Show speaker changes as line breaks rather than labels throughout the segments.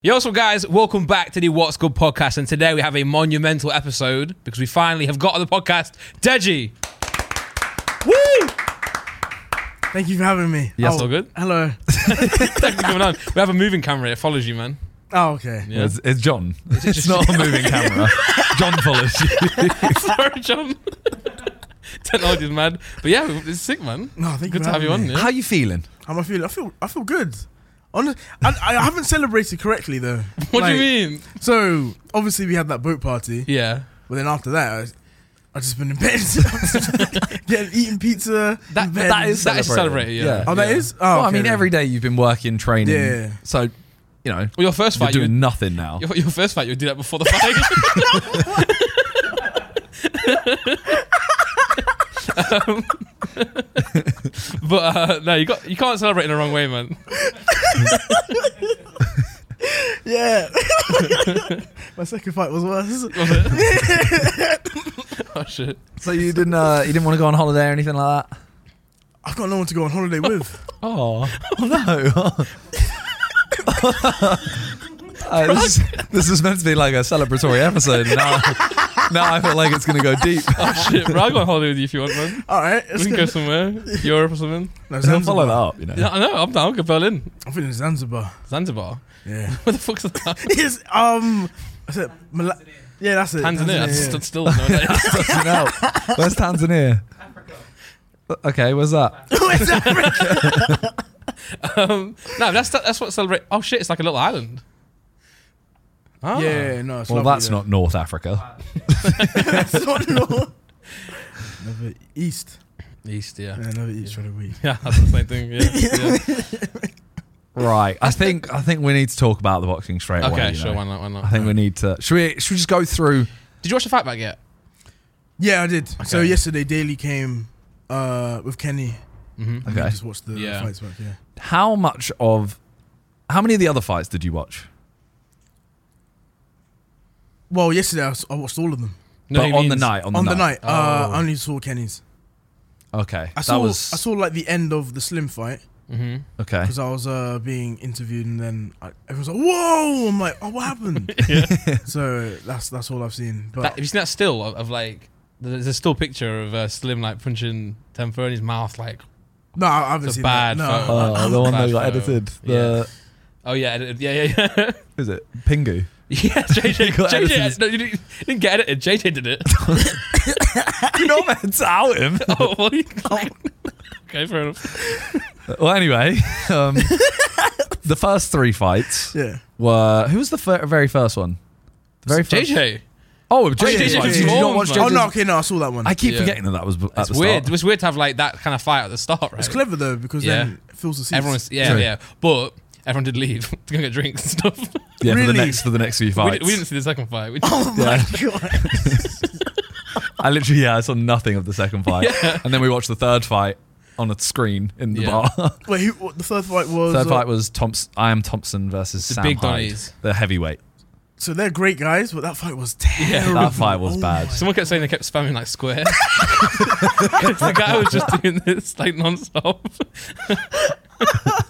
Yo, so guys, welcome back to the What's Good podcast, and today we have a monumental episode because we finally have got on the podcast Deji. Woo!
Thank you for having me. Oh,
Yeah, it's all good.
Hello.
Thanks for coming on. We have a moving camera; it follows you, man.
Oh, okay.
Yeah.
It's, it's John. It's not a moving camera. John follows you.
Sorry, John. Technology's mad, but yeah, it's sick, man.
No, thank
Good
you.
to
for
have you on.
having me.
Yeah.
How you feeling?
How am I feeling? I feel I feel good. Honest, I, I haven't celebrated correctly though.
What
Like,
do you mean?
So obviously we had that boat party,
Yeah,
but then after that, I, I just been in bed, getting eating pizza. in
that,
bed.
that is that is celebrated.
Celebrating.
Yeah.
Yeah.
Oh, that
Yeah.
is. Oh,
well, I
okay
mean,
then.
every day you've been working, training.
Yeah.
So, you know,
Well, your first
you're
fight, you
doing nothing now.
your, your first fight, you would do that before the fight. Um, but uh, no, you got you can't celebrate in the wrong way, man.
Yeah. My second fight was worse.
Oh shit!
So you didn't, uh, you didn't want to go on holiday or anything like that.
I've got no one to go on holiday with.
Oh, no. Uh, this, this was meant to be like a celebratory episode. Now, now I feel like it's going to go deep.
Oh shit! Bro, I'll go on holiday with you if you want, man.
All right.
We can go somewhere, Europe or something.
No,
Don't follow that
Zanzibar.
up, you know.
Yeah, I know. I'm down. I'll go Berlin,
I'm feeling Zanzibar.
Zanzibar.
Yeah.
Where the fuck's that?
It's um. I said, Mala- yeah, that's it.
Tanzania. I
Tanzania,
just
yeah.
stood still. No, no.
Fucking hell. Where's Tanzania? Okay, where's that?
Where's Africa?
um, no, that's that's what celebrate. Oh shit! It's like a little island. Ah.
Yeah, no. It's
Well,
lovely
that's
there.
not North Africa.
that's not north. Never east.
Ah, East. Yeah.
Yeah, never east for the week.
Yeah, that's the same thing. Yeah. yeah.
Right. I think I think we need to talk about the boxing straight away.
Okay,
you
sure.
know.
Why not? Why not?
I think we need to. Should we? Should we just go through?
Did you watch the fight back yet?
Yeah, I did. So
Okay.
yesterday, Daly came uh, with Kenny.
Mm-hmm.
And we
Okay.
just watched the
Yeah.
fights back. Yeah.
How much of? How many of the other fights did you watch?
Well, yesterday I, s- I watched all of them.
No,
but
he
on the
means-
night. On
On,
the
the night, uh,
Oh.
I only saw Kenny's.
Okay.
I saw.
that was
I saw like the end of the slim fight
Mhm.
okay.
because I was uh, being interviewed, and then I, everyone's like, "Whoa!" I'm like, "Oh, what happened?" So that's that's all I've seen. But
That, have you seen that still of, of like? There's a still picture of uh, Slim like punching Temper in his mouth. Like,
No, I haven't
It's a
seen
bad
that. No,
photo.
I-
Oh, the one that got
Clash, though.
edited. The
oh yeah, edit- yeah, yeah, yeah.
is it Pingu?
yeah, JJ,
got
JJ,
edited.
no, you didn't, you didn't get edited. JJ did it.
you know, man, to out him.
oh, well, you- okay, fair enough.
Well, anyway, um, the first three fights
yeah.
were. Who was the fir- very first one? The very first.
JJ,
Oh,
Oh, yeah,
JJ's
yeah,
fight.
yeah,
Did you
yeah.
not watch
Oh,
Oh
JJ's?
no, okay, no, I saw that one.
I keep
Yeah.
forgetting that that was b- at
it's
the
weird.
start.
It was weird to have like that kind of fight at the start, right?
it's clever though because then it fills the seats.
Everyone's yeah,
True.
yeah, but everyone did leave to go get drinks and stuff.
Yeah, for
Really?
the next for the next few
we,
fights.
did, we didn't see the second fight. We
oh my god.
I literally, yeah, I saw nothing of the second fight. And then we watched the third fight on a screen in the
Yeah.
bar.
Wait, who, what, the third fight was.
third
uh,
fight was Thompson, I am Thompson versus
The
Sam
big
Hyde,
Donnies.
the heavyweight.
So they're great guys, but that fight was terrible.
That fight was
Oh
bad.
Someone kept saying they kept spamming like square. 'Cause the guy was just doing this like non-stop.
my-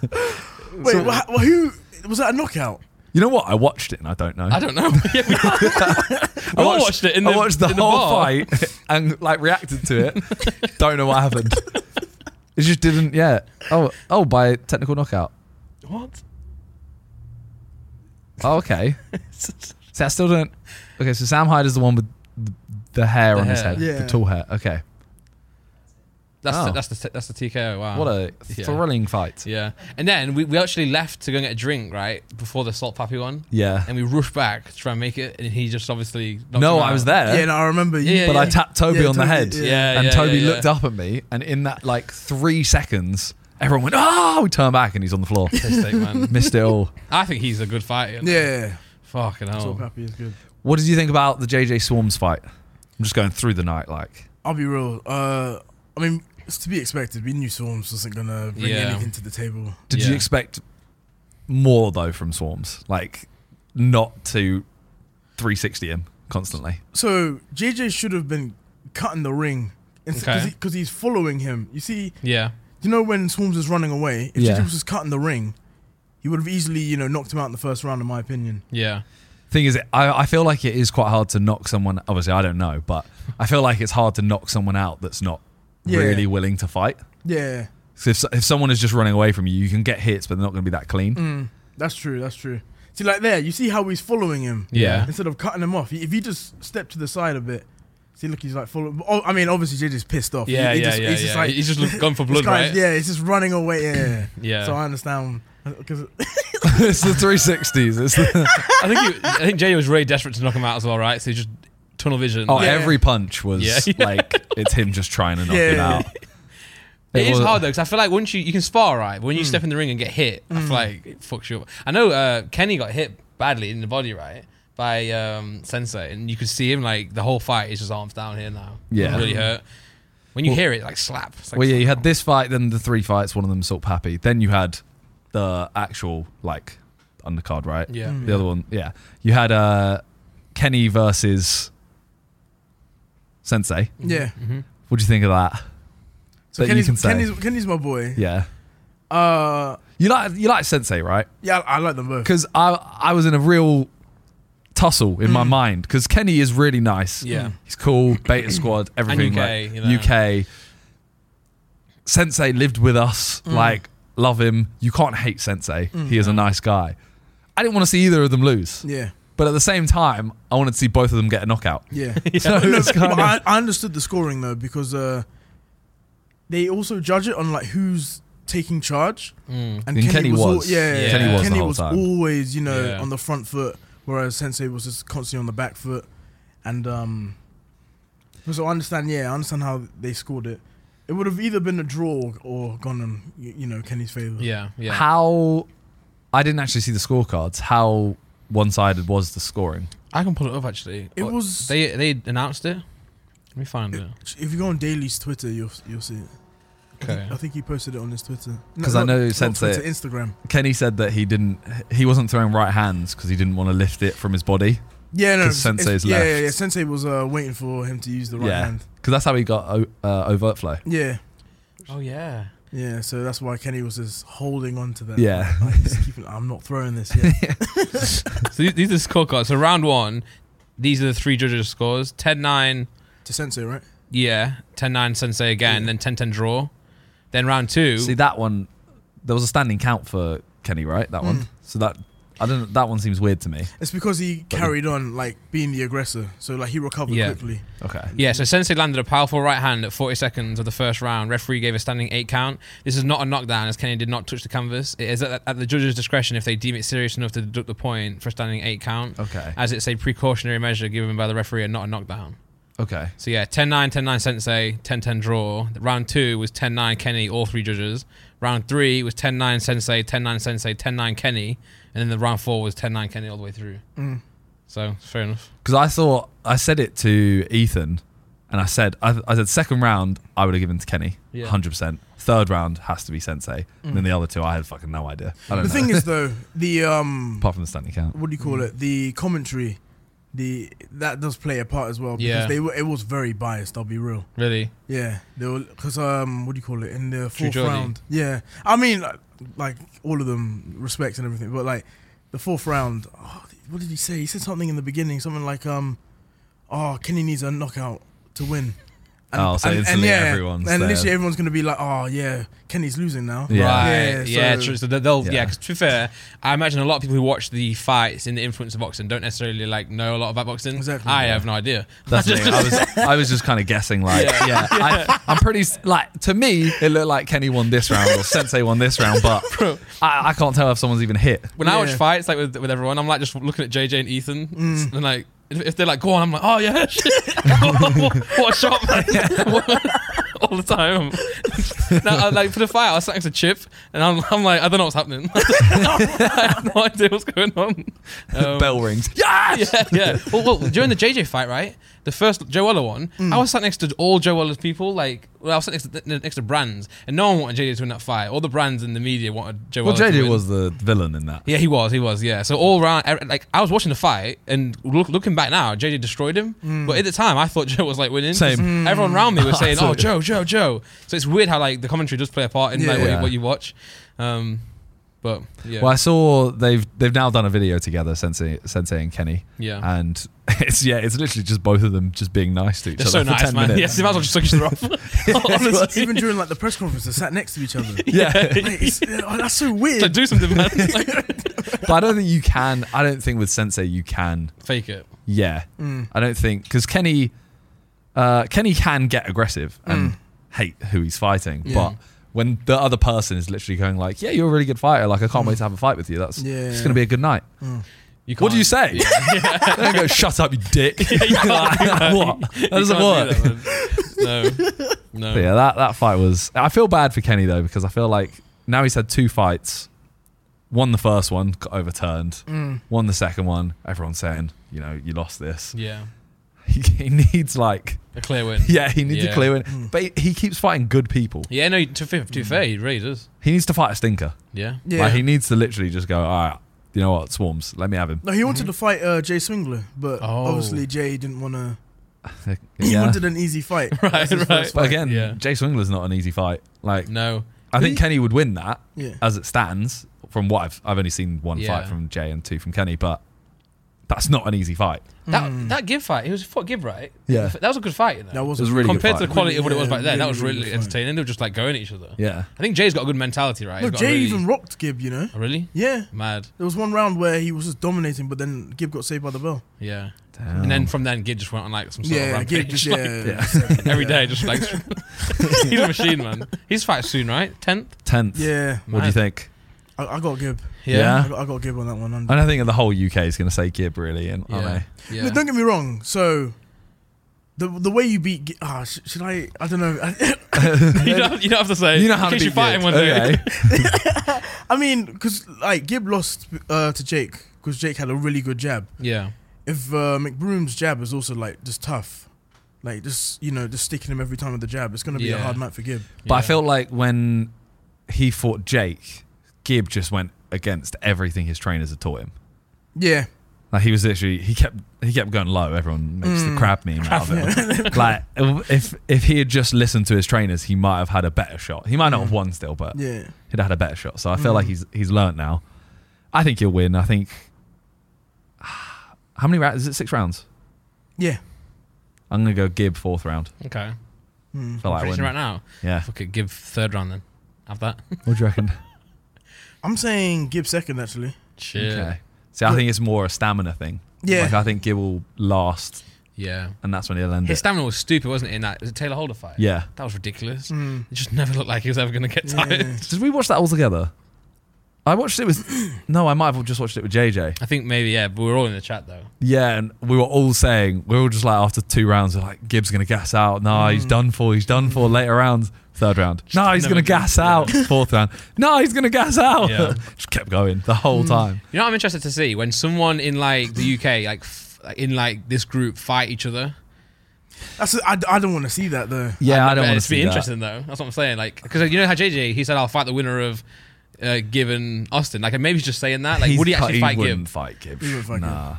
Wait, wha- wha- who was that? A knockout?
You know what? I watched it and I don't know.
I don't know. Yeah, we all
I
watched, it in the,
I watched the
in
whole
bar.
fight and like reacted to it. don't know what happened. It just didn't. Yeah. Oh, oh, by technical knockout.
What?
Oh, okay. So I still don't. Okay, so Sam Hyde is the one with the, the hair
The
on his
hair.
head,
Yeah.
the tall hair. Okay.
That's the,
Oh.
that's the that's the TKO. Wow.
What a
Oh, Yeah.
thrilling fight.
yeah. And then we, we actually left to go and get a drink right before the salt pappy one,
Yeah.
and we rushed back to try and make it, and he just obviously knocked
No,
him
I
out.
was there.
Yeah, no, I remember. you-
Yeah,
but I tapped Toby
Yeah,
on the
Toby,
head.
yeah.
Yeah,
and
yeah,
Toby
yeah, yeah.
looked up at me, and in that like three seconds, everyone went, "Oh!" We turned back, and he's on the floor.
Piss take, man.
Missed it all.
I think he's a good fighter.
Yeah.
Fucking
Top
hell.
happy is good.
What did you think about the JJ Swarms fight? I'm just going through the night, like
I'll be real. Uh, I mean, it's to be expected. We knew Storms wasn't gonna bring
Yeah.
anything to the table.
did
Yeah.
you expect more though from Swarms? Like not to 360 him constantly.
So JJ should have been cutting the ring because
Okay.
he's following him. You see,
Yeah.
you know when Swarms is running away, if
Yeah.
JJ was just cutting the ring, He would have easily, you know, knocked him out in the first round, in my opinion.
Yeah.
Thing is, I, I feel like it is quite hard to knock someone. Obviously, I don't know, but I feel like it's hard to knock someone out that's not
Yeah.
really willing to fight.
Yeah,
So if, if someone is just running away from you, you can get hits, but they're not going to be that clean.
Hmm. that's true. That's true. See, like there, you see how he's following him.
Yeah.
Instead of cutting him off, if he just stepped to the side a bit. See, look, he's like following. Oh, I mean, obviously, JJ's pissed off. He-
Yeah,
he
yeah,
just-
yeah.
He's
yeah.
just like,
he's just look- gone for
this
blood,
guy's-
right?
Yeah, he's just running away. Yeah. yeah.
Yeah.
So I understand because
it's the 360s. It's the,
I think he, I think Jay was really desperate to knock him out as well, right? So he just tunnel vision.
oh,
Yeah.
every punch was
Yeah.
like it's him just trying to knock him
Yeah.
out.
it is
was-
hard though, because I feel like once you you can spar, right? But when you
Hmm.
step in the ring and get hit, I feel like it fucks you up. I know uh, Kenny got hit badly in the body, right, by um, Sensei, and you could see him like the whole fight is just arms down here now.
Yeah.
It really hurt. When you hear it, like slap. It's like,
Well, yeah, you had this fight, then the three fights, one of them sort of happy. Then you had the actual like undercard, right?
Yeah.
The other one, yeah. You had uh, Kenny versus Sensei.
Mm-hmm.
yeah.
What do you think of that?
So
That you
Kenny's,
can say.
Kenny's Kenny's my boy.
Yeah,
Uh,
you like you like Sensei, right?
yeah, I, I like them both.
Because I I was in a real tussle in my mind because Kenny is really nice.
Mm. Yeah.
he's cool. Beta Squad, everything.
UK,
like-
you know.
UK. Sensei lived with us.
Mm.
Like, love him. You can't hate Sensei. He is a nice guy. I didn't want to see either of them lose,
Yeah,
but at the same time, I wanted to see both of them get a knockout.
yeah.
So it's kind
but
of-
I, I understood the scoring though because uh, they also judge it on like who's taking charge.
Mm.
And,
And Kenny
was, al-
was.
yeah,
Yeah. Kenny was the
whole time.
always you know
Yeah.
on the front foot, whereas Sensei was just constantly on the back foot, and um, so I understand. Yeah, I understand how they scored it. It would have either been a draw or gone in you you know Kenny's favor.
Yeah. Yeah.
How I didn't actually see the scorecards. How one-sided was the scoring?
I can pull it up actually.
It
Oh,
was-
they they announced it. Let me find it.
If you go on Daly's Twitter, you'll you'll see it.
Okay.
I think he posted it on his Twitter.
'Cause I
not-
know
not
Sensei-
Twitter, Instagram.
Kenny said that he didn't. He wasn't throwing right hands because he didn't want to lift it from his body.
Yeah, no.
'Cause
it's-
Sensei's
yeah, Yeah,
left.
yeah. Sensei was uh, waiting for him to use the right
yeah,
hand.
because that's how he got o- uh, overt flow.
Yeah,
Oh yeah.
yeah. So that's why Kenny was just holding on to that.
Yeah.
Like, just keeping, I'm not throwing this yet.
So these, these are the scorecards. So round one, these are the three judges' scores 10 9,
to Sensei, right?
yeah, 10 9 Sensei again, then 10 10 draw. Then round two,
See that one. There was a standing count for Kenny, right? That
Mm.
one. So that I don't. That one seems weird to me.
It's because he carried on like being the aggressor. So like he recovered
Yeah.
quickly.
Okay.
yeah, so Sensei landed a powerful right hand at 40 seconds of the first round. Referee gave a standing eight count. This is not a knockdown as Kenny did not touch the canvas. It is at, at the judge's discretion if they deem it serious enough to deduct the point for standing eight count,
Okay.
as it's a precautionary measure given by the referee and not a knockdown.
Okay.
So yeah, 10-9, 10-9 Sensei, 10-10 draw. Round two was 10-9 Kenny, all three judges. Round three was 10-9 Sensei, 10-9 Sensei, 10-9 Kenny. And then the round four was 10-9 Kenny all the way through.
Mm.
So fair enough.
Because I thought I said it to Ethan, and I said I, I said second round I would have given to Kenny,
Yeah.
hundred percent. Third round has to be Sensei, and then the other two I had fucking no idea. I don't
Mm. The
know. Mm.
thing is though, the um,
apart from the standing count.
what do you call it? The commentary, the that does play a part as well because
Yeah.
they were it was very biased. I'll be real.
Really?
Yeah, they were because um, what do you call it in the
True
fourth
Geordie.
round? Yeah, I mean, like, like all of them respects and everything, but like the fourth round, oh, what did he say? He said something in the beginning, something like um, oh, Kenny needs a knockout to win.
Oh, so instantly everyone's
and
there.
literally everyone's gonna be like, oh yeah, Kenny's losing now.
Yeah.
Right. Yeah.
Yeah, so-
true. So they'll, yeah.
Yeah.
'cause to be fair, I imagine a lot of people who watch the fights in the influence of boxing don't necessarily like know a lot about boxing.
Exactly,
I
yeah.
have no idea.
That's me. I was I was just kind of guessing. Like, yeah, I, I'm pretty s- like to me it looked like Kenny won this round or Sensei won this round, but I, I can't tell if someone's even hit.
when I watch
Yeah.
fights like with, with everyone, I'm like just looking at JJ and Ethan,
Mm.
and like if, if they're like go on, I'm like oh yeah, what a shot, man. all the time. now, I, like for the fight, I was sat next to Chip, and I'm, I'm like I don't know what's happening. I have no idea what's going on. Um,
Bell rings. Yes!
yeah, yeah. Well, well, during the JJ fight, right? The first Joella one,
Mm.
I was sat next to all Joella's people. Like, well, I was sat next to, next to brands, and no one wanted JJ to win that fight. All the brands and the media wanted Joella.
Well,
to
JJ
win.
was the villain in that.
Yeah, he was. He was. Yeah. So all round, er- like I was watching the fight and look, looking back now, JJ destroyed him. But at the time, I thought Joe was like winning. 'cause
Mm.
Mm.
Same.
Everyone around me was saying, "Oh,
Absolutely.
Joe, Joe, Joe." So it's weird how like the commentary does play a part in like what, you,
Yeah.
what you watch. Um, But yeah,
Well, I saw they've they've now done a video together, Sensei, Sensei and Kenny.
yeah.
And it's yeah, it's literally just both of them just being nice to each
They're
other
so
for
nice,
ten
man.
minutes.
Yes, they might as well just suck each other off. Honestly.
Even during like the press conference, they sat next to each other.
Yeah.
Mate, it's- oh, that's so weird.
Like, do something, man. Like,
but I don't think you can. I don't think with Sensei you can.
fake it.
Yeah,
Mm.
I don't think because Kenny, uh, Kenny can get aggressive
Mm.
and hate who he's fighting,
Yeah.
but. When the other person is literally going like, "Yeah, you're a really good fighter. Like, I can't wait to have a fight with you. That's
Yeah.
it's gonna be a good night."
You
What do you
Mm. can't-
say? Don't go, "Shut up, you dick."
you can't do that.
what? That
You
doesn't work.
can't do that, man. no, no.
But yeah, that, that fight was. I feel bad for Kenny though because I feel like now he's had two fights, won the first one, got overturned,
Mm.
won the second one. Everyone's saying, you know, you lost this.
Yeah,
He, he needs like,
a clear win.
yeah, he needs
Yeah.
a clear win.
Hmm.
But he, he keeps fighting good people.
Yeah, no, to, fair- to fair, he really does.
He needs to fight a stinker.
Yeah.
Yeah.
Like he needs to literally just go, all right, you know what, Swarms, let me have him.
no, he wanted to fight uh, Jay Swingler, but
Mm-hmm. Oh.
obviously Jay didn't want to. He
yeah.
wanted an easy fight.
Right,
That's his
right.
first
But
fight.
again,
Yeah.
Jay Swingler's not an easy fight. Like
No.
I think Kenny would win that.
Yeah.
Uh,
as it stands, from what I've I've only seen one
Yeah.
fight from Jay and two from Kenny, but that's not an easy fight.
That that give fight, it was a fuck give, right?
Hmm. Yeah.
That was a good fight, you know.
That was
It was
a
really good
Compared to
fight.
the quality of what it was
Yeah,
back then, that
really,
was
really
really
good fight.
entertaining. They were just like going at each other.
Yeah,
I think Jay's got a good mentality, right?
No,
He's got a
Jay
really,
even rocked Gib, you know?
Oh, really?
Yeah.
Mad.
There was one round where he was just dominating, but then Gib got saved by the bell.
Yeah.
Damn.
And then from then, Gid just went on like some sort of
yeah,
rampage.
Gib just,
like,
yeah.
yeah.
Every day, just like he's a machine, man. He's fight soon, right? Tenth.
tenth.
Yeah.
What do you
Mad.
think?
I, I got Gib.
Yeah.
I got, I got Gib on that one.
I don't think the whole UK is going to say Gib really, and
Yeah.
aren't they?
Yeah.
But don't get me wrong. So, the the way you beat Gib. Ah, sh- should I? I don't know.
you, don't, you don't have to say.
You know how
in
to
case
be
you fight him one day.
I mean, because, like, Gib lost uh, to Jake because Jake had a really good jab.
Yeah.
If uh, McBroom's jab is also, like, just tough. Like just you know, just sticking him every time with the jab. It's gonna be a
Yeah.
hard night for Gib.
But I
Yeah.
feel like when he fought Jake, Gib just went against everything his trainers had taught him.
Yeah,
Like he was literally he kept he kept going low. Everyone makes
Mm.
the crab meme out of it. like if if he had just listened to his trainers, he might have had a better shot. He might not have won still, but
yeah. Mm.
he'd had a better shot. So I feel like he's he's learnt now. I think he'll win. I think. How many rounds? Is it six rounds?
Yeah.
I'm gonna go Gib fourth round.
Okay.
Mm.
I feel like I
Prediction
win.
right now.
Yeah.
Fuck it. Give third round then. Have that.
What do you reckon?
I'm saying Gib second actually.
Shit.
Okay. See, I think it's more a stamina thing.
Yeah.
Like I think Gib will last,
Yeah.
and that's when he'll end
His
it.
stamina was stupid, wasn't it? In that was it Taylor Holder fight.
Yeah.
That was ridiculous.
Mm.
It just never looked like he was ever going to get tired.
Did we watch that all together? I watched it with. No, I might have just watched it with JJ.
I think maybe yeah, but we were all in the chat though.
Yeah, and we were all saying we were all just like after two rounds, we're like Gibbs gonna gas out. No, he's done for. He's done for. Later rounds, third round. No, he's
never
gonna
done,
gas out. Fourth round. No, he's gonna gas out.
Yeah.
just kept going the whole time.
You know, what I'm interested to see when someone in like the UK, like f- like, in like this group, fight each other.
That's I, I don't want to see that though.
Yeah, I, don't
But
want
it's
to see
be
that.
interesting though. That's what I'm saying. Like because you know how JJ he said I'll fight the winner of uh, Given Austin. Like maybe he's just saying that. Like
He's
would he
cut-
actually fight
wouldn't
Gibb?
Fight Gibbs.
He would fight
nah.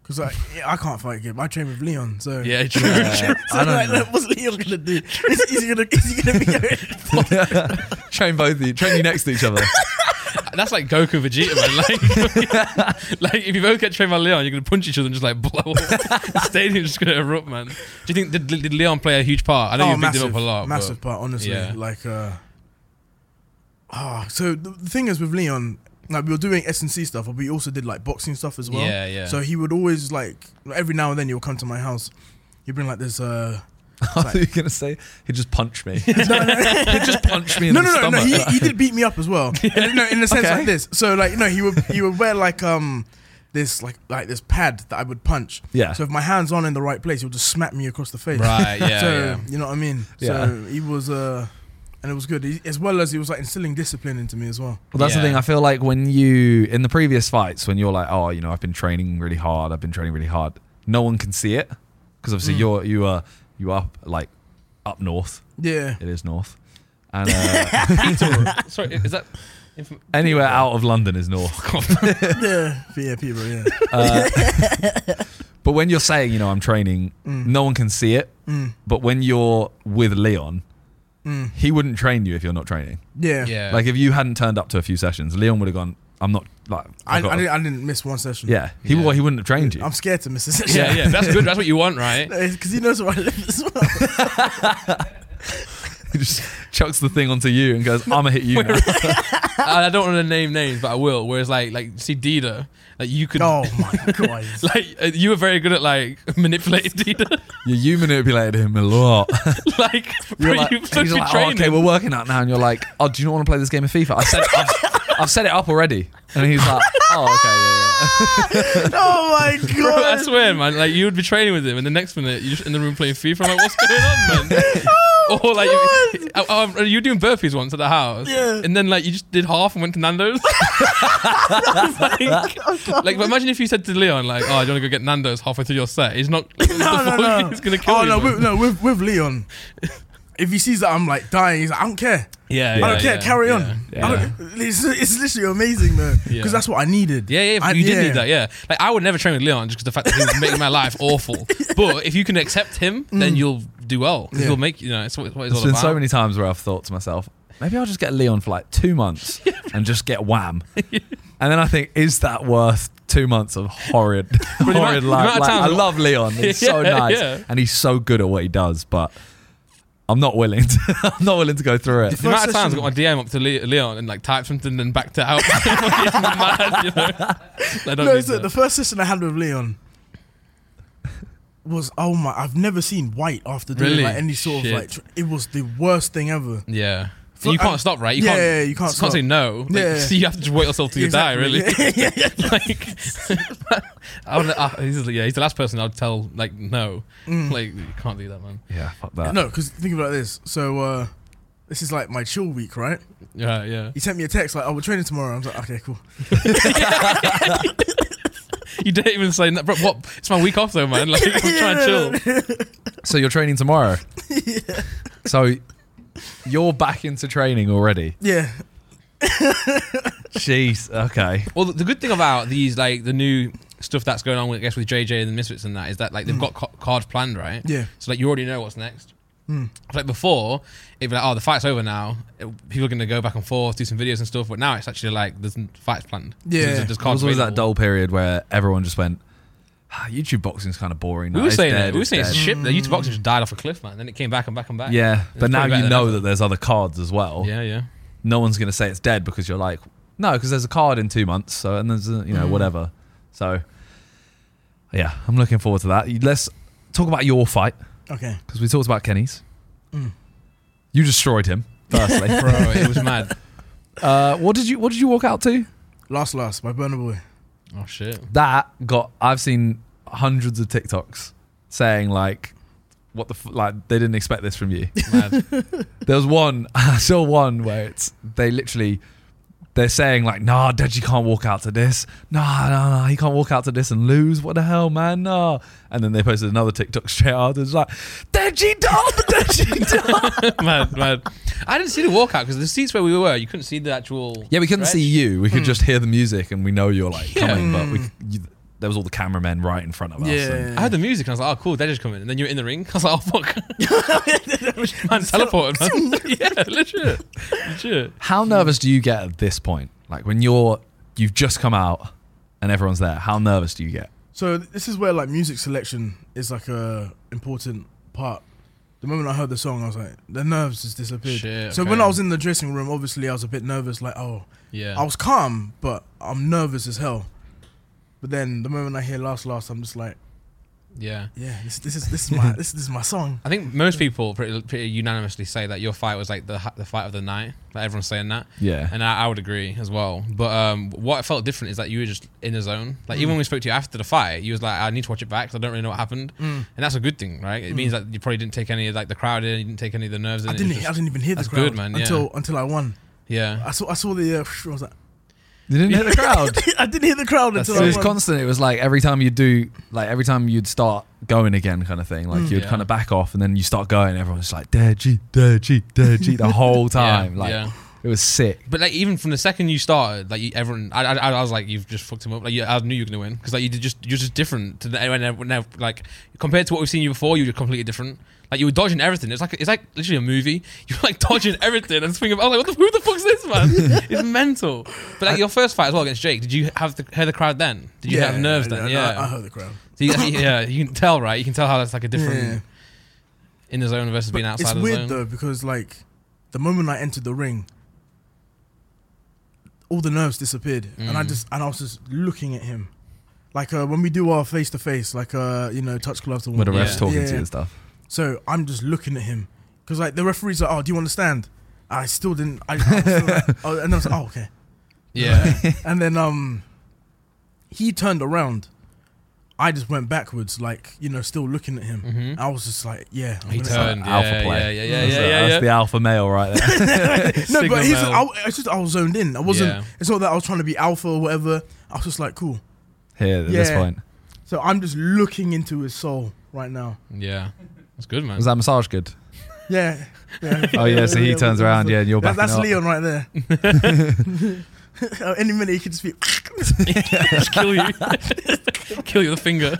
Because I, yeah, I can't fight Gib. I train with Leon, so.
Yeah, true.
Yeah,
So,
I
like,
don't know.
like, what's Leon gonna do? Is, is he gonna, is he gonna be
train both of you. Train you next to each other.
That's like Goku and Vegeta, man. Like, like if you both get trained by Leon, you're gonna punch each other and just like blow up. the stadium's just gonna erupt, man. Do you think did, did Leon play a huge part? I know
oh,
you picked
massive,
him up a lot. but-
massive part, honestly.
Yeah.
Like, uh, ah, so the, the thing is with Leon, like we were doing S and C stuff, but we also did like boxing stuff as well.
Yeah, yeah.
So he would always like every now and then he'll come to my house. He'd bring like this. Uh,
I thought you were gonna say he'd just punch me. he'd just punch me in
no,
the
no, no,
stomach.
no. He, he did beat me up as well. And, no, in a sense
Okay.
like this. So like, no, he would he would wear like um this like like this pad that I would punch.
Yeah.
So if my hands aren't in the right place, he'll just smack me across the face.
Right. Yeah.
so
yeah.
you know what I mean. So he was uh, and it was good. He, as well as he was like instilling discipline into me as well.
Well, that's the
Yeah.
thing. I feel like when you in the previous fights, when you're like, oh, you know, I've been training really hard. I've been training really hard. No one can see it because obviously
Mm.
you're you are you are like up north.
Yeah.
It is north, and uh,
Sorry, is that? Inf-
anywhere out of London is north.
yeah. But yeah. People. Yeah.
But when you're
Mm.
saying, you know, I'm training, no one can see it. But when you're with Leon,
Mm.
he wouldn't train you if you're not training.
Yeah.
Yeah.
Like if you hadn't turned up to a few sessions, Leon would have gone. I'm not like
I,
I've got
I,
a-"
didn't, I didn't miss one session.
yeah. He
Yeah.
well, he wouldn't have trained you.
I'm scared to miss a session.
yeah, yeah. That's good. That's what you want, right?
Because he knows where I live as well.
he just chucks the thing onto you and goes, "I'm gonna hit you." now."
I I don't want to name names, but I will. Whereas, like, like see Dida, like you could,
oh my god.
like uh, you were very good at like manipulating Dida,
Yeah, you manipulated him a lot.
like bro,
You're like-
you
he's
fucking
like, "Oh,
trained
okay,
him.
we're working out now, and you're like, "Oh, do you not want to play this game of FIFA?" I said, I've, I've set it up already, and he's like, "Oh, okay, yeah, yeah."
Oh my
Bro, I
god.
swear, man. Like you would be training with him, and the next minute you're just in the room playing FIFA. I'm like, what's going on, man? or like, you, I, I, you were doing burpees once at the house,
Oh, Yeah.
and then like you just did half and went to Nando's. like, like, but imagine if you said to Leon, like, oh, do you want to go get Nando's halfway through your set? He's not.
no, no, no.
He's gonna kill
oh
you.
no,
man.
with, no, with, with Leon. If he sees that I'm like dying, he's like, I don't care.
Yeah,
I don't
Oh, yeah,
care.
yeah,
Carry on.
yeah.
I don't, it's, it's literally amazing though, because
Yeah.
that's what I needed.
Yeah, yeah,
I-
you did need that. Yeah, like I would never train with Leon just because the fact that he was making my life awful. But if you can accept him, then you'll do well. 'Cause
Mm. Yeah.
He'll make you know. It's what, it's what it's
There's
all
been
about.
so many times where I've thought to myself, maybe I'll just get Leon for like two months and just get wham. and then I think, is that worth two months of horrid,
the amount-
horrid
the
life?
amount of
Like, I
times-
love Leon. He's so
Yeah,
nice.
yeah.
And he's so good at what he does, but I'm not willing to, I'm not willing to go through it.
The amount of
First
times I
session-
got my DM up to Le- Leon and like typed something and then backed it out. I'm mad, you know? I don't
No,
need
so
that.
the first session I had with Leon was oh my! I've never seen white after doing
Really?
like any sort
Shit.
of like. Tr- it was the worst thing ever.
yeah.
For-
you can't
um,
stop, right? You
yeah,
can't,
yeah, you can't stop.
say no. Like,
Yeah.
So you have to just wait yourself till you die, really.
Exactly. yeah, yeah, yeah.
like, I would, uh, he's, the- yeah, he's the last person I'd tell, like, no.
Mm.
Like, you can't do that, man.
Yeah, fuck that.
No, because think about this. So uh, this is like my chill week, right?
Yeah, yeah.
He sent me a text like, "Oh, we're training tomorrow." I was like, "Okay, cool."
You didn't even say, no, bro, what? It's my week off, though, man. Like, I'm trying to chill.
So you're training tomorrow. So you're back into training already.
Yeah,
Jeez. Okay.
Well, the good thing about these, like the new stuff that's going on, with, I guess, with JJ and the Misfits and that, is that like they've got ca- cards planned, right?
Mm. Yeah. Mm.
So like you already know what's next. Like before, it'd be like, oh, the fight's over now. It- people are going to go back and forth, do some videos and stuff. But now it's actually like there's n- fights planned.
Yeah.
There's, there's
It
cards
was always that
available.
dull period where everyone just went, ah, YouTube boxing's kind of boring.
We
now.
were
It's
saying
dead,
that. We were
it's
saying it's
dead."
shit. The YouTube boxing just died off a cliff, man. Then it came back and back and back.
Yeah, but
probably
now
better
you
than
know
ever.
that there's other cards as well.
Yeah, yeah.
No one's gonna say it's dead because you're like, no, because there's a card in two months. So and there's a, you know whatever. So yeah, I'm looking forward to that. Let's talk about your fight
okay.
because we talked about Kenny's. You destroyed him. Firstly,
Bro, it was mad.
uh, what did you what did you walk out to?
Last, last by Burner Boy.
Oh shit.
that got I've seen hundreds of TikToks saying like what the f- like they didn't expect this from you.
Mad.
There was one I saw one where it's they literally they're saying like nah Deji can't walk out to this. Nah nah nah he can't walk out to this and lose. What the hell man nah. And then they posted another TikTok straight after it's like Deji dolled the Deji dolled.
mad, mad. I didn't see the walkout because the seats where we were, you couldn't see the actual.
Yeah, we couldn't
stretch.
see you. We could just hear the music and we know you're like
Yeah.
coming but we you, there was all the cameramen right in front of us. and-
I heard the music and I was like, oh, cool, Deja's coming. And then you were in the ring. I was like, oh, fuck. man, teleported, man. yeah, legit. Legit.
How nervous do you get at this point? Like when you're you've just come out and everyone's there. How nervous do you get?
So th- this is where like music selection is like a important part. The moment I heard the song, I was like, the nerves just disappeared.
Shit,
so
okay.
when I was in the dressing room, obviously I was a bit nervous. Like, oh,
Yeah.
I was calm, but I'm nervous as hell. But then the moment I hear "Last Last," I'm just like,
yeah.
yeah, this, this is this is my this, this is my song.
I think most people pretty, pretty unanimously say that your fight was like the hi- the fight of the night. Like everyone's saying that.
Yeah.
And I, I would agree as well. But um, what felt different is that you were just in the zone. Like
Mm.
even when we spoke to you after the fight, you was like, "I need to watch it back 'cause I don't really know what happened."
Mm.
And that's a good thing, right? It means that you probably didn't take any of like the crowd in, you didn't take any of the nerves. In,
I
It
didn't
was
I
just-
didn't even hear the
that's
crowd
good, man, yeah.
until until I won.
yeah.
I saw I saw the uh, I was like,
You didn't hear the crowd.
I didn't hear the crowd
That's
so
until
it
I
was
won.
constant. It was like every time you do like every time you'd start going again kind of thing. Like
Mm.
you'd
Yeah.
kind of back off and then you start going, everyone's like, Deji, Deji, Deji the whole
Yeah,
time. like
yeah.
It was sick.
But like even from the second you started, like you, everyone, I, I, I was like, you've just fucked him up. Like you, I knew you were gonna win because like you did just you're just different to the, everyone. everyone now, like compared to what we've seen you before, you were completely different. Like you were dodging everything. It's like it's like literally a movie. You were like dodging everything and swinging. I was like, what the, who the fuck's this man? it's mental. But like your first fight as well against Jake, did you have the, hear the crowd then? Did you have nerves then?
no,
Yeah.
I, uh, I heard the crowd.
So you, yeah, you can tell, right? You can tell how that's like a different
Yeah.
in the zone versus being
But
outside
it's
of the
weird
zone.
though because like the moment I entered the ring, all the nerves disappeared, and I
Mm.
just and I was just looking at him, like uh, when we do our face to face, like uh, you know, touch gloves and
With the
Yeah.
refs talking to
Yeah.
you and stuff.
So I'm just looking at him because like the referees are, oh, do you understand? I still didn't. I, I was still like, oh, and I was like, oh, okay.
Yeah.
And then um, he turned around. I just went backwards, like you know, still looking at him.
hmm
I was just like, yeah. I'm
He
gonna-
turned. Yeah,
alpha play.
Yeah, yeah, yeah,
That's
yeah,
the-
yeah,
that's
yeah.
the alpha male right there.
no, but he's,
Sigma
I,
male.
it's just I was zoned in. I wasn't.
Yeah.
It's not that I was trying to be alpha or whatever. I was just like, cool.
Here at this
Yeah.
point.
So I'm just looking into his soul right now.
yeah. That's good, man.
Was that massage good?
Yeah. yeah.
Oh yeah, so he turns around, yeah, and you're
That-
back.
that's
up.
Leon right there. Uh, Any minute he could just be.
Just kill you. kill you with a finger.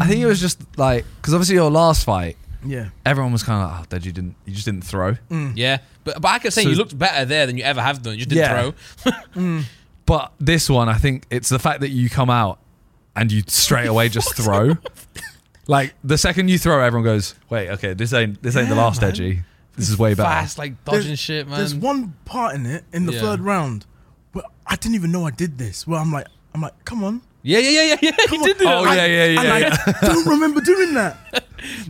I think it was just like because obviously your last fight,
Yeah.
everyone was kind of like, oh, Dad, you didn't, you just didn't throw.
Mm.
Yeah. But, but I kept saying
So-
you looked better there than you ever have done. You just didn't
Yeah.
throw.
Mm.
But this one, I think it's the fact that you come out and you straight away just throw. like the second you throw, everyone goes, wait, okay, this ain't this ain't the
Yeah,
last
man.
Edgy. This is way better.
Fast, like dodging
There's-
shit, man.
There's one part in it in the
Yeah.
third round where I didn't even know I did this. Where I'm like, I'm like, come on.
yeah, yeah, yeah, yeah, yeah. He
Come
did do
on.
that.
Oh,
Like,
yeah, yeah, yeah,
And I don't remember doing that.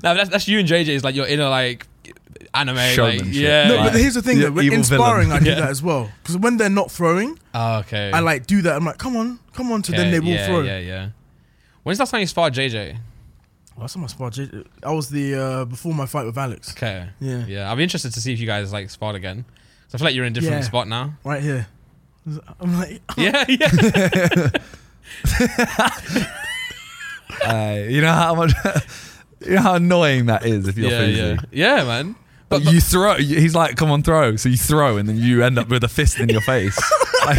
no, that's, that's you and JJ. Is like your inner like anime. Like,
Showmanship.
yeah.
No,
like-
but here's the thing
Yeah,
though. when-
evil
In sparring, I
villain.
do
Yeah.
that as well. Because when they're not throwing,
oh, okay.
I like do that. I'm like, come on, come on. So
Okay,
then they will
yeah,
throw.
Yeah, yeah. When's the last time you sparred JJ?
Last time I sparred, J- I was the uh, before my fight with Alex.
Okay.
Yeah,
Yeah, I'd be interested to see if you guys like sparred again. So I feel like you're in a different
Yeah.
spot now.
right here. I'm like,
Yeah, yeah.
Uh, you know how much, you know how annoying that is if you're
yeah,
Fuzi.
yeah. Yeah, man.
But, you throw. you- He's like, "Come on, throw!" So you throw, and then you end up with a fist in your face. like,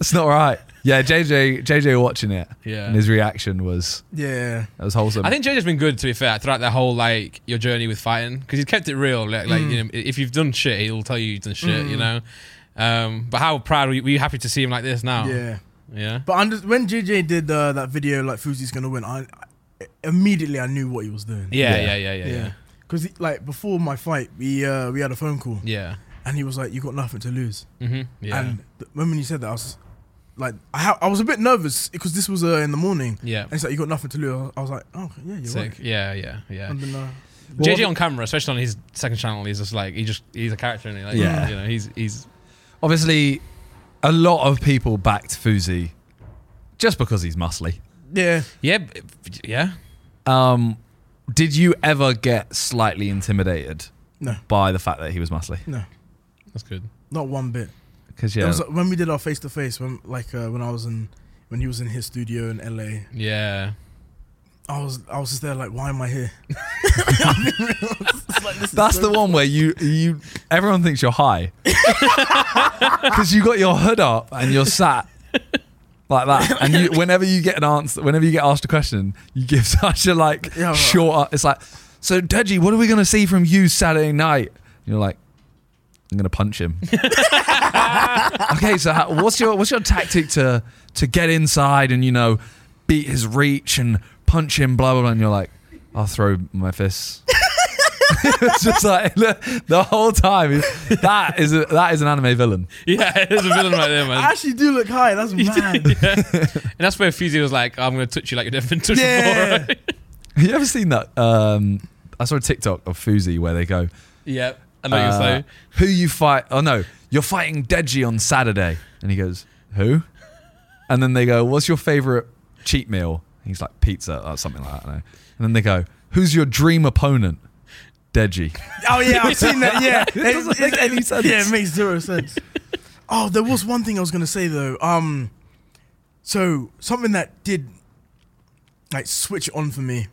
it's not right. Yeah, JJ, JJ watching it,
Yeah.
and his reaction was
yeah,
that was wholesome.
I think JJ's been good to be fair throughout that whole like your journey with fighting because he's kept it real. Like, like
Mm.
you know, if you've done shit, he'll tell you you've done shit. You know. Um, but how proud were you, were you happy to see him like this now?
yeah.
Yeah.
But I'm just, when JJ did uh, that video, like Fuzi's gonna win, I, I immediately I knew what he was doing.
Yeah. Yeah.
Yeah.
Yeah. Yeah. Yeah. Yeah.
Because like before my fight, we uh, we had a phone call, and he was like, "You got nothing to lose."
hmm Yeah.
And the moment he said that, I was like, I, ha- I was a bit nervous because this was uh, in the morning,
yeah.
and he's like, "You got nothing to lose." I was like, "Oh, okay, yeah, you're
Sick.
right."
Yeah. Yeah. Yeah.
And then, uh,
Well,
JJ on camera, especially on his second channel, he's just like he just he's a character and he like
Yeah.
you know he's he's
obviously, a lot of people backed Fuzi just because he's muscly.
yeah.
yeah b- yeah
Um, did you ever get slightly intimidated
No.
by the fact that he was muscly?
No,
that's good.
not one bit.
Because
It
yeah,
was like, when we did our face to face, when like uh, when I was in when he was in his studio in LA,
Yeah.
I was I was just there like, why am I here?
That's the one where you you everyone thinks you're high because you got your hood up and you're sat like that, and you, whenever you get an answer, whenever you get asked a question, you give such a like
Yeah, right.
short. It's like, so Deji, what are we gonna see from you Saturday night? And you're like, I'm gonna punch him. okay, so how, what's your what's your tactic to to get inside and you know beat his reach and punch him, blah blah blah? And you're like, I'll throw my fists. it's just like the, the whole time. That is a, that is an anime villain.
Yeah, there's a villain right there,
I
man.
actually do look high. That's mad.
yeah. And that's where Fuzi was like, "Oh, I'm going to touch you like you've never been touched
Yeah.
before.
Have you ever seen that? Um, I saw a TikTok of Fuzi where they go,
yeah. I know
uh,
you say.
"Who you fight?" Oh no, you're fighting Deji on Saturday, and he goes, "Who?" And then they go, "What's your favorite cheat meal?" And he's like, "Pizza" or something like that. I don't know. And then they go, "Who's your dream opponent?" Deji.
Oh yeah, I've seen that. Yeah, it
doesn't make any sense.
Yeah, it makes zero sense. Oh, there was one thing I was gonna say though. Um, so something that did like switch it on for me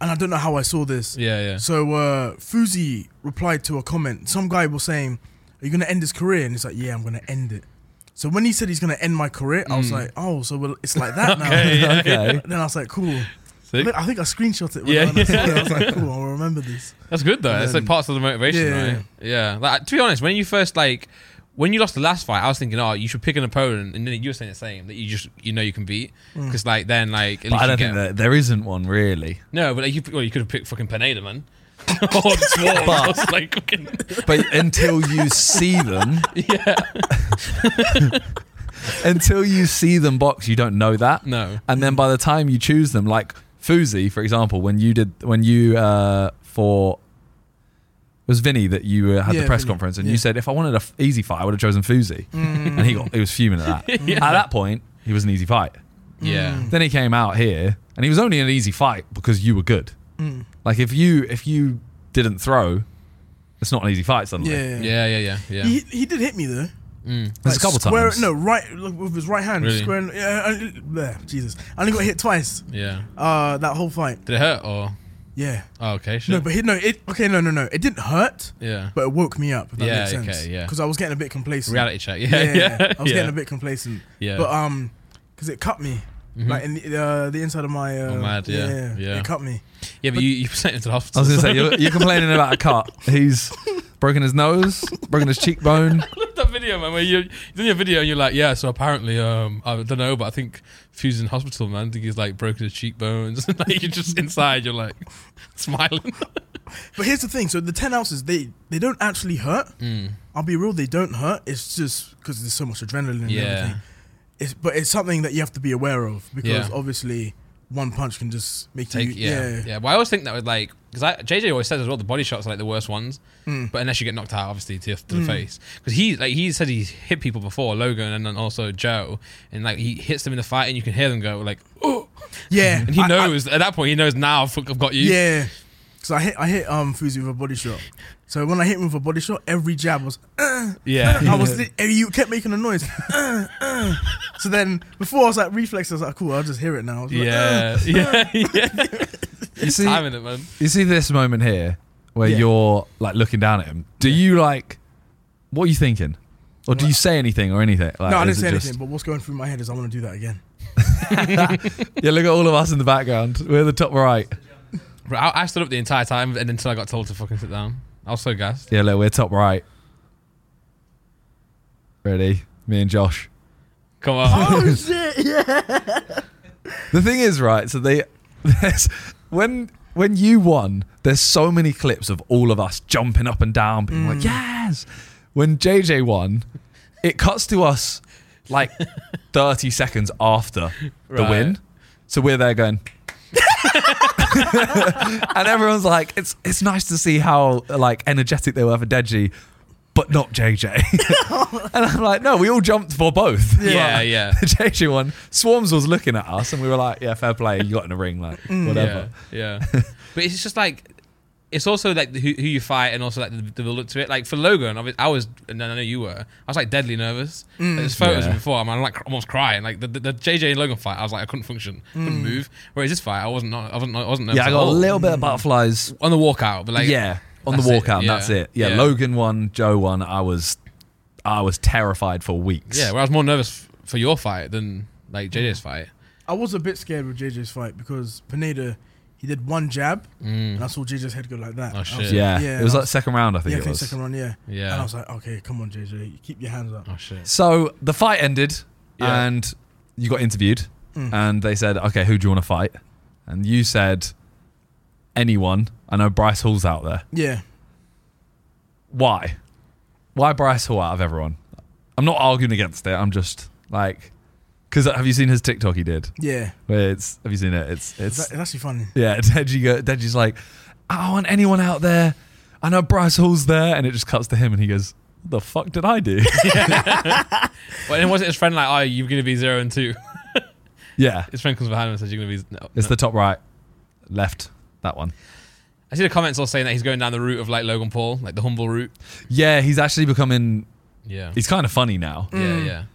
and I don't know how I saw this.
Yeah, yeah.
So uh, Fuzi replied to a comment. Some guy was saying, "Are you gonna end his career?" And he's like, "Yeah, I'm gonna end it." So when he said he's gonna end my career, I was like, "Oh, so well, it's like that
Okay,
now."
yeah,
Okay.
Then I was like, "Cool." I
Sick.
think, I think I screenshot it. When
Yeah,
I, when I saw
yeah.
it. I was like, "Cool, I'll remember this."
That's good though.
And
That's
then-
like parts of the motivation,
Yeah, yeah,
right? Yeah. Like to be honest, when you first like when you lost the last fight, I was thinking, oh, you should pick an opponent, and then you were saying the same that you just you know you can beat because like then like at
But
least
I
you
don't
get
think that there isn't one really.
no, but like, you well, you could have picked fucking Pineda, man. or Swarm. I was like fucking
But until you see them,
yeah,
until you see them box, you don't know that.
no,
And then by the time you choose them, like Fuzi, for example, when you did when you uh for it was Vinny that you uh, had
Yeah,
the press
Vinny.
conference and
Yeah. Mm.
you said if I wanted an easy fight, I would have chosen Fuzi, and he got he was fuming at that.
Yeah.
At that point, he was an easy fight.
yeah,
Then he came out here, and he was only an easy fight because you were good.
Mm.
Like if you if you didn't throw, it's not an easy fight suddenly.
Yeah,
yeah, yeah, yeah, yeah.
He, he did hit me though.
Mm.
There's a
Like,
couple
square,
times.
No, right look, with his right hand.
Really?
Square. Yeah, I- I- bleh, Jesus, I only got hit twice.
Yeah.
Uh, that whole fight.
Did it hurt or?
Yeah.
Oh, okay. Shit.
No, but he, no, it. Okay, no, no, no. It didn't hurt,
yeah.
but it woke me up. If that
Yeah,
makes sense.
okay, yeah.
Because I was getting a bit complacent.
Reality check. Yeah.
Yeah,
Yeah.
I was
yeah.
getting a bit complacent.
Yeah. Mm-hmm.
But um, because it cut me, like in the, uh, the inside of my. Uh,
Oh, mad, yeah, yeah.
It cut me.
yeah, but you you sent him to the
I
hospital.
was gonna say you're, you're complaining about a cut. He's broken his nose, broken his cheekbone.
Look at that video, man. Where you you done your video and you're like, yeah. So apparently, um, I don't know, but I think Fuse in hospital, man. I think he's like broken his cheekbones. like you're just inside, you're like smiling.
But here's the thing. So the ten ounces, they they don't actually hurt.
Hmm.
I'll be real, they don't hurt. It's just because there's so much adrenaline. and
Yeah.
everything. It's but it's something that you have to be aware of
Yeah.
because obviously one punch can just make
Take
you.
yeah, yeah, But I always think that would like because JJ always says as well, the body shots are like the worst ones. But unless you get knocked out, obviously to, to the face, because he like he said he's hit people before Logan and then also Joe, and like he hits them in the fight and you can hear them go like, oh,
Yeah,
and he
I- I-
knows at that point he knows now fuck, I've got you.
yeah. So I hit I hit um Fuzi with a body shot. So when I hit him with a body shot, every jab was
yeah.
I was li- and you kept making a noise. Uh, uh. So then before I was like reflex, I was like, cool, I'll just hear it now. I was like,
Yeah, yeah, yeah.
You see,
Timing it, man.
you see this moment here where
Yeah.
you're like looking down at him. Do you like? What are you thinking? Or do you say anything or anything? Like,
no, I didn't
is it
say
just-
anything, but what's going through my head is I want to do that again.
Yeah, look at all of us in the background. We're the top right.
Bro, I, I stood up the entire time and until I got told to fucking sit down. I was so gassed.
Yeah, look, we're top right. Ready? Me and Josh.
Come on.
Oh shit, yeah.
The thing is, right? So they, there's, when when you won, there's so many clips of all of us jumping up and down, being
Mm.
like, "Yes!" When JJ won, it cuts to us like 30 seconds after the
Right.
win, so we're there going. and everyone's like, it's it's nice to see how like energetic they were for Deji, but not JJ. and I'm like, no, we all jumped for both.
Yeah,
Like,
yeah.
the JJ one, Swarms was looking at us, and we were like, "Yeah, fair play. You got in the ring, like whatever."
Mm. Yeah, yeah. but it's just like it's also like who, who you fight and also like the, the look to it. Like for Logan, I was, I was and I know you were. I was like deadly nervous.
Mm.
Like, there's photos
Yeah.
of before. I'm, I'm like almost crying. Like the, the, the JJ and Logan fight, I was like I couldn't function, couldn't move. Whereas this fight, I wasn't. Not, I wasn't. I wasn't
Mm.
nervous
Yeah, I
at
got a
all.
little bit of butterflies.
on the walkout. But Mm. like
yeah, on the
that's it,
walkout, and
yeah,
that's it. Yeah,
yeah.
Logan won, Joe won. I was, I was terrified for weeks.
yeah. Where I was more nervous f- for your fight than like JJ's fight.
I was a bit scared with JJ's fight because Pineda, he did one jab,
Mm.
and I saw JJ's head go like that.
Oh,
I was
shit.
like,
Mm. yeah.
Yeah,
It was
I
like
was-
second round, I think
Yeah,
it
okay,
was.
second round, yeah.
Yeah.
And I was like, okay, come on, JJ, keep your hands up.
Oh shit.
So the fight ended,
Yeah. Mm.
and you got interviewed, and they said, "Okay, who do you want to fight?" And you said, "Anyone." I know Bryce Hall's out there.
Yeah.
why? Why Bryce Hall out of everyone? I'm not arguing against it. I'm just like, because have you seen his TikTok he did?
Yeah.
Where it's have you seen it? It's
It's,
it's
it's actually funny.
yeah. Deji go, Deji's like, I don't want anyone out there. I know Bryce Hall's there, and it just cuts to him, and he goes, "What the fuck did I do?"
Well, and was it his friend like, oh, you're gonna be zero and two?
yeah,
His friend comes behind him and says, you're gonna be. No,
it's the top right, left, that one.
I see the comments all saying that he's going down the route of like Logan Paul, like the humble route.
Yeah, he's actually becoming.
Yeah.
He's kind of funny now,
yeah, yeah.
Mm.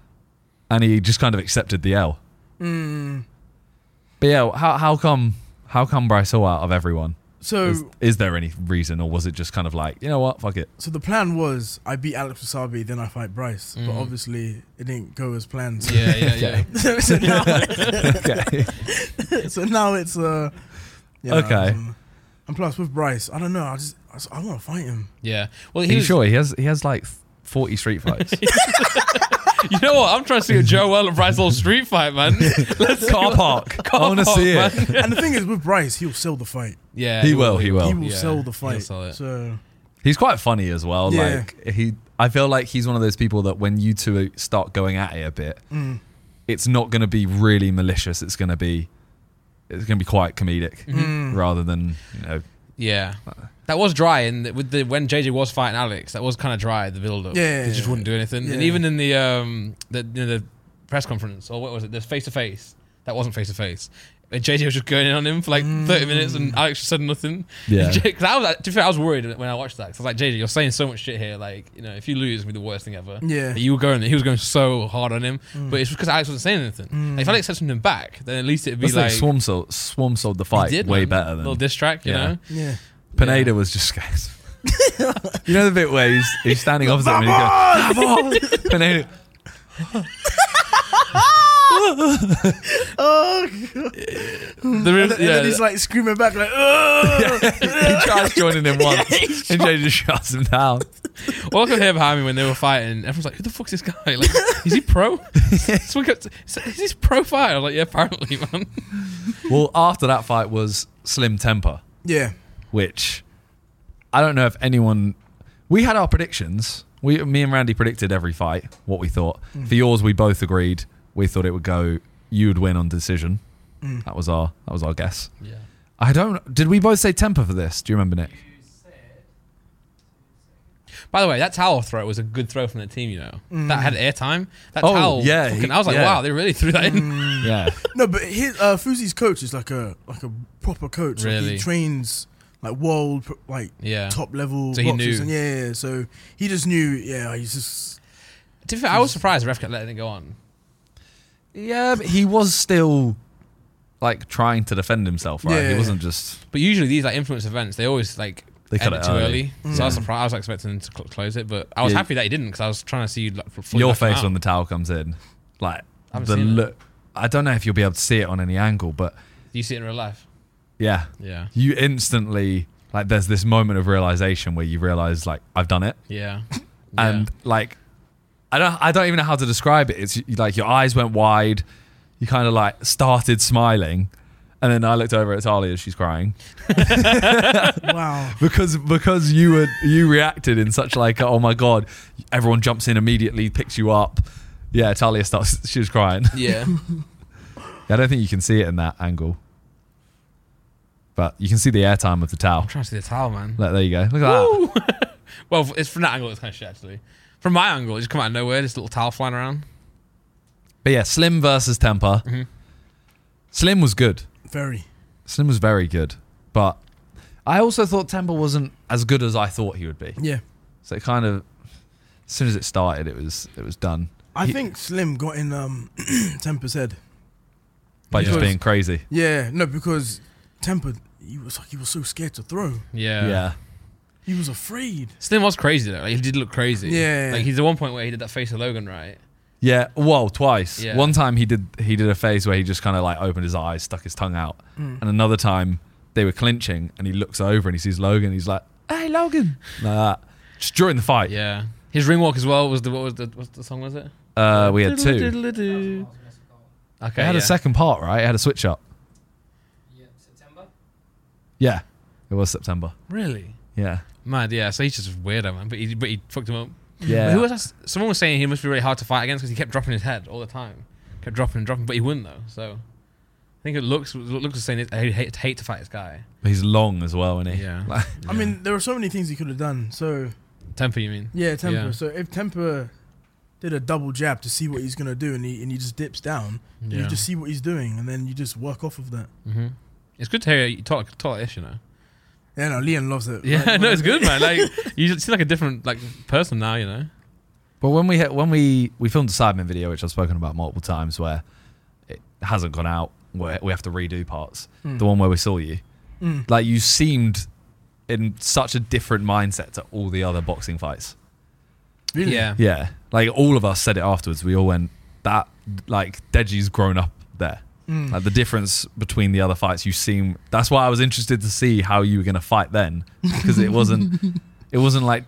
and he just kind of accepted the L. But yeah, how how come? How come Braiso out of everyone?
So
Is, is there any reason, or was it just kind of like, you know what, fuck it?
so the plan was I beat Alex Wasabi, then I fight Bryce.
Mm.
But obviously it didn't go as planned. So,
Yeah, yeah, yeah.
so now,
Okay.
so now it's uh you
Okay.
um, and plus with Bryce, I don't know. I just I, just- I want to fight him.
Yeah. Well,
Are
he
you
was,
sure he has he has like forty street fights?
You know what? I'm trying to see a Joe Well and Bryce Hall street fight, man. Let's
Car
go.
park. I want to
park,
see it.
man.
And the thing is, with Bryce, he'll sell the fight.
Yeah,
He will. He will.
he will
yeah,
sell the
he'll
fight.
sell it.
So
He's quite funny as well.
Yeah.
Like he, I feel like he's one of those people that when you two start going at it a bit,
Mm.
it's not going to be really malicious. It's going to be, it's going to be quite comedic
Mm-hmm. Mm.
rather than you know.
Yeah,
Uh,
that was dry, and with the when JJ was fighting Alex, that was kind of dry. The build up,
Yeah,
he just wouldn't do anything, and
Yeah.
even in the um the you know, the press conference or what was it, the face to face, that wasn't face to face. JJ was just going in on him for like
Mm.
thirty minutes, and Alex just said nothing.
Yeah.
Jake, cause I was like- to be fair, I was worried when I watched that 'cause I was like, JJ, you're saying so much shit here. Like, you know, if you lose, it'll be the worst thing ever.
Yeah. Mm.
But you were going, he was going so hard on him, but it's because Alex wasn't saying anything. Like, if Alex said something back, then at least it'd be
That's like,
like.
Swarm sold Swarm sold the
he
fight
did,
way
man.
better than
little diss track, you
Yeah.
know.
yeah.
Pineda was just guys. you know the bit where he's, he's standing opposite him and he goes, "Come on!" Pineda.
Oh,
There is-
and then, and then
yeah.
he's like screaming back like, "Ugh!"
He tries joining him once, and Jay just shuts him down.
Well, I could hear behind me when they were fighting. Everyone's like, "Who the fuck's this guy? Like, is he pro? so we got, is this pro fighter?" Like, yeah, apparently, man.
Well, after that fight was Slim Temper,
yeah.
which I don't know if anyone. We had our predictions. We, me and Randy predicted every fight what we thought. For yours, we both agreed. We thought it would go. You'd win on decision. That was our that was our guess.
Yeah.
I don't. Did we both say temper for this? Do you remember, Nick?
By the way, that towel throw was a good throw from the team. You know, that had airtime. That
Mm. Oh,
towel.
yeah,
fucking-
he-
I was like,
yeah. Mm.
wow, they really threw that in.
Yeah.
No, but his uh, Fuzi's coach is like a like a proper coach. Like,
Really?
he trains like world pro- like
Yeah.
top level
So he
boxers,
knew.
and yeah, yeah, so he just knew. Yeah, he's just
To be fair, I was surprised the ref kept letting it go on.
yeah, but he was still like trying to defend himself, right?
Yeah,
he
yeah,
wasn't just.
But usually these like influence events, they always like
They cut
end
it
it too
early. Mm.
early. So I was surprised. I was expecting him to cl- close it, but I was
Yeah.
happy that he didn't because I was trying to see like, fully
your
knock him
face
out.
when the towel comes in, like
haven't
the
seen it.
look. I don't know if you'll be able to see it on any angle, but
You see it in real life.
yeah,
Yeah.
you instantly like there's this moment of realization where you realize like I've done it,
Yeah.
and like I don't I don't even know how to describe it. It's you- like your eyes went wide, you kind of like started smiling, and then I looked over at Talia and she's crying
wow.
because because you were you reacted in such like oh my god, everyone jumps in immediately, picks you up. Yeah, Talia starts. She was crying.
yeah.
I don't think you can see it in that angle. But you can see the airtime of the towel.
I'm trying to see the towel, man.
Like, there you go. Look at that.
Well, it's from that angle, it's kind of shit, actually. From my angle, it just come out of nowhere, this little towel flying around.
But yeah, Slim versus Temper. Slim was good.
Very.
Slim was very good. But I also thought Temper wasn't as good as I thought he would be.
Yeah.
So it kind of as soon as it started it was it was done.
I
He-
think Slim got in um Temper's head.
By just
Because-
being crazy.
Yeah, no, because Temper he was like he was so scared to throw.
Yeah.
yeah.
He was afraid.
Slim was crazy, though. Like, he did look crazy.
Yeah.
Like, he's the one point where he did that face of Logan, right?
Yeah, whoa, twice.
Yeah.
One time he did he did a phase where he just kind of like opened his eyes, stuck his tongue out,
Mm.
and another time they were clinching, and he looks over and he sees Logan. He's like, "Hey, Logan!" like that. Just during the fight,
Yeah. His ring walk as well was the, what was the, what the song was it?
uh, we had two. It
Diddle-a-doo. Okay.
had
yeah.
a second part, right? It had a switch up.
Yeah, September.
Yeah, it was September.
Really?
Yeah,
Mad, yeah. So he's just a weirdo, man. But he, but he fucked him up.
yeah.
Who was that? Someone was saying he must be really hard to fight against because he kept dropping his head all the time. Kept dropping and dropping, but he wouldn't, though. So I think it looks, looks was saying, it- I hate, hate to fight this guy.
He's long as well, isn't he?
Yeah.
Like,
I mean, there are so many things he could have done. So
Temper, you mean?
yeah, Temper.
Yeah.
So if Temper did a double jab to see what he's gonna do, and he and he just dips down, you
Yeah.
just see what he's doing, and then you just work off of that.
hmm It's good to hear you talk, talk ish, you know.
Yeah, no, Liam loves it.
Yeah,
Like,
no, it's good, man. Like you just seem like a different like person now, you know.
But when we hit, when we we filmed a Sidemen video, which I've spoken about multiple times, where it hasn't gone out, where we have to redo parts. The one where we saw you, like you seemed in such a different mindset to all the other boxing fights.
Really?
Yeah.
Yeah, like all of us said it afterwards. We all went that like Deji's grown up there. Like the difference between the other fights, you seem. That's why I was interested to see how you were gonna fight then, because it wasn't. it wasn't like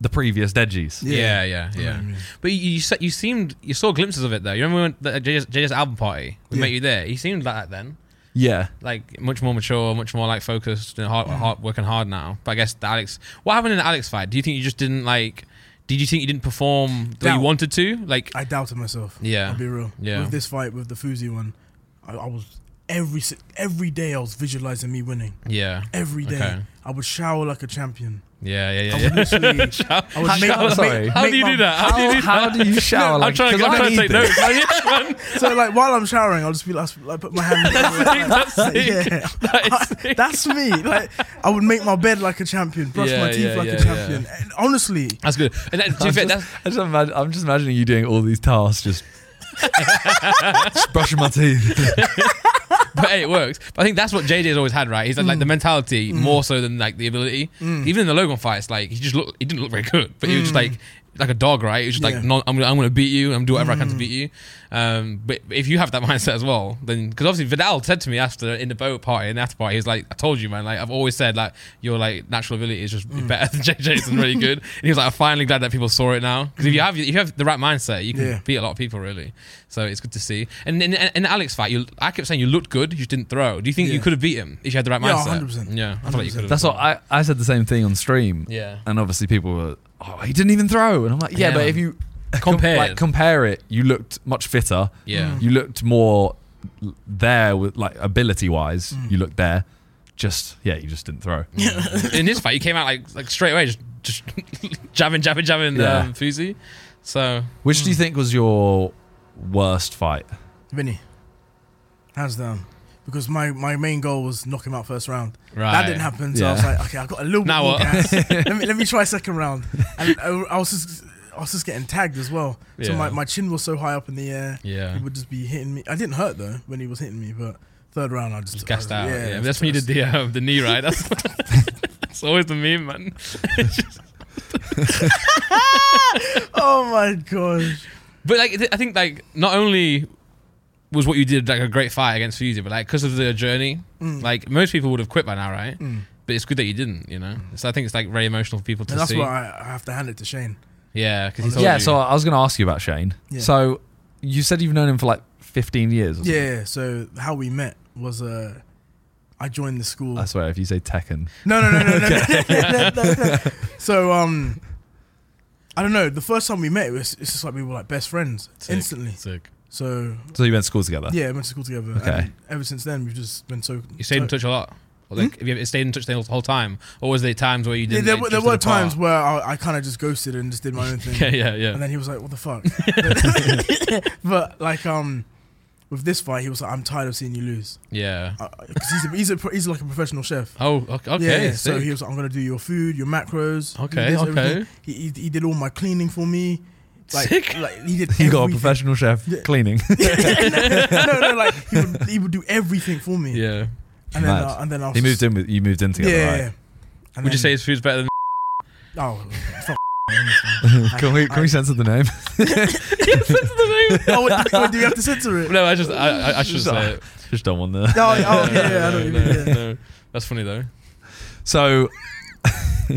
the previous Deji's.
Yeah, yeah, yeah. But you, you se- you seemed you saw glimpses of it though. You remember when uh, at JJ's, JJ's album party we met
Yeah.
you there. He seemed like that then,
Yeah.
like much more mature, much more like focused and hard, hard working hard now. But I guess the Alex, what happened in the Alex fight? Do you think you just didn't like? Did you think you didn't perform the way you
Doubt.
wanted to? Like,
I doubted myself.
Yeah.
I'll be real.
Yeah.
With this fight, with the Fuzi one, I, I was every si- every day I was visualizing me winning.
yeah,
Every day,
Okay.
I would shower like a champion.
yeah, yeah, yeah.
I
yeah.
would literally. I would make,
shower-
make-
sorry.
How
make
do you
my-
do that? How do you do
How do you shower?
I'm
like-
trying to,
'cause
I'm
I
trying to
need
take
this.
notes. Oh, yeah, man.
So like while I'm showering, I'll just be like, I put my hand. in
That's
the
sick.
yeah,
That is sick.
that's me. Like I would make my bed like a champion, brush
Yeah,
my teeth
yeah,
like
yeah,
a champion. And honestly,
That's good. And that, to be
I'm
fair,
just,
that's
I just imagine, I'm just imagining you doing all these tasks, just, just brushing my teeth.
but hey, it works. But I think that's what JJ's always had, right? He's had like the mentality more so than like the ability. Even in the Logan fights, like he just looked, he didn't look very good, but he was just like like a dog, right? He was just
Yeah.
like, no, I'm, gonna, I'm gonna beat you. I'm gonna do whatever I can to beat you. Um, but if you have that mindset as well, then because obviously Vidal said to me after in the boat party and after party, he was like, I told you, man. Like I've always said, like your like natural ability is just better than JJ's and really good. And he was like, I'm finally glad that people saw it now because if you have if you have the right mindset, you can
Yeah.
beat a lot of people really. So it's good to see. And in, in, in Alex fight, you I kept saying you looked good, you just didn't throw. Do you think you
Yeah.
could have beat him if you had the right
Yeah,
mindset?
100%.
Yeah, I feel like you could have.
That's what I, I said the same thing on stream.
Yeah.
And obviously people were, oh, he didn't even throw. And I'm like, yeah,
Yeah.
but if you
Compared.
like, compare it, you looked much fitter.
Yeah.
You looked more there with like ability wise.
Mm.
You looked there. Just, yeah, you just didn't throw.
Mm.
in this fight, you came out like like straight away, just, just jabbing, jabbing, jabbing,
Yeah.
um, Fuzi. So
Which do you think was your worst fight?
Vinny, hands down. Because my, my main goal was knock him out first round.
Right.
That didn't happen. So I was
Yeah.
like, okay, I got a little bit
Now
more
what?
gas. let, me, let me try second round. And I, I was just I was just getting tagged as well. So
Yeah.
my, my chin was so high up in the air.
Yeah.
He would just be hitting me. I didn't hurt though when he was hitting me, but third round I just, I
gassed
was-
out. Yeah,
I was
that's when you did
pissed.
the um, the knee, right? That's, that's always the meme, man.
Oh my gosh.
But like, I think like not only was what you did like a great fight against Fuzi, but like because of the journey,
Mm.
like most people would have quit by now, right? But it's good that you didn't, you know. So I think it's like very emotional for people to
Mm. And that's
see.
why I, I have to hand it to Shane.
Yeah, because he told
Yeah,
you.
so uh, I was going to ask you about Shane.
Yeah.
So you said you've known him for like 15 years or something.
Yeah, so how we met was uh I joined the school.
I swear, if you say Tekken,
No, no, no, no, no, no, no, no, no. So, um, I don't know. The first time we met, it was, it's just like we were like best friends
Sick,
instantly.
sick.
So,
so you went to school together.
yeah, we went to school together.
Okay.
And ever since then, we've just been so.
You stayed in touch a lot. Or, Like, have you stayed in touch the whole- whole time, or was there times where you
Hmm? Yeah,
didn't?
there,
like,
were- there
just
were
at the bar?
times where I, I kind of just ghosted and just did my own thing.
Yeah, yeah, yeah.
And then he was like, "What the fuck?" but like, um, with this fight, he was like, "I'm tired of seeing you lose,"
yeah.
because Uh, he's a, he's a, pro- he's like a professional chef.
Oh, okay. okay
yeah, so
sick.
he was like, I'm gonna do your food, your macros. do
Okay,
this,
okay.
everything." He, he he did all my cleaning for me. Like,
Sick.
Like he did.
You got a
everything.
professional chef
Yeah.
cleaning.
no, no, like he would, he would do everything for me.
yeah.
And then
Mad.
uh, and then I was
he moved
just,
in with you moved in together,
Yeah. yeah,
right?
yeah. And
Would you
then-
say his food's better than?
Oh, fuck.
Can we can we censor the name?
oh, what, do- what, do you have to censor it?
no, I just I, I, I should say it.
Just don't want the
No, oh, yeah, yeah, I
no,
don't even.
no,
yeah.
no. That's funny though.
So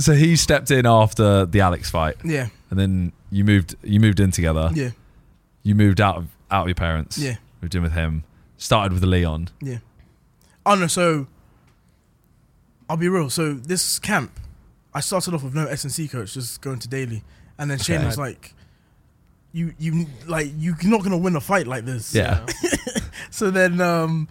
So he stepped in after the Alex fight
yeah,
and then you moved you moved in together.
yeah,
You moved out of out of your parents.
yeah,
Moved in with him. Started with Leon.
yeah. Oh no, so I'll be real. So this camp, I started off with no S and C coach, just going to daily, and then Shane
Okay.
was like, "You, you, like, you're not gonna win a fight like this."
Yeah.
So then, um,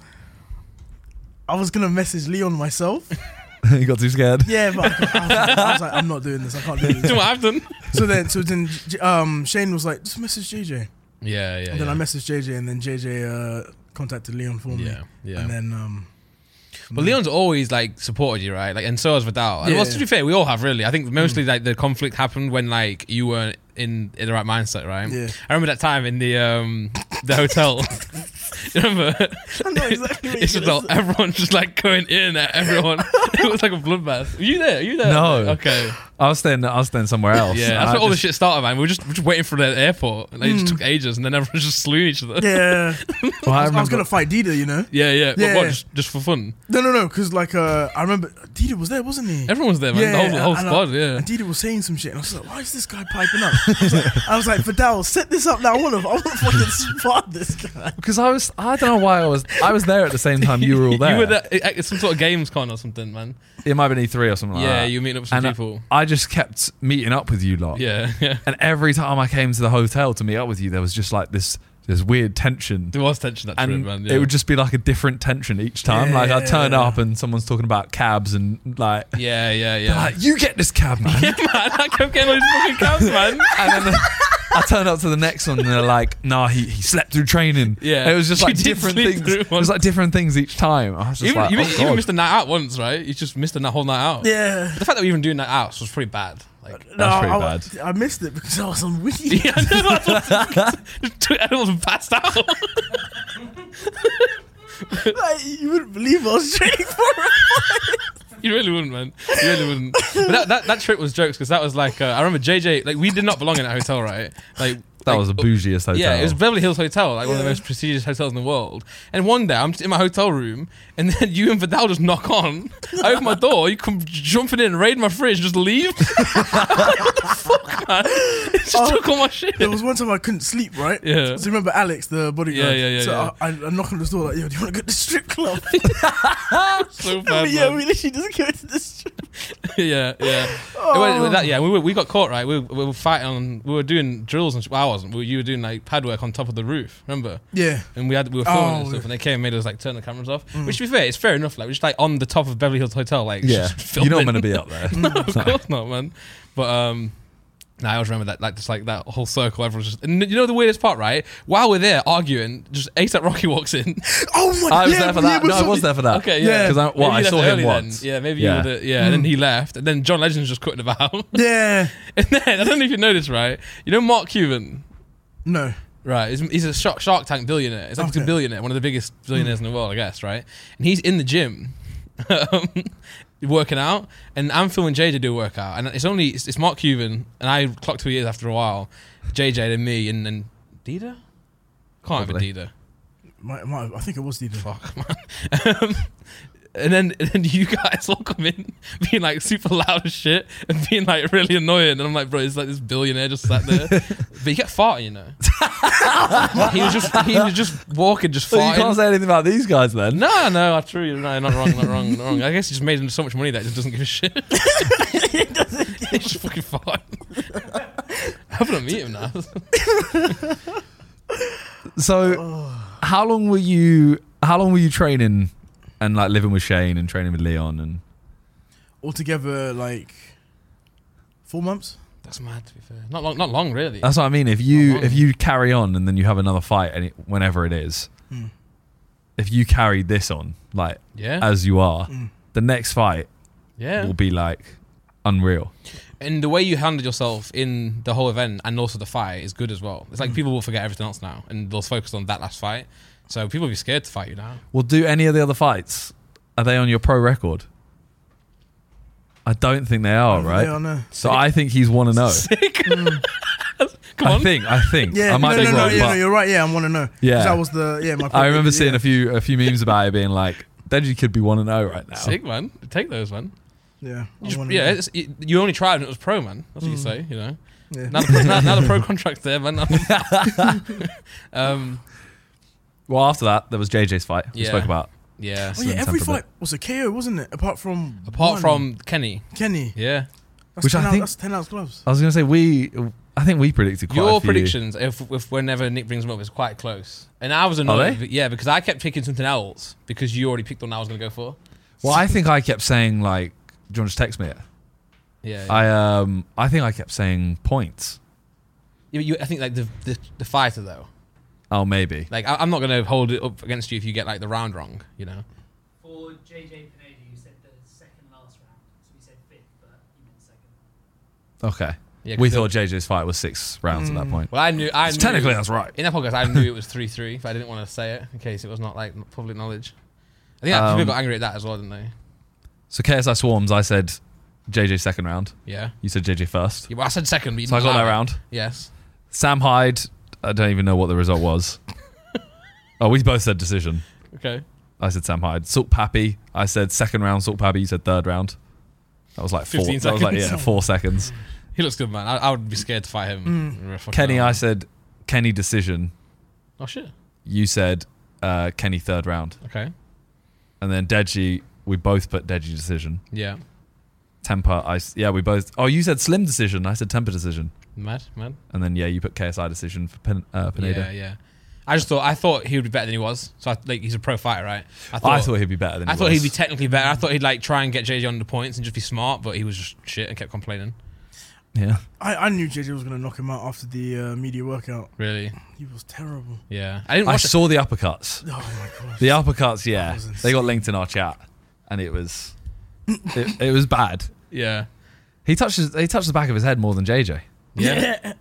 I was gonna message Leon myself.
you got too scared.
Yeah, but I, I, was like, I was like, I'm not doing this. I can't do
Do
this.
what I've done.
so then, so then, J- um, Shane was like, just message JJ.
Yeah, yeah.
And then
yeah.
I messaged JJ, and then JJ uh, contacted Leon for me.
Yeah, yeah.
And then, um,
But Leon's always like supported you, right? Like, and so has Vidal. And well,
Yeah. Mm.
to be fair, we all have really. I think mostly like the conflict happened when like you weren't in, in the right mindset, right?
Yeah.
I remember that time in the um the hotel. You remember?
I know exactly what
It's
you're
just
gonna
like everyone just like going in at everyone. it was like a bloodbath. Were you there? Were you there?
No.
Okay.
I was staying. I was staying somewhere else.
Yeah. That's
I
where all the
just-
shit started, man. We were just, we were just waiting for the airport. And they
Mm.
just took ages, and then everyone was just slewing each other.
say. Yeah.
well,
I,
I
was- I was
remember-
going to fight Dida, you know?
Yeah, yeah. But
Yeah.
what, just, just for fun?
No, no, no, because like, uh, I remember Dida was there, wasn't he?
Everyone was there, man.
Yeah,
the whole, the
and I-
whole squad, yeah.
And Dida was saying some shit, and I was like, why is this guy piping up? I was like, I was like Fidel, set this up now. I want to I wanna fucking spot this guy.
Because I was, I don't know why I was, I was there at the same time you were all there.
You were there. it- It's some sort of games con or something, man.
It might have been E3 or something like
yeah,
that.
you were meeting up with some
and uh, I-
people.
I just kept meeting up with you lot.
yeah, yeah.
And every time I came to the hotel to meet up with you, there was just like this, this weird tension.
There was tension that trip,
And
man. Yeah.
it would just be like a different tension each time. Like I turn
Yeah.
up and someone's talking about cabs and like,
yeah, yeah,
they're
yeah.
like you get this cab, man.
yeah, man. I kept getting all these fucking cows, man.
and then I turn up to the next one and they're like, nah, he, he slept through training.
Yeah.
It was just
You
like
did
different
sleep
things.
through
It was
one.
like different things each time. I was just
Even,
like,
you,
oh,
even
God.
missed a night out once, right? You just missed a whole night out.
Yeah.
The fact that we even doing night outs was pretty bad. Like,
That's pretty
I, I missed it because I was on weed.
yeah, no, that's what- just two animals passed out.
like, you wouldn't believe I was training for it.
You really wouldn't, man. You really wouldn't. But that, that, that trip was jokes because that was like uh, I remember JJ. Like we did not belong in that hotel, right? Like
That
like, oh,
was the bougiest hotel.
Yeah, it was Beverly Hills Hotel, like one of the
Yeah.
most prestigious hotels in the world. And one day I'm just in my hotel room, and then you and Vidal just knock on. I open my door, you come jumping in, raid my fridge, just leave. what the fuck, man? It just
Oh,
took all my shit.
There was one time I couldn't sleep, right?
Yeah.
So you remember Alex, the
Yeah,
bodyguard?
yeah, yeah,
So
yeah.
I, I, I knock on the door like, yo, do you want to go to the strip club?
so bad,
yeah, we- yeah,
man.
we literally just go to the strip.
yeah, yeah. It went with that, yeah, we, were, we got caught, right? We were, we were fighting on, we were doing drills and sh- well, I wasn't. We, you were doing like pad work on top of the roof, remember?
Yeah.
And we had we were filming and
Oh.
stuff, and they came and made us like turn the cameras off. Which, to be fair, it's fair enough. Like we're just like on the top of Beverly Hills Hotel, like
Yeah.
just
You're not
filming.
going to be up there.
of course not, man. But um, nah, I always remember that, like just like that whole circle. Everyone's just, and you know the weirdest part, right? While we're there arguing, just ASAP Rocky walks in.
Oh my
I was
yeah,
there
yeah,
for that.
but
No, I
some-
was there for that.
okay, yeah.
'Cause I- well,
Maybe
I
you left
saw him
early then.
once.
Yeah, maybe
Yeah.
you were the, yeah. And then he left, and then John Legend's just cutting about.
Yeah.
and then I don't know if you noticed, right? You know Mark Cuban.
No.
Right, he's, he's a Shark, Shark Tank billionaire. He's like
Okay.
a billionaire, one of the biggest billionaires in the world, I guess. Right, and he's in the gym, um, working out, and I'm filming JJ do a workout, and it's only it's, it's Mark Cuban and I clocked two years after a while, JJ and me, and then Dida, can't remember
Probably.
Dida.
My, my, I think it was the
Fuck man. um, and then and then you guys all come in being like super loud as shit and being like really annoying, and I'm like, bro, it's like this billionaire just sat there, but he kept farting, you know. he was just he was just walking, just
So you
farting.
can't say anything about these guys then.
no, no, I true. You're not, not wrong, not wrong, not wrong. I guess he just made him so much money that he just doesn't give a shit. he just fucking farted. I'm gonna meet him now.
So how long were you? How long were you training and like living with Shane and training with Leon and?
Altogether, like, four months?
That's mad to be fair. Not long, not long really.
That's what I mean. If you
Oh, wow.
if you carry on and then you have another fight and it, whenever it is, if you carry this on like
Hmm. yeah, Hmm.
as you are, the next fight
yeah.
will be like unreal.
and the way you handled yourself in the whole event and also the fight is good as well.
Mm.
It's like people will forget everything else now and they'll focus on that last fight. So people will be scared to fight you now.
Well, do any of the other fights are they on your pro record? I don't think they are, right?
Yeah, I know.
So I think he's one and zero.
Sick. Come
I
on.
think. I think.
Yeah,
I might
no,
be
no, no,
wrong,
yeah,
but
no, you're right. Yeah, I want to know. 'Cause
Yeah.
that was the yeah. My
I remember seeing
yeah.
a few a few memes about it being like, Deji could be one and zero right now.
Sick, man. Take those, man.
Yeah, I
You just-
wanna
yeah,
know. Mm.
it's, you, you only tried and it was pro, man. That's what you say, you know.
yeah.
Now the, pro, now, now the pro contract's there, man. um,
Well, after that, there was JJ's fight we
Yeah.
spoke about.
yeah.
Oh yeah,
Slim
every
Temper
fight was a KO, wasn't it? Apart from
Apart
one.
from Kenny,
Kenny,
yeah.
that's
Which I
10 out,
think-
that's ten ounce gloves.
I was gonna say we. I think we predicted quite
Your
a few.
predictions, if, if whenever Nick brings them up, is quite close. And I was annoyed,
they?
yeah, because I kept picking something else because you already picked one I was going to go for.
Well, I think I kept saying like, "Do you want to just text me?" It?
Yeah, yeah.
I um, I think I kept saying points.
You, you, I think like the, the the fighter though.
Oh, maybe.
Like I, I'm not gonna hold it up against you if you get like the round wrong. You know.
For JJ Pineda, you said the second last round, so you said fifth, but you meant second.
Okay.
Yeah, 'cause
we
they-
thought JJ's fight was six rounds
Mm.
at that point.
Well, I knew. I
It's
knew,
technically that's right.
in that podcast, I knew it was three three, but I didn't want to say it in case it was not like public knowledge. I think that-
Um,
people got angry at that as well, didn't they?
So KSI swarms. I said JJ second round.
Yeah.
You said JJ first.
yeah well, I said second, but you
So I
didn't
got that
allow it.
round.
Yes.
Sam Hyde. I don't even know what the result was. oh, we both said decision.
Okay.
I said Sam Hyde. Salt Pappy. I said second round. Salt Pappy. You said third round. That was like four.
15
That was like yeah,
seconds.
four seconds.
He looks good, man. I, I would be scared to fight him. Fucking
Mm. Kenny.
hell.
I said Kenny decision.
Oh shit.
You said uh, Kenny third round,
Okay.
and then Deji. We both put Deji decision.
Yeah.
Temper. I s- yeah. We both. Oh, you said Slim decision. I said Temper decision.
Mad, mad.
And then yeah, you put KSI decision for Pen, uh, Pineda.
Yeah, yeah. I just thought I thought he would be better than he was. So I, like he's a pro fighter, right? I
I thought he'd be better than.
I
he
thought
was.
he'd be technically better. I thought he'd like try and get JJ on the points and just be smart, but he was just shit and kept complaining.
yeah.
I, I knew JJ was gonna knock him out after the uh, media workout.
Really?
He was terrible.
Yeah. I didn't
I
watch. it.
saw the uppercuts.
Oh my god.
The uppercuts.
That
Yeah,
was
they got linked in our chat, and it was, it, it was bad.
yeah.
He touches. He touched the back of his head more than JJ.
Yeah.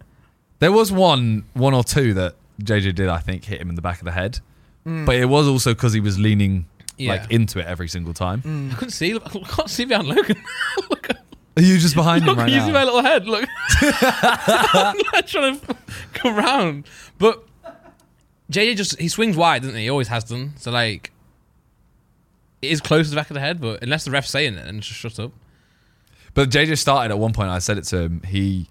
There was one, one or two that JJ did. I think hit him in the back of the head, but it was also because he was leaning
Mm. Yeah. Mm.
like into it every single time.
I couldn't see. I can't see behind Logan. look,
Are you just behind
look
him right
you see my
now?
little head. Look, I'm not trying to come round. But JJ just he swings wide, doesn't he? He always has done. So like, it is close to the back of the head, but unless the ref's saying it, then just shut up.
But JJ started at one point. I said it to him. He,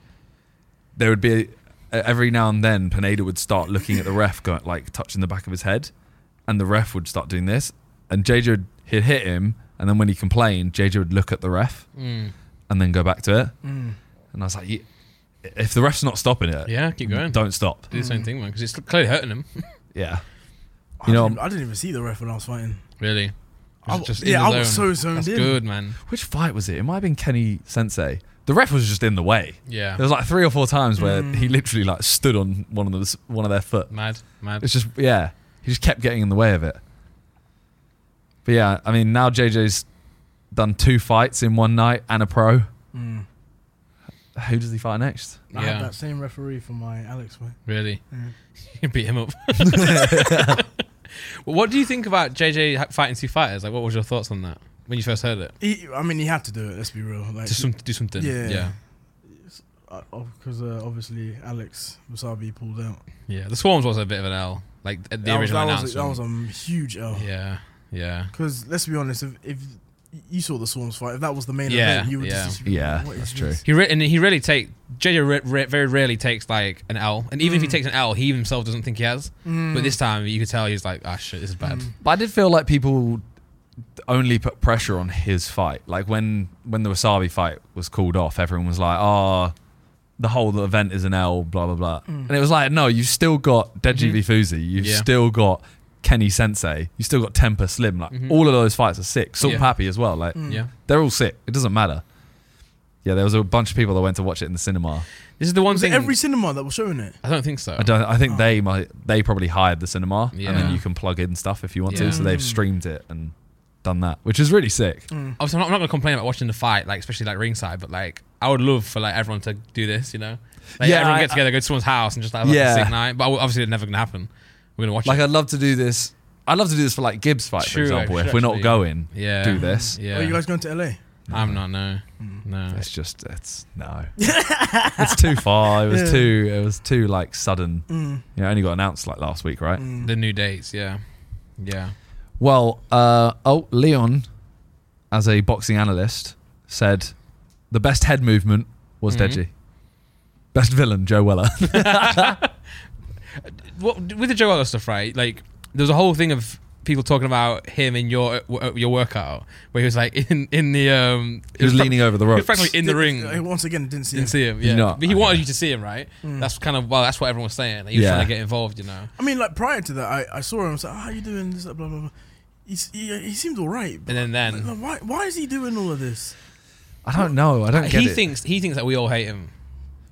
there would be e, every now and then Pineda would start looking at the ref, going, like touching the back of his head, and the ref would start doing this, and JJ would, he'd hit him, and then when he complained, JJ would look at the ref,
Mm.
and then go back to it. And I was like, "You- if the ref's not stopping it,
Yeah, keep going.
don't stop.
Do the same thing, man, because it's clearly hurting him.
Yeah,
I
you know-
didn't- I didn't even see the ref when I was fighting.
really.
I
It's
w-
in
yeah,
the
I was
zone.
so zoned
That's
in.
good, man.
which fight was it? It might have been Kenny Sensei. The ref was just in the way.
Yeah.
There was like three or four times where he literally like stood on one of the, one of their foot.
Mad, mad.
It's just yeah, he just kept getting in the way of it. But yeah, I mean now JJ's done two fights in one night and a pro. Who does he fight next?
Mm. I had
Yeah, Mm.
that same referee for my Alex fight.
really.
Yeah.
You beat him up. well, what do you think about JJ ha- fighting two fighters? Like, what was your thoughts on that when you first heard it?
He, I mean, he had to do it. Let's be real. Like,
Do some, do something.
Yeah.
yeah,
because uh, obviously Alex Wasabi pulled out.
yeah. The Swarms was a bit of an L, like at the
that, was,
original
that, was, a- that
announcement.
was a huge L.
yeah, yeah.
Because let's be honest, if, if you saw the Swarms fight, if that was the main
Yeah,
event, you would
yeah.
just be like,
Yeah,
what
that's
is
true.
this?
He re- and he really take JJ re- re- very rarely takes like an L, and
Mm.
even if he takes an L, he himself doesn't think he has. But this time, you could tell he's like, ah, shit, this is
Mm.
bad.
But I did feel like people only put pressure on his fight. Like when when the Wasabi fight was called off, everyone was like, "Ah, the whole event is an L." Blah blah blah. And it was like, no, you've still got Deji v
Mm.
Fuzi. You've
Mm-hmm. Yeah.
still got Kenny Sensei. You've still got Temper Slim. Like all of those fights are sick. Salt
Mm-hmm. Yeah. Mm.
Pappy as well.
Mm.
Like
Yeah,
they're all sick. It doesn't matter. Yeah, there was a bunch of people that went to watch it in the cinema.
this is the one
Was
thing.
it every cinema that was showing it?
I don't think so.
I don't. I think they might. They probably hired the cinema, and
Yeah.
then you can plug in stuff if you want
Yeah.
to. So they've streamed it and done that, which is really sick.
Obviously, I'm not, I'm not gonna complain about watching the fight, like especially like ringside. But like, I would love for like everyone to do this, you know? Like,
Yeah,
everyone
I-
get together, go to someone's house, and just have like, a
Yeah.
sick night. But obviously, it's never gonna happen. We're gonna watch
Like
it.
I'd love to do this. I'd love to do this for like Gibbs fight, for
True,
example.
actually,
if we're not
actually.
going,
yeah,
do this.
Yeah,
Are you guys going to LA?
I'm not. No, no.
It's just it's no. it's too far. It was too. It was too like sudden. You know, it only got announced like last week, right?
The new dates. Yeah, yeah.
Well, uh, oh, Leon, as a boxing analyst, said the best head movement was
Mm-hmm.
Deji. Best villain, Joe Weller.
What with the Joe Ellis stuff, right? Like, there was a whole thing of people talking about him in your uh, your workout where he was like in in the um.
he was leaning over the
he
ropes.
was practically in the
Did-
ring.
I, once again, didn't see
Didn't
it.
see him.
You
Yeah,
know,
but he wanted
yeah.
you to see him, right?
Mm.
That's kind of well, that's what everyone was saying. He was
Yeah.
trying to get involved, you know.
I mean, like prior to that, I, I saw him. I was like, oh, "How you doing?" This, that, blah blah blah. He's, he he seemed all right. But
And then then
like, why why is he doing all of this?
I don't know. I don't get
he
it.
thinks he thinks that we all hate him.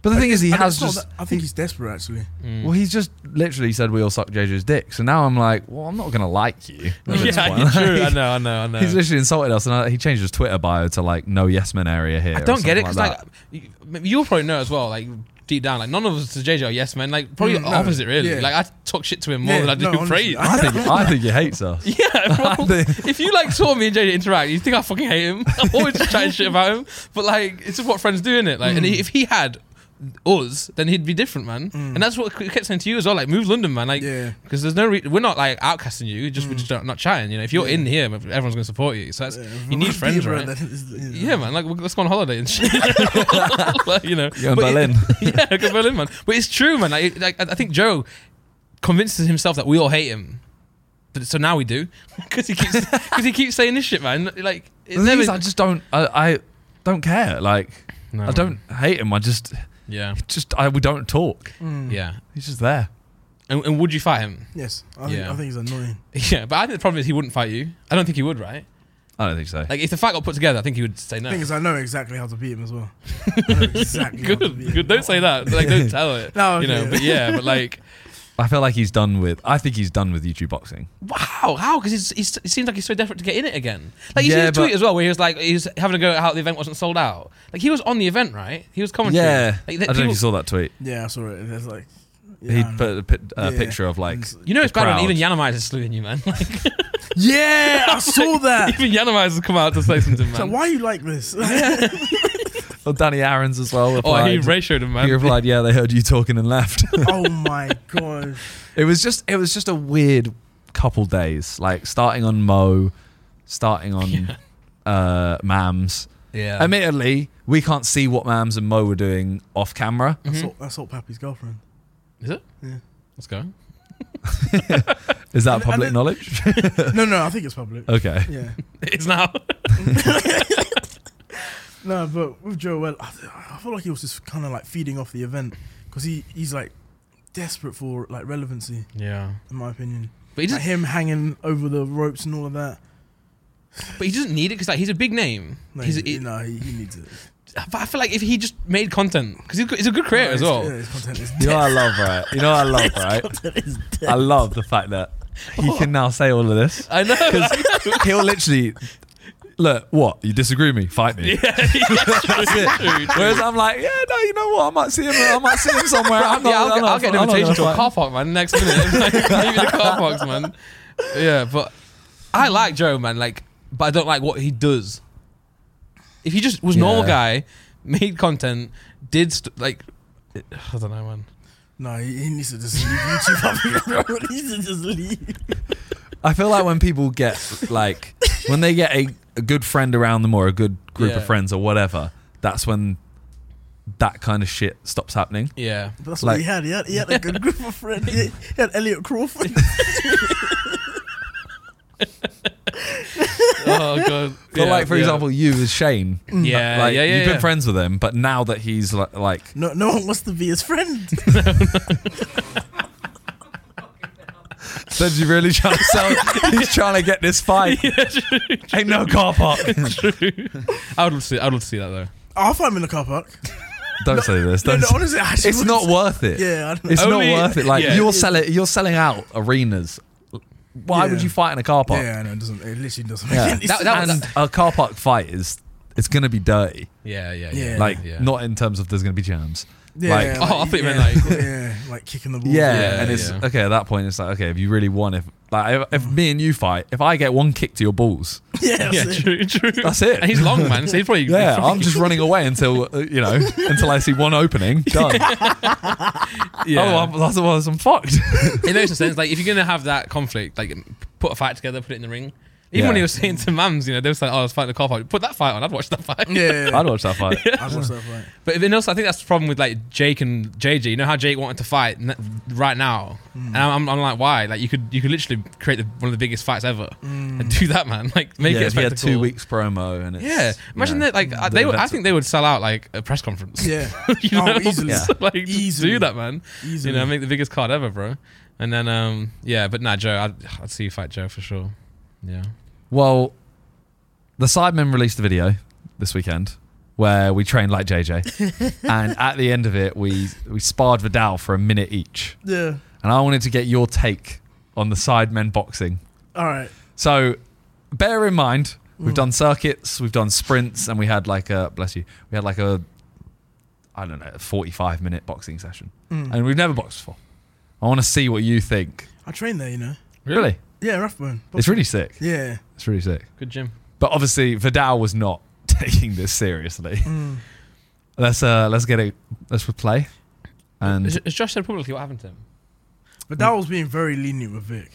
But the thing is, he
I-
has
it's not
just.
that- I think he's desperate actually.
Well, he's just literally said we all suck JJ's dick. So now I'm like, well, I'm not gonna like you. at this
yeah,
point.
you're true. I
Like,
know, I know, I know.
He's literally insulted us, and I, he changed his Twitter bio to like "No Yes Men Area Here."
I
or
don't get it
something
because
like
like,
that.
you- you'll probably know as well. Like deep down, like none of us to JJ are yes men. Like probably
Mm,
the
no.
opposite really.
Yeah.
Like I talk shit to him more
Yeah,
than I do
no,
praise.
honestly,
him.
I think I think he hates us.
Yeah, bro.
I
if you like saw me and JJ interact, you think I fucking hate him. I'm always just chatting shit about him. But like, it's just what friends do, innit? Like, and if he had us, then he'd be different, man. And that's what I kept saying to you as well. Like, move London, man. Like,
Yeah.
because there's no, re- we're not like outcasting you. Just we're just not, not chatting. You know, if you're in here, everyone's gonna support you. So that's you need friends,
Bro,
right?
that is-
Yeah, man. Like, let's go on holiday and shit. Like, you know,
You're in
But it-
Berlin.
yeah, go Berlin, man. But it's true, man. Like, like, I I think Joe convinces himself that we all hate him, but so now we do because he keeps because he keeps saying this shit, man. Like, it's
The thing
never.
is, I just don't. I, I don't care. Like
No,
I don't
Um,
hate him. I just
Yeah,
just I we don't talk.
Mm.
yeah.
He's just there.
And, and would you fight him?
Yes, I think,
Yeah.
I think he's annoying.
Yeah, but I think the problem is he wouldn't fight you. I don't think he would, right?
I don't think so.
Like, if the fight got put together, I think he would say
The
no.
thing is, I know exactly how to beat him as well. I know oh, exactly how
good,
to beat him.
good. Don't say that. Like, don't tell it.
No,
you know.
okay.
But yeah, but like,
I feel like he's done with. I think he's done with YouTube boxing.
Wow, how? Because it seems like he's so desperate to get in it again. Like you see
Yeah,
his
but-
tweet as well, where he was like, he was having a go at how the event wasn't sold out. Like he was on the event, right? He was commenting.
Yeah,
like,
I
that
don't know if
people-
you saw that tweet.
Yeah, I saw it. There's like,
he
yeah, I
put a pi- uh,
Yeah.
picture of like.
know.
you know it's
the
bad when
crowd.
even Yanomai's is slewing you, man. Like,
yeah, I saw that.
even Yanomai's has come out to say something,
It's like,
man.
why are you like this?
Well, Danny Aaron's as well.
oh, he
replied.
ratioed him, man.
He replied, "Yeah, they heard you talking and left."
oh my gosh.
it was just, it was just a weird couple days. Like starting on Mo, starting on uh, Mams.
yeah.
Admittedly, we can't see what Mams and Mo were doing off camera.
Mm-hmm.
That's, all, that's all Pappy's girlfriend.
is it?
Yeah.
Let's go.
Is
And-
that
and
public
then-
knowledge?
No, no, I think it's public.
okay.
Yeah.
It's now.
No, but with Joe Well, I, I feel like he was just kind of like feeding off the event because he, he's like desperate for like relevancy,
yeah.
in my opinion.
But he
Like
doesn't.
him hanging over the ropes and all of that.
But he doesn't need it because like he's a big name.
No,
he's.
he,
he-
no, he, he needs it.
but I feel like if he just made content because he's, good- he's a good creator
No,
as
his-
well.
Yeah, his content is
You know what I love, right? You know what I love, right? I love the fact that he can now say all of this.
I know.
He'll literally look. What you disagree with me? Fight me.
yeah, true, true, true.
Whereas I'm like, yeah, no, you know what? I might see him. I might see him somewhere. I'm not,
yeah, I'll,
I'm
get,
not,
I'll get an
I'm not
invitation to
gonna
a
fight.
car park, man, next minute. Like, maybe the car parks, man. Yeah, but I like Joe, man. Like, but I don't like what he does. If he just was a normal
Yeah.
guy, made content, did st- like, I don't know, man.
No, he, he needs to just leave YouTube. bro. he needs to just leave.
I feel like when people get like when they get a, a good friend around them or a good group
Yeah.
of friends or whatever, that's when that kind of shit stops happening.
Yeah,
But that's
Like-
what he had. He had, he had a good group of friends. He, he had Elliot Crawford.
oh god.
But
yeah,
like for
yeah.
example, you with Shane,
Uh, yeah,
like
yeah, yeah,
you've
yeah.
been friends with him, but now that he's like, like
No, no one wants to be his friend.
so you really trying to sell? he's trying to get this fight. Ain't no car park.
I would love to see, I would love to see that though.
I'll find him in the car park.
Don't say this.
No,
Don't.
no,
say-
honestly, I actually
it's
would-
not worth it.
Yeah, I don't know.
It's
Only-
not worth it. Like
yeah.
you're selling, you're selling out arenas. Why
Yeah.
would you fight in a car park?
yeah, no, it doesn't. It literally doesn't make
Yeah.
any
That- that was-
sense.
and a car park fight is it's gonna be dirty.
Yeah, yeah, yeah.
Yeah.
Like
yeah.
not in terms of there's gonna be jams.
yeah,
like-
Oh, I thought you
yeah,
meant like-
yeah, like kicking the ball.
Yeah,
Yeah,
and it's
yeah.
okay at that point. It's like okay, if you really won, if like if, if me and you fight, if I get one kick to your balls,
yeah, that's
yeah,
it.
true, true.
That's it.
And he's long, man. So he's probably
yeah, I'm just running away until uh, you know until I see one opening. Done.
yeah.
Oh, I'm, that's was I'm fucked.
in those sense, like if you're gonna have that conflict, like put a fight together, put it in the ring. Even when
Yeah.
he was saying to Mams, you know, they were like, "Oh, I was fighting the car fight. Put that fight on. I'd watch that fight."
Yeah,
I'd watch that fight.
I watched that fight.
But then also, I think that's the problem with like Jake and JJ. You know how Jake wanted to fight n- right now,
Hmm.
and I'm, I'm like, why? Like you could you could literally create the, one of the biggest fights ever
Hmm.
and do that, man. Like make
yeah,
it a
if you had
spectacle.
two weeks promo and it's,
Yeah, imagine
yeah.
that. Like I-
The
they, would, I
events-
think they would sell out like a press conference.
Yeah,
you know?
Oh, easily.
Yeah.
So, like just do
Easily.
that, man.
easily.
You know, make the biggest card ever, bro. And then, um, yeah, but nah, Joe, I'd, I'd see you fight Joe for sure. Yeah.
Well, the Sidemen released a video this weekend where we trained like JJ, and at the end of it, we we sparred Vidal for a minute each,
Yeah.
and I wanted to get your take on the sidemen boxing.
All right.
So bear in mind, we've done circuits, we've done sprints, and we had like a bless you, we had like a I don't know, a forty-five minute boxing session, and we've never boxed before. I want to see what you think.
I trained there, you know.
Really,
Yeah, Rathbone.
it's really sick.
Yeah.
It's really sick.
Good gym.
But obviously, Vidal was not taking this seriously.
Mm.
Let's uh, let's get it. Let's play.
Has
And
has Josh said publicly what happened to him?
But that was being very lenient with Vic.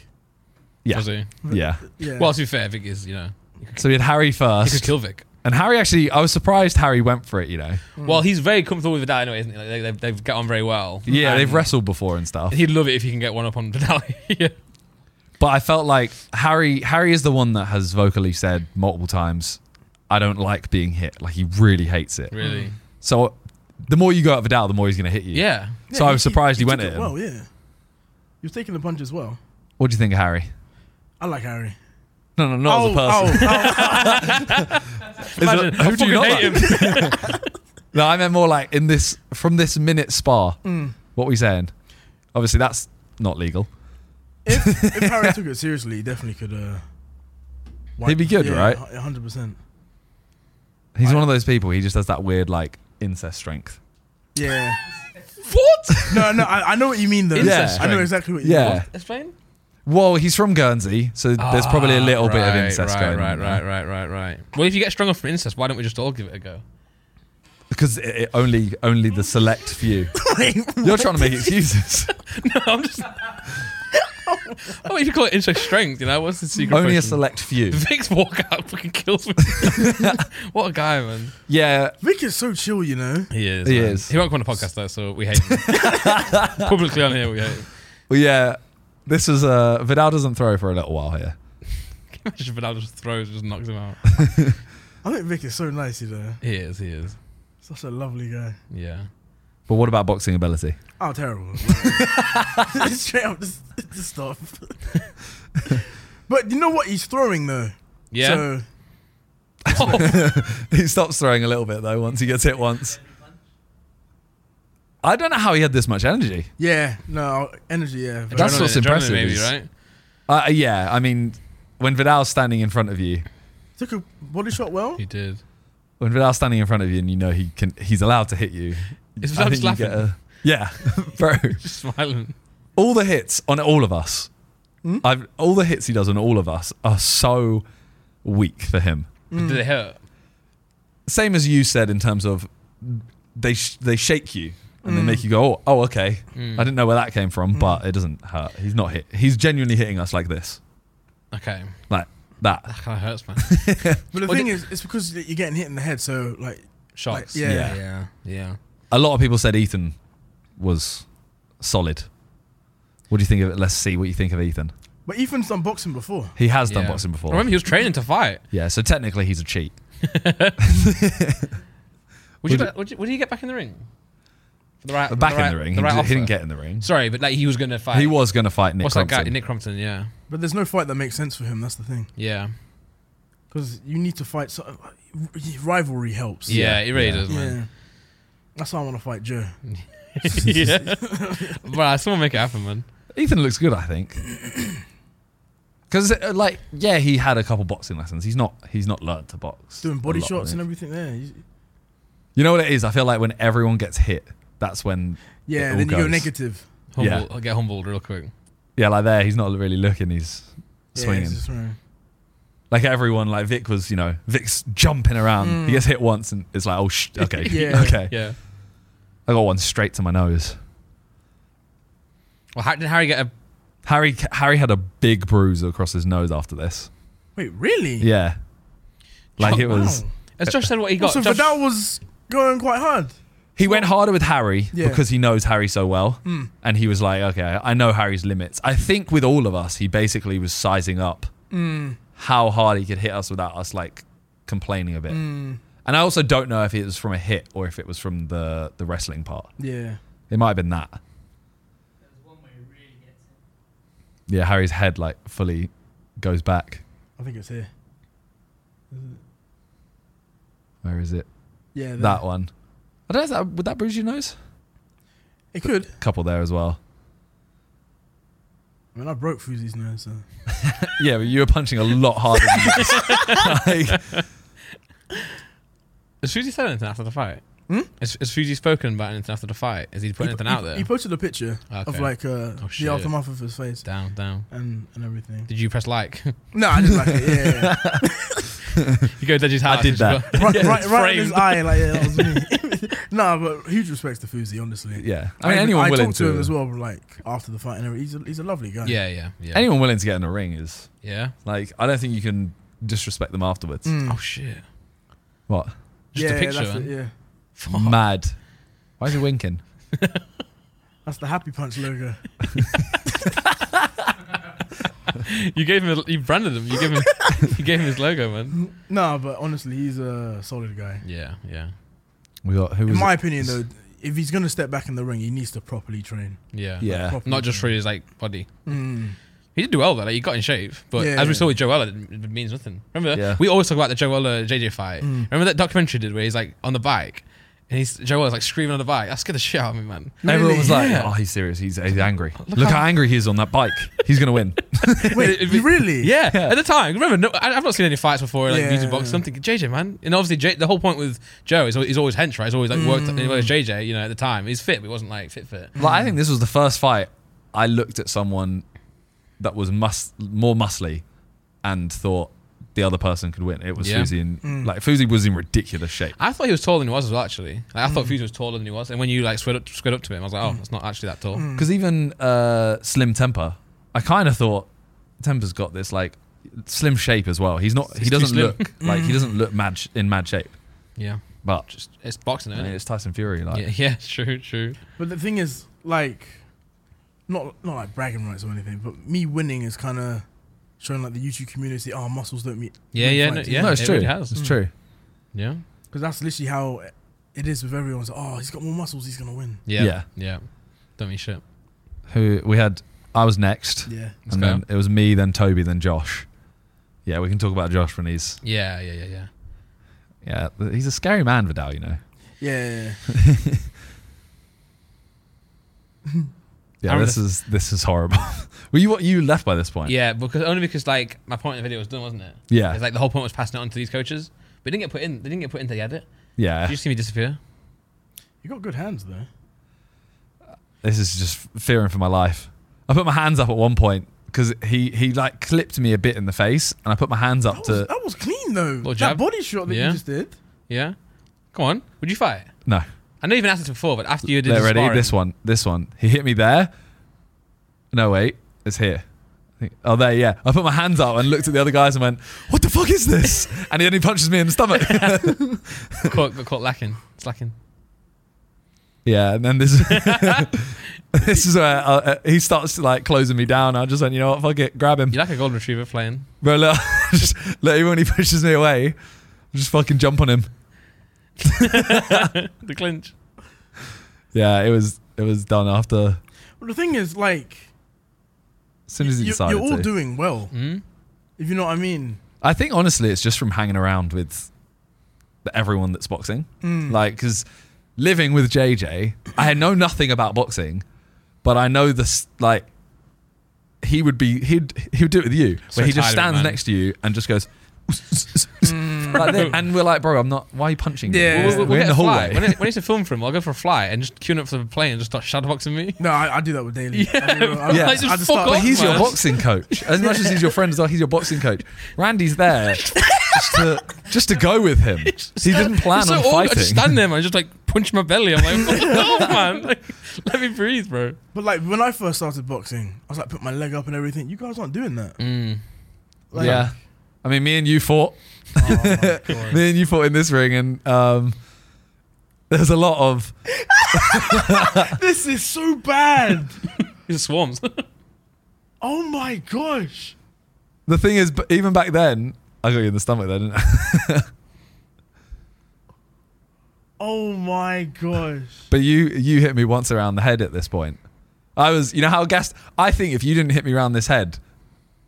yeah,
Was he?
yeah.
Yeah.
Well, to be fair, Vic is, you know,
So we had Harry
he could
first,
kill Vic.
and Harry actually, I was surprised Harry went for it. You know,
Well, he's very comfortable with Vidal anyway, isn't he? Like, they, they've, they've got on very well.
yeah,
And
they've wrestled before and stuff.
He'd love it if he can get one up on Vidal. yeah.
But I felt like Harry Harry is the one that has vocally said multiple times, I don't like being hit. Like he really hates it.
Really?
So the more you go at Vidal, the more he's gonna hit you.
Yeah.
So I was surprised he, went
took
at
it
him.
Well, yeah. He was taking the punch as well.
What do you think of Harry?
I like Harry.
No, no, not as a person.
oh,
Is it-
Imagine, I
who do
fucking
you not
hate
like? No, I meant more like in this from this minute spa. What we saying? Obviously, that's not legal.
if, if Harry took it seriously, he definitely could. Uh, wipe-
He'd be good,
yeah,
right?
hu- 100%.
He's one of those people. He just has that weird like incest strength.
Yeah.
What?
No, no, I, I know what you mean, though.
Incest
I know
strength.
exactly what you mean.
Yeah.
Explain.
Well, he's from Guernsey, so there's probably a little bit of incest
Ah, right,
going
right,
on.
Right, right, right, right. Well, if you get strong enough for incest, why don't we just all give it a go?
because it, it only only the select few. You're trying to make excuses.
no, I'm just. oh, if you call it incest strength, you know, what's the secret?
only a
potion?
select few.
Vic's walkout fucking kills me. what a guy, man.
Yeah,
Vic is so chill, you know.
He is.
He
man.
is.
He won't come on the podcast, though, so we hate him. Publicly on here, we hate him.
well, yeah. This is uh, Vidal doesn't throw for a little while here.
Imagine Vidal just throws, just knocks him out.
I think Vic is so nice, you know.
He is, he is.
Such a lovely guy.
Yeah.
But what about boxing ability?
Oh, terrible. Straight up, just, just stop. but you know what? He's throwing, though.
Yeah.
So,
Oh.
He stops throwing a little bit though once he gets hit once. I don't know how he had this much energy.
yeah, no, energy, yeah. very
That's
Adrenaline-
what's
adrenaline
impressive
Maybe,
is-
right?
Uh, yeah, I mean, when Vidal's standing in front of you,
Took a body shot well.
He did.
when Vidal's standing in front of you, and you know he can, he's allowed to hit you.
Is Vidal
I think
just
you get
laughing?
a- yeah, bro.
Just smiling.
All the hits on all of us, I've, all the hits he does on all of us are so weak for him.
Did it hurt?
Same as you said in terms of they sh- they shake you and they make you go, oh, oh okay.
Hmm.
I didn't know where that came from, but it doesn't hurt. He's not hit. He's genuinely hitting us like this,
Okay.
like that.
That kind of hurts, man.
But the
Well,
thing is, it's because you're getting hit in the head, so, like,
Shocks.
Like, yeah.
yeah. Yeah. Yeah.
A lot of people said Ethan was solid. What do you think of it? Let's see what you think of Ethan.
but Ethan's done boxing before.
He has done
Yeah.
boxing
I
before.
remember he was training to fight.
Yeah, so technically he's a cheat.
Would, you,
Would
get- would, you, would he get back in the ring? For the right, for
Back
right-
in the ring,
the
he,
right
did- he didn't
offer?
get in the ring.
Sorry, but like he was going to fight.
He was going to fight Nick
What's that guy?
Thompson.
Nick Crompton. Yeah.
But there's no fight that makes sense for him. That's the thing.
Yeah.
Because you need to fight. So, rivalry helps.
Yeah. He really does, man.
Yeah. That's why I want to fight Joe.
yeah. Bruh, someone make it happen, man.
Ethan looks good, I think. Because like, yeah, he had a couple boxing lessons. He's not he's not learned to box.
Doing body
a lot, I
shots
think.
and everything there. You-
You know what it is? I feel like when everyone gets hit, that's when
Yeah,
it all
then you go
goes.
negative.
Humble, I'll get humbled real quick.
Yeah, like there, he's not really looking. He's
Yeah,
swinging.
it's just right.
like everyone, like Vic was, you know, Vic's jumping around. He gets hit once, and it's like, oh, sh- okay,
Mm. Yeah.
okay.
Yeah.
I got one straight to my nose.
Well, how, did Harry get a?
Harry Harry had a big bruise across his nose after this.
Wait, really?
Yeah, like it
Wow.
was.
As Josh said, what he got.
Oh, so
Josh-
Vidal was going quite hard.
He went harder with Harry
Yeah. Hmm.
because he knows Harry so well, and he was like, okay, I know Harry's limits. I think with all of us, he basically was sizing up
Hmm.
how hard he could hit us without us like complaining a bit.
Hmm.
And I also don't know if it was from a hit or if it was from the the wrestling part.
Yeah.
It might have been that.
There was one where he really gets him.
Yeah, Harry's head like fully goes back.
I think it's here.
Where is it?
Yeah, that,
That one. I don't know. If that, would that bruise your nose?
it could.
Couple there as well.
I mean, I broke Fuzi's nose. So.
Yeah, but you were punching a lot harder. than yours. like,
Is Fuji said anything after the fight?
Hmm?
Is, is Fuji spoken about anything after the fight? Is he put
He-
anything
he,
out there?
He posted a picture
Okay. Oh,
of like uh,
shit.
the aftermath of his face
down, down.
and, and everything.
Did you press like?
No, I didn't like it. Yeah, yeah, yeah.
you go to Deji's house.
did
and she's
that.
got-
right,
Yeah,
right,
it's
right in his
framed.
eye. Like, yeah, that was me. no, but huge respects to Fuzi, honestly.
yeah. I mean, anyone
I
willing
talked
to,
to him as well, like after the fight, and everything. he's a, he's a lovely guy.
Yeah, yeah, yeah.
anyone willing to get in a ring is
Yeah.
like, I don't think you can disrespect them afterwards.
Mm.
Oh shit.
What?
Just
yeah,
a picture.
That's it,
man.
yeah,
Fuck.
Mad. Why is he winking?
that's the Happy Punch logo.
You gave him. A, you branded him. You gave him. you gave him his logo, man.
no, but honestly, he's a solid guy.
Yeah, yeah,
We got who was
In my
it?
opinion, though, if he's gonna step back in the ring, he needs to properly train.
yeah.
Yeah.
Properly
Not just for his like body.
Mm.
He did do well though. Like, he got in shape, but
Yeah.
as we saw with Joella, it- it means nothing. Remember,
Yeah.
we always talk about the Joella JJ fight.
Mm.
Remember that documentary did where he's like on the bike and he's Joella's like screaming on the bike. That scared the shit out of me, man.
Everyone was like,
Yeah.
"Oh, he's serious. He's, he's angry. Look,
how-
how, angry he is on that bike. He's gonna win."
Mm. Wait,
It- it-
you really?
Yeah,
Yeah.
at the time, remember, no, I, I've not seen any fights before, like
Yeah.
music box something. JJ, man, and obviously J, the whole point with Joe is al- he's always hench, right? He's always like worked.
Mm.
Whereas JJ, you know, at the time, he's fit, but he wasn't like fit fit.
like, I think this was the first fight I looked at someone that was mus- more muscly and thought the other person could win. It was
Yeah. Mm.
Fuzi, and like Fuzi was in ridiculous shape.
I thought he was taller than he was as well. Actually, like, I
Mm.
thought Fusion was taller than he was, and when you like squared up, squared up to him, I was like, oh, that's not actually that tall.
Because even uh, Slim Temper, I kind of thought Temper's got this like slim shape as well. He's not.
He's
He
too
doesn't
slim. Hmm.
look like he doesn't look mad sh- in mad shape.
Yeah,
But
just it's boxing,
I
isn't
mean,
it?
it's Tyson Fury. Like
Yeah, yeah, true, true.
But the thing is, like, not not like bragging rights or anything, but me winning is kind of showing like the YouTube community, oh, muscles don't meet.
Yeah, yeah, no, yeah.
no, it's
it
true. Mm.
really has.
It's true.
Yeah,
Because that's literally how it is with everyone. It's like, oh, he's got more muscles, he's gonna win.
yeah, yeah.
Yeah.
Don't mean shit.
Who we had? I was next,
Yeah.
Let's
and
go.
then it was me, then Toby, then Josh. Yeah, we can talk about Josh when he's
Yeah, yeah, yeah, yeah.
yeah he's a scary man, Vidal. You know.
Yeah. yeah, yeah.
I
Yeah,
remember
this is this is horrible. Were you you left by this point?
Yeah, because only because like my point in the video was done, wasn't it?
Yeah.
It's like the whole point was passing it on to these coaches, but it didn't get put in. They didn't get put into the edit.
Yeah.
Did you see me disappear?
You got good hands though.
this is just fearing for my life. I put my hands up at one point because he he like clipped me a bit in the face, and I put my hands up
That was,
to
that was clean though.
jab.
That body shot that
Yeah.
you just did.
Yeah. Come on. Would you fight?
no.
I know you've been asked this before, but after you did
There,
the
ready?
sparring-
This one, this one. He hit me there. No wait, it's here. I think- Oh, there, yeah. I put my hands up and looked at the other guys and went, "What the fuck is this?" And then he punches me in the stomach.
caught, got caught lacking, slacking.
yeah, and then this this is where uh, uh, he starts like closing me down. I just went, "You know what? Fuck it, grab him."
You like a golden retriever playing?
Bro, look, just, look, even when he pushes me away, just fucking jump on him.
The clinch.
Yeah, it was it was done after
But the thing is, like,
as soon as he
you,
decided
you're all
to.
doing well.
Mm?
If you know what I mean.
I think honestly, it's just from hanging around with the- everyone that's boxing.
Mm.
Like, because living with JJ, I know nothing about boxing, but I know this. Like, he would be he'd he would do it with you,
So
where he
tired of it,
just stands
man.
next to you and just goes. like that, and we're like, bro, I'm not. Why are you punching me?
Mm. Yeah.
We're,
Well,
We'll- we'll get
in the
a fly.
hallway.
When I, when I used to film for him, I'll go for a fly and just queuing up for the plane and just start shadowboxing me.
No, I, I do that with daily.
Yeah,
I, do- I-
Yeah.
I
Like,
just fuck
start-
off,
But he's your
man.
boxing coach. As much as he's your friend as well, he's your boxing coach. Randy's there just to, just to go with him. He didn't plan
It's so
on
awkward. I just
fighting.
stand there, man. Just like punch my belly. I'm like, what the hell, man? Like, let me breathe, bro.
But like when I first started boxing, I was like, put my leg up and everything. You guys aren't doing that.
Mm.
Like,
yeah. I mean, me and you fought.
Oh my God.
Me and you fought in this ring, and um, there's a lot of
this is so bad.
He's a swarms.
Oh my gosh.
the thing is, but even back then, I got you in the stomach, there, didn't I?
Oh my gosh.
But you you hit me once around the head at this point. I was, you know how gassed. I think if you didn't hit me around this head,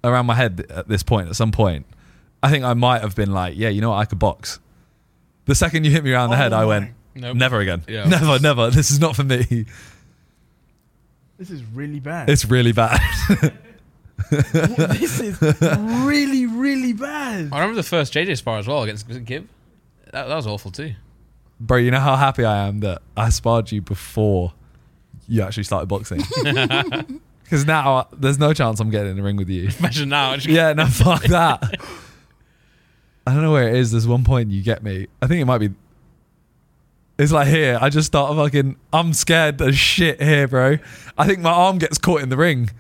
around my head at this point, at some point, I think I might have been like, yeah, you know what, I could box. The second you hit me around the
Oh
head, I
my-
went,
Nope.
never again.
Yeah.
Never, never. This is not for me.
This is really bad.
It's really bad.
this is really, really bad.
I remember the first JJ spar as well against was it Gib. That, that was awful too.
Bro, you know how happy I am that I sparred you before you actually started boxing. Because now there's no chance I'm getting in the ring with you.
Imagine now. Just,
Yeah, no, fuck that. I don't know where it is. There's one point you get me. I think it might be. It's like here. I just start fucking. I'm scared as shit here, bro. I think my arm gets caught in the ring.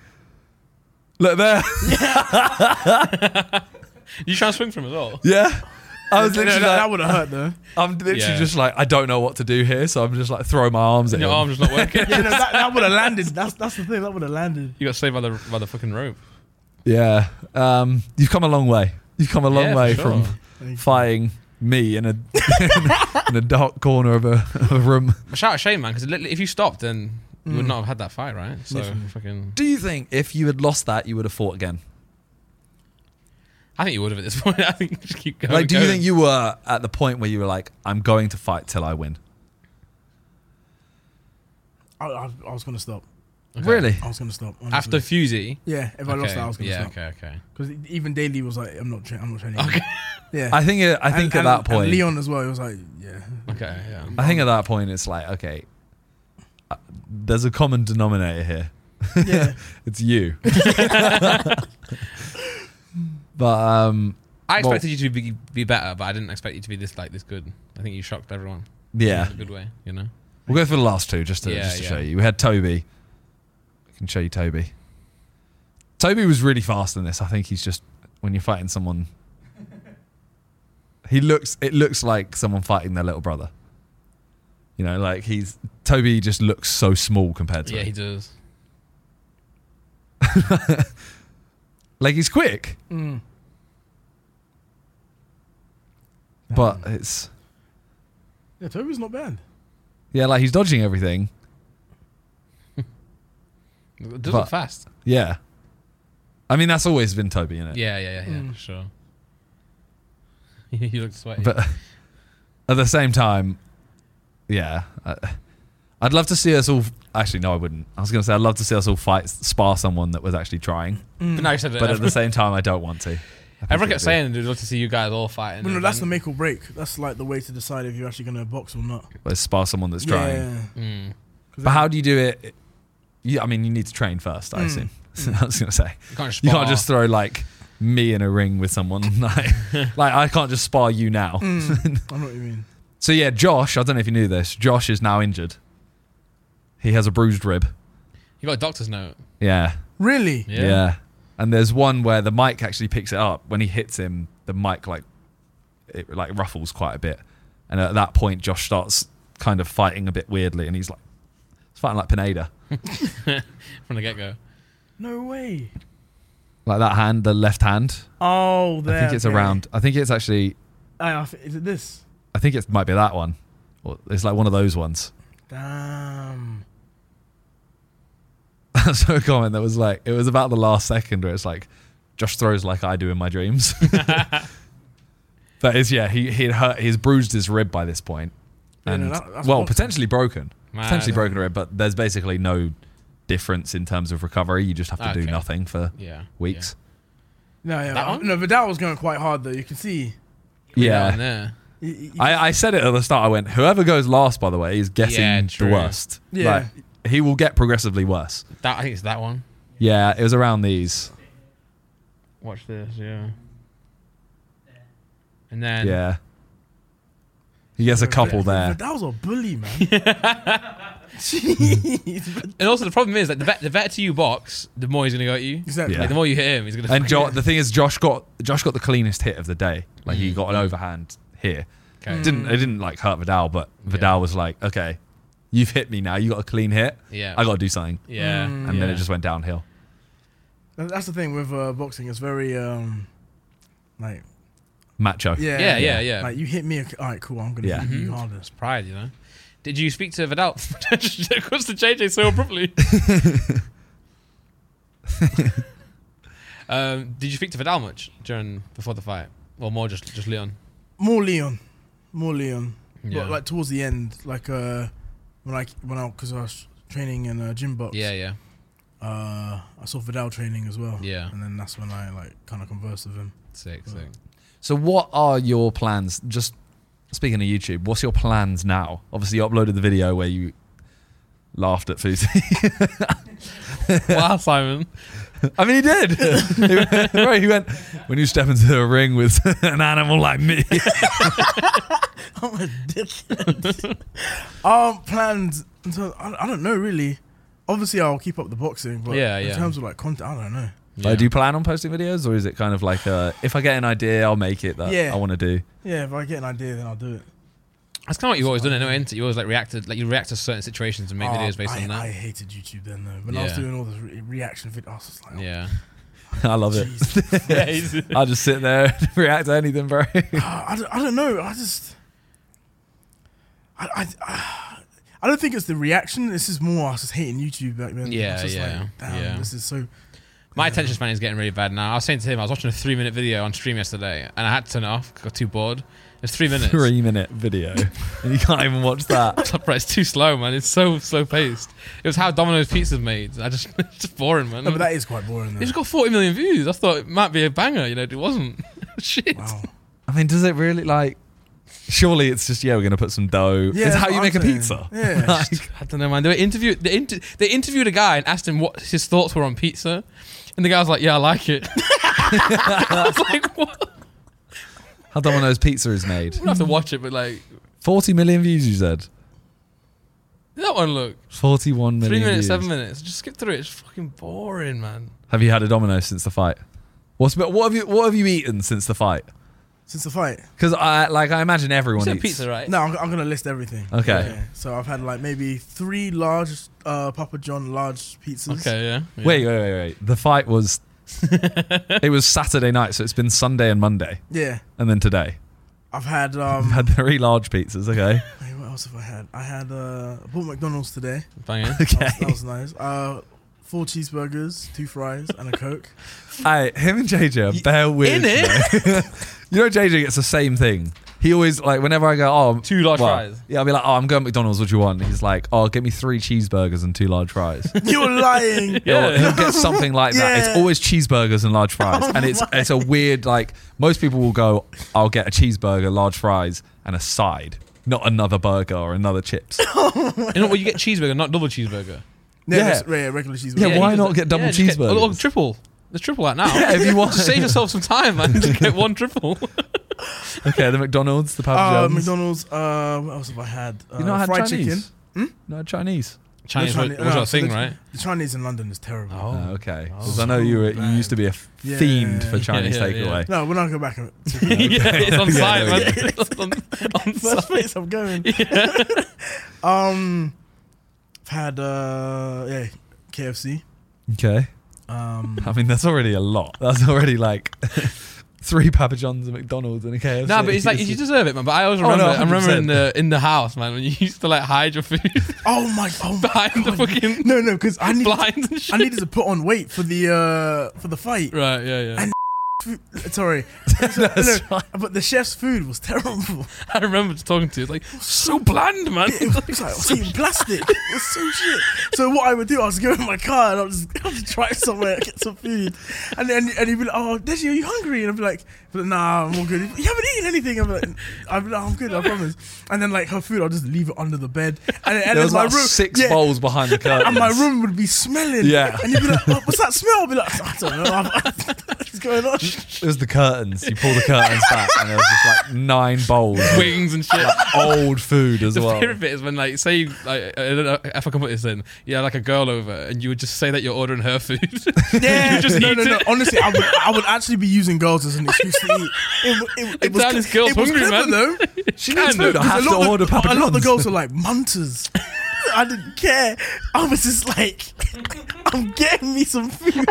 Look there.
You try and swing from as well.
yeah. I was
No, no,
literally.
that
like,
would have hurt though.
I'm literally
Yeah.
just like I don't know what to do here, so I'm just like throw my arms at
Your
him.
arm's just not working.
Yeah, no, that, that would have landed. That's that's the thing. That would have landed.
You got saved by the by the fucking rope.
Yeah. Um, you've come a long way. You've come a long
Yeah, for
way
sure.
from
Thank you.
fighting me in a in a dark corner of a, of a room.
But shout out Shane, man, because if you stopped, then you would
Mm.
not have had that fight, right? So
Literally.
fucking.
Do you think if you had lost that, you would have fought again?
I think you would have at this point. I think just keep going.
like, do you
going.
think you were at the point where you were like, "I'm going to fight till I win"?
I, I, I was gonna stop.
Okay.
Really?
I was gonna stop. honestly.
after Fusey?
yeah, if I
okay.
lost that, I was gonna
yeah.
stop.
Okay. Okay.
Because even Daly was like, "I'm not, tra- I'm not training."
Okay.
Yeah.
I think. It, I think
And-
at
and-
that point,
and Leon as well. He was like, "Yeah,
Okay. Yeah.
I think at that point, it's like, okay, uh, there's a common denominator here.
yeah."
It's you. but um,
I
Well-
expected you to be, be better, but I didn't expect you to be this like this good. I think you shocked everyone.
yeah,
In a good way, you know.
We'll go for the last two just to,
Yeah,
just to
yeah.
show you. We had Toby. I can show you Toby. Toby was really fast in this. I think he's just when you're fighting someone, he looks. It looks like someone fighting their little brother. You know, like he's Toby just looks so small compared to
Yeah,
him.
he does.
like he's quick,
Mm.
but it's
Yeah, Toby's not bad.
yeah, like he's dodging everything.
It does
But-
look fast.
Yeah, I mean that's always been Toby, innit?
Yeah, yeah, yeah, yeah
Mm.
sure. you look sweaty.
but at the same time, yeah, I, I'd love to see us all. Actually, no, I wouldn't. I was gonna say I'd love to see us all fight spar someone that was actually trying,
but now you said it.
but at the
everyone,
same time, I don't want to. I think
everyone
it'd
kept
be-
saying they'd love to see you guys all fighting.
But no,
and
that's the
then-
make or break. That's like the way to decide if you're actually gonna box or not.
"Let's spar someone that's trying."
Yeah.
Mm.
But how do you do it? You, I mean, you need to train first. I
Mm.
assume. I was gonna say
You can't just.
you can't
spar.
just throw like me in a ring with someone. like, like I can't just spar you now.
Mm. I know what you mean.
So yeah, Josh. I don't know if you knew this. Josh is now injured. He has a bruised rib.
You got a doctor's note.
Yeah.
Really?
Yeah.
Yeah. And there's one where the mic actually picks it up. When he hits him, the mic like it like ruffles quite a bit. And at that point Josh starts kind of fighting a bit weirdly and he's like he's fighting like Pineda.
From the get go.
No way.
Like that hand, the left hand.
Oh, there.
I think it's
okay.
around I think it's actually
I, I th- is it this?
I think it might be that one. Or it's like one of those ones.
Damn.
I saw a comment that was like it was about the last second where it's like Josh throws like I do in my dreams. that is yeah, he he hurt he's bruised his rib by this point.
Yeah,
And
no, that- that's
well,
awesome.
potentially broken.
Man.
potentially broken a rib, but there's basically no difference in terms of recovery. You just have to do
Okay.
nothing for
Yeah.
weeks.
No, yeah.
That
I-
one?
No, Vidal was going quite hard though. You can see.
Yeah.
Yeah.
there.
You- you- you-
I, I said it at the start. I went, whoever goes last, by the way, is getting
Yeah,
the
true.
worst.
Yeah.
Like, he will get progressively worse.
That I think it's that one.
Yeah, it was around these.
Watch this. Yeah. And then.
yeah. He gets a couple there.
Vidal's a bully, man. Jeez.
And also the problem is that the bet the better you box, the more he's gonna go at you.
Exactly.
Yeah.
Like, the more you hit him, he's gonna.
And jo- the thing is, Josh got Josh got the cleanest hit of the day. Like he got an overhand here.
Okay.
It didn't it didn't like hurt Vidal, but Vidal was like, okay, you've hit me now. You got a clean hit.
Yeah.
I got to do something.
Yeah.
Mm.
And then
Yeah.
it just went downhill.
That- That's the thing with uh, boxing. It's very um, like
Macho.
yeah,
Yeah, yeah, yeah.
Like you hit me, okay, all right, cool. I'm gonna
Yeah.
hit you harder.
It's pride, you know. Did you speak to Vidal? Because the JJ so abruptly. um, did you speak to Vidal much during before the fight, or more just just Leon?
More Leon. more Leon.
Yeah.
But like towards the end, like uh, when I when I because I was training in uh, gym box.
yeah, yeah.
Uh, I saw Vidal training as well.
Yeah.
And then that's when I like kind of conversed with him.
Sick, sick.
So, what are your plans? Just speaking of YouTube, what's your plans now? Obviously, you uploaded the video where you laughed at Fousey.
wow, Simon.
I mean, he did. He- right, he went when you step into a ring with an animal like me.
I'm a dick. um, plans. So I, I don't know really. Obviously, I'll keep up the boxing, but
Yeah,
in
yeah.
terms of like content, I don't know.
Yeah.
Like, do you plan on posting videos, or is it kind of like uh if I get an idea, I'll make it that
Yeah.
I want to do?
Yeah, if I get an idea, then I'll do it.
That's kind of what you've always done, anyway. isn't it? You always like reacted, like you react to certain situations and make
Oh,
videos based
I,
on that.
I hated YouTube then though. When I was
Yeah.
doing all the re- reaction videos, I was just like, oh,
yeah.
I love it.
Jesus.
I'll just sit there and react to anything, bro.
I, don't, I don't know. I just. I, I, ah, I don't think it's the reaction. This is more I was just hating YouTube back then. I was
Yeah,
just
yeah,
Like, Damn,
yeah.
this is so.
My attention span is getting really bad now. I was saying to him, I was watching a three minute video on stream yesterday and I had to turn it off. 'cause I Got too bored. It's three minutes.
Three minute video, and you can't even watch that.
It's like, bro, it's too slow, man. It's so slow paced. It was how Domino's Pizza's made. I just, it's just boring, man.
No, but that is quite boring. Though.
it's got 40 million views. I thought it might be a banger, you know, it wasn't. Shit.
Wow.
I mean, does it really like? Surely it's just yeah, we're gonna put some dough.
Yeah,
it's how
that's
you
what
make
I'm
a
saying.
pizza.
Yeah.
Like,
I don't know, man. They were interviewed. They, inter- they interviewed a guy and asked him what his thoughts were on pizza, and the guy was like, "Yeah, I like it." I was like, "What?"
how Domino's pizza is made.
We have to watch it, but like
Forty million views, you said.
that one. Look,
Forty-one million.
three minutes,
views.
seven minutes. Just skip through it. It's fucking boring, man.
Have you had a Domino's since the fight? What's but what have you what have you eaten since the fight?
Since the fight.
Because I like I imagine
You
everyone
said
eats
pizza, right?
No, I'm, I'm gonna list everything.
Okay.
Yeah, So I've had like maybe three large uh, Papa John large pizzas.
Okay, yeah. yeah.
Wait, wait, wait, wait. The fight was it was Saturday night, so it's been Sunday and Monday,
Yeah.
and then today.
I've had
I've
um.
had three large pizzas. Okay,
wait, what else have I had? I had uh. I bought McDonald's today.
banging.
That was, that was nice. Uh, four cheeseburgers, two fries, and a coke.
hey, him and JJ are bare weird.
in it?
you know? You know JJ gets the same thing. He always like whenever I go, oh,
Two large
well,
fries.
Yeah, I'll be like, oh, I'm going McDonald's. What do you want? He's like, oh, get me three cheeseburgers and two large fries.
You're lying.
He'll, he'll get something like that.
Yeah. Oh
It's always cheeseburgers and large fries, and it's it's a weird like most people will go, I'll get a cheeseburger, large fries, and a side, not another burger or another chips.
You know what? You get cheeseburger, not double cheeseburger.
No,
Yeah.
that's- yeah, regular cheeseburger.
Yeah,
he
why
does
not
that.
get double
just get-
cheeseburgers?
Or, or triple. There's triple out now.
Yeah, if you want.
Just save yourself some time, man. Just get one triple.
okay, the McDonald's, the Papa
Uh,
John's.
McDonald's. Uh, what else have I had? Uh,
You know, I had
fried
Chinese.
chicken. Hmm?
No Chinese.
Chinese
No
was,
Chinese-
was
no,
our
so
thing,
the-
right?
The Chinese in London is terrible.
Oh.
Uh, okay,
Oh.
because I know you were, you
Man.
used to be a f-
Yeah.
fiend for
Yeah,
Chinese
yeah, yeah.
takeaway.
No, we're not going back. to it.
yeah, it's on
Yeah,
site,
there we
man. It's on, on
First
site.
place I'm going. um, I've had uh, yeah, KFC.
Okay,
Um,
I mean that's already a lot. That's already like three Papa John's, and McDonald's, and a KFC.
No, but it's like you deserve it, man. But I always
Oh, no,
remember. I remember in
100%.
the in the house, man, when you used to like hide your food
oh my, oh my
behind the fucking
No, no, because I need,
blinds and shit.
I needed to put on weight for the uh for the fight.
right, yeah, yeah.
And- Food- Sorry, No,
That's right.
but the chef's food was terrible.
I remember just talking to you. It's like so bland, man.
It was, it was like it was even plastic. It was so shit. So what I would do, I was go in my car and I would just, I would just drive somewhere, get some food, and then and he'd be like, "Oh, Deji, are you hungry?" And I'd be like, but "Nah, I'm all good. You haven't eaten anything." I'm like, "I'm, like, I'm good. I promise." And then like her food, I'll just leave it under the bed, and, and
there
then
was
my
like
room,
six
yeah,
bowls behind the curtain.
and my room would be smelling.
Yeah.
and you'd be like, "Oh, "What's that smell?" I'd be like, "I don't know. What's going on?"
It was the curtains. You pull the curtains back, and there was just like nine bowls of
Wings and shit.
old food as
The
well.
favorite bit is when, like, say, you- like, I don't know if I can put this in. Yeah, like a girl over, and you would just say that you're ordering her food.
Yeah,
You just
no,
eat
no, no.
it.
Honestly, I would, I would actually be using girls as an excuse to eat. It, wa- it, it was,
Damn,
cl-
this girl's
it was
hungry,
clever,
man.
though.
She
needs food.
I
Because
have
a lot
to
of the-
order Papa
A lot of the
John's.
girls were like munters. I didn't care. I was just like, I'm getting me some food.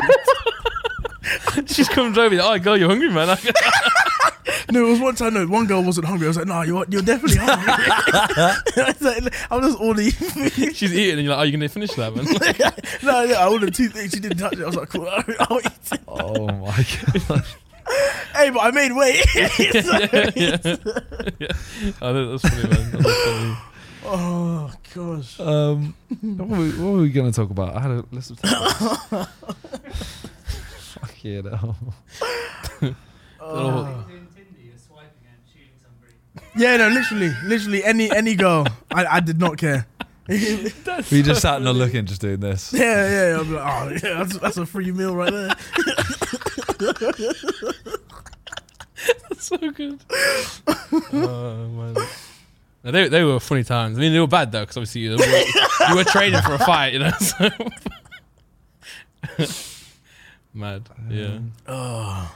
She just comes over. Oh, girl, you're hungry, man.
No, it was one time. No, one girl wasn't hungry. I was like, Nah, you're you're definitely hungry. I was like, I'm just ordering food.
She's eating, and you're like, "Oh, you're gonna finish that, man."
no, no, I ordered two things. She didn't touch it. I was like, cool. I'll eat it.
Oh my god!
hey, but I made weight.
yeah, yeah. yeah. I know that's funny, man. That was funny.
oh gosh.
Um, what were we, what were we going to talk about? I had a list of topics. Fuck you know.
Oh.
Doing Tinder, you're swiping and shooting somebody.
Yeah, no, literally, literally any any girl, I, I did not care. yeah,
We just sat not looking, just doing this.
yeah, yeah. I'm like, oh, yeah, that's, that's a free meal right
Mm.
there.
so good. oh man. No, they, they were funny times. I mean, they were bad though, because obviously you were, you were training for a fight, you know. So. Mad, yeah.
Um,
Oh,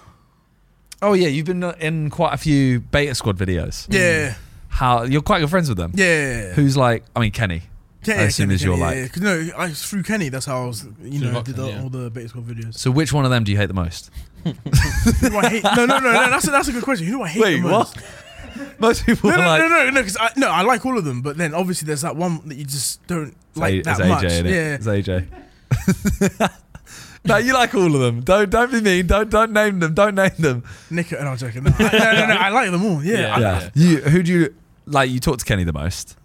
Oh yeah, you've been in quite a few Beta Squad videos.
yeah,
How you're quite good friends with them.
yeah.
Who's like? I mean, Kenny.
Yeah,
I assume
Kenny,
as you're
Kenny,
like-
yeah, 'cause no, I through Kenny. That's how I was, you
Through
know,
Rockland,
did all,
yeah.
all the Beta Squad videos.
So which one of them do you hate the most?
Who do I hate? No, no, no, no. That's a, that's a good question. Who do I hate? the most?
most people
No,
are
no,
like.
no, no, no. Because I, no, I like all of them, but then obviously there's that one that you just don't like
it's
that
AJ,
much.
innit?
Yeah,
It's AJ. no, you like all of them. Don't don't be mean. Don't don't name them. Don't name them.
Nick and I'm joking. No, I, no, no, no, I like them all. Yeah,
Yeah.
I-
yeah. You who do you like? You talk to Kenny the most.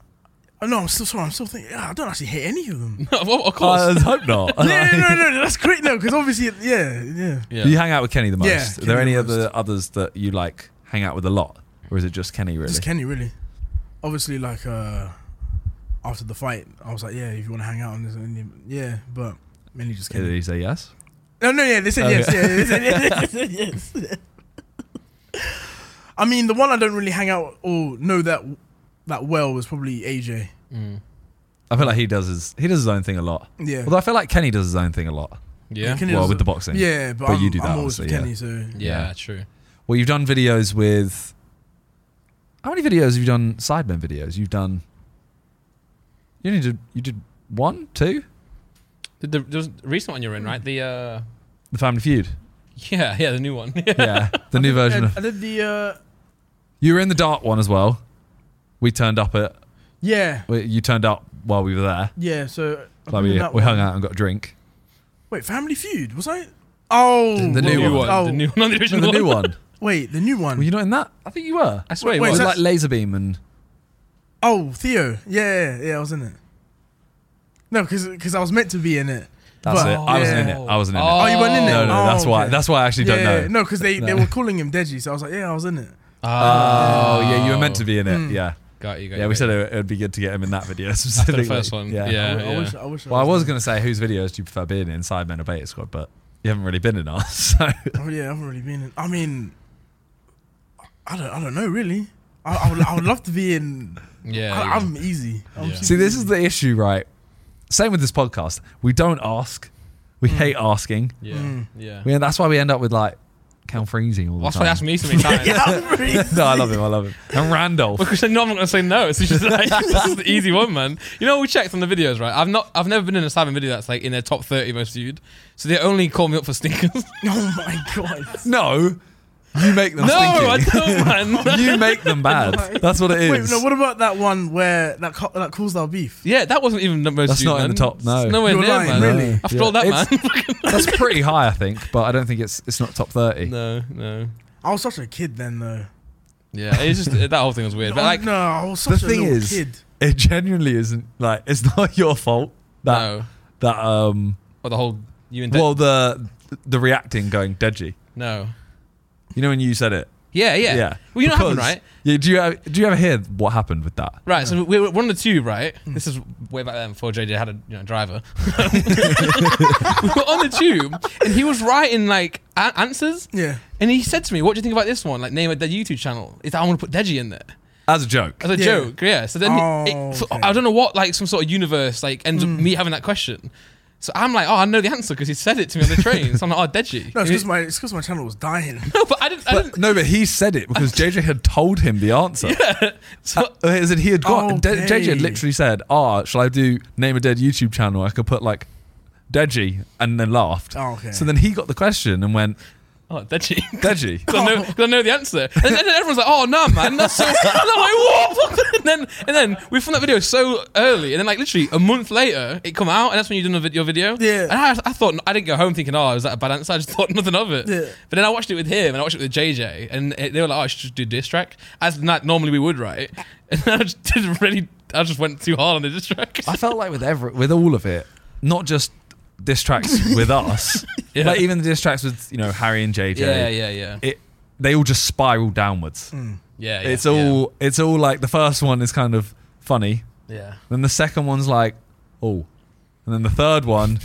Oh, no, I'm still sorry. I'm still thinking. ah, I don't actually hate any of them.
of of course.
I hope not.
yeah, no, no, no, that's great. No, because obviously, yeah, yeah.
yeah.
Do you hang out with Kenny the most?
Yeah,
Are
Kenny
there any
the
other others that you like hang out with a lot, or is it just Kenny really?
Just Kenny, really. Obviously, like uh, after the fight, I was like, yeah, if you want to hang out on this, and you- yeah, but mainly just
Did
Kenny.
he say yes?
No, no, yeah, they said
Oh,
yes.
yeah.
Yeah, they said yes. they said yes. I mean, the one I don't really hang out or know that that well was probably AJ.
Mm.
I feel like he does his he does his own thing a lot.
Yeah.
Although I feel like Kenny does his own thing a lot.
yeah.
Kenny
well,
does-
with the boxing.
Yeah, but,
But
I'm,
you do that,
I'm always with Kenny,
obviously,
so
Yeah,
Yeah.
true.
Well, you've done videos with. How many videos have you done? Sidemen videos. You've done. You only did. You did one, two.
Did the, there was a recent one you're in, right? The uh,
The Family Feud.
yeah, yeah, the new one.
Yeah, the new version
I,
of.
I did the uh,
You were in the dark one as well. We turned up at.
yeah,
we- You turned up while we were there.
yeah. So I've
Like
been in
we,
that
we
one.
hung out and got a drink.
Wait, Family Feud was I? Oh,
The new
wait,
one.
Oh,
The new one. Not the
No,
original
the new one.
Wait, the new one.
Were you not in that? I think you were.
I swear it
Wait,
It
was.
was
so-
like laser beam and.
oh, Theo. Yeah, yeah, yeah, I was in it. No, because I was meant to be in it.
That's
But-
it. I wasn't in
Oh.
it. I wasn't in
Oh.
Oh,
it.
you weren't in it.
No, no,
Oh,
that's why.
okay.
That's why I actually
yeah,
don't
yeah,
know.
yeah. No, because they, they
No.
were calling him Deji, so I was like, yeah, I was in it.
Oh, yeah, you were meant to be in it.
Mm.
Yeah.
Ah, Got you. Got
Yeah,
you,
we
got
said
you.
it would be good to get him in that video specifically.
first one.
I,
Yeah,
I
yeah.
wish, I wish.
Well, I was
there.
gonna say whose videos do you prefer being in, Sidemen or Beta Squad, but you haven't really been in ours. So
Oh yeah, I haven't really been in. I mean, I don't, I don't know really. I, I, would, I would love to be in.
Yeah,
I,
yeah.
I'm easy. I'm
Yeah.
super
see, this is
easy.
the issue, right? Same with this podcast. We don't ask.
Hmm.
We hate asking.
yeah,
Mm.
yeah.
We, that's why we end up with like Cal Freezing all the
That's why
time.
he asked me so many times.
yeah, I'm pretty easy.
no, I love him. I love him. And Randolph.
Because I know I'm not gonna say no. So she's like, this is the easy one, man. You know, we checked on the videos, right? I've not, I've never been in a Simon video that's like in their top 30 most viewed. So they only call me up for stinkers. no,
Oh my god.
no, you make them.
I
stinky.
don't, man.
you make them bad. That's what it
Wait,
is.
no. What about that one where that co- that caused our beef?
yeah, that wasn't even the most.
That's
viewed,
not in
man.
the top, no.
it's nowhere
You're
near,
lying,
man.
really?
I scrolled that,
It's-
man.
That's pretty high, I think, but I don't think it's it's not top thirty.
no, no.
I was such a kid then, though.
Yeah, it's just that whole thing was weird. But
Oh,
like,
no, I was such a
thing
little
is-
kid.
It genuinely isn't like it's not your fault that
no,
that um
or the whole you and
well the the reacting going dodgy.
no.
You know when you said it.
Yeah, yeah,
Yeah.
Well, you know what happened,
Because-
right?
Yeah. Do you ever, do you ever hear what happened with that?
Right, so we were on the tube, right?
Hmm.
This is way back then before JJ had a you know, driver. we were on the tube, and he was writing like a- answers,
Yeah.
and he said to me, "What do you think about this one? Like, name of the YouTube channel. Is that I want to put Deji in there
As a joke.
as a
Yeah.
joke?" Yeah. So then it-
Oh,
so
okay. Hmm.
I don't know what like some sort of universe like ends up me having that question. So I'm like, "Oh, I know the answer because he said it to me on the train." so I'm like, "Oh, Deji."
No,
And
it's because my it's 'cause my channel was dying.
he- no, but I didn't. I
But,
didn't
no, but he said it because JJ had told him the answer.
so,
Uh, As in he had got and De- JJ had
Oh, Okay.
literally said, "Ah, shall I do name a dead YouTube channel? I could put like Deji," and then laughed.
Oh, okay.
So then he got the question and went,
Oh, Deji.
Deji.
Because I,
Oh.
know- 'cause I know the answer. And then everyone's like, oh, no, man. That's so. And I'm like, what? And then, and then we filmed that video so early. And then, like, literally a month later, it come out. And that's when you done the vid- your video.
Yeah.
And I, I thought, I didn't go home thinking, oh, is that a bad answer? I just thought nothing of it.
Yeah.
But then I watched it with him and I watched it with JJ. And it, they were like, oh, I should just do diss track. As not, normally we would, right? And I just didn't really. I just went too hard on the diss track.
I felt like with every, with all of it, not just diss tracks with us,
Yeah.
like even the diss tracks with you know Harry and JJ.
yeah, yeah, yeah.
It they all just spiral downwards.
Yeah, yeah,
It's
yeah.
all it's all like the first one is kind of funny,
Yeah.
then the second one's like oh, and then the third one.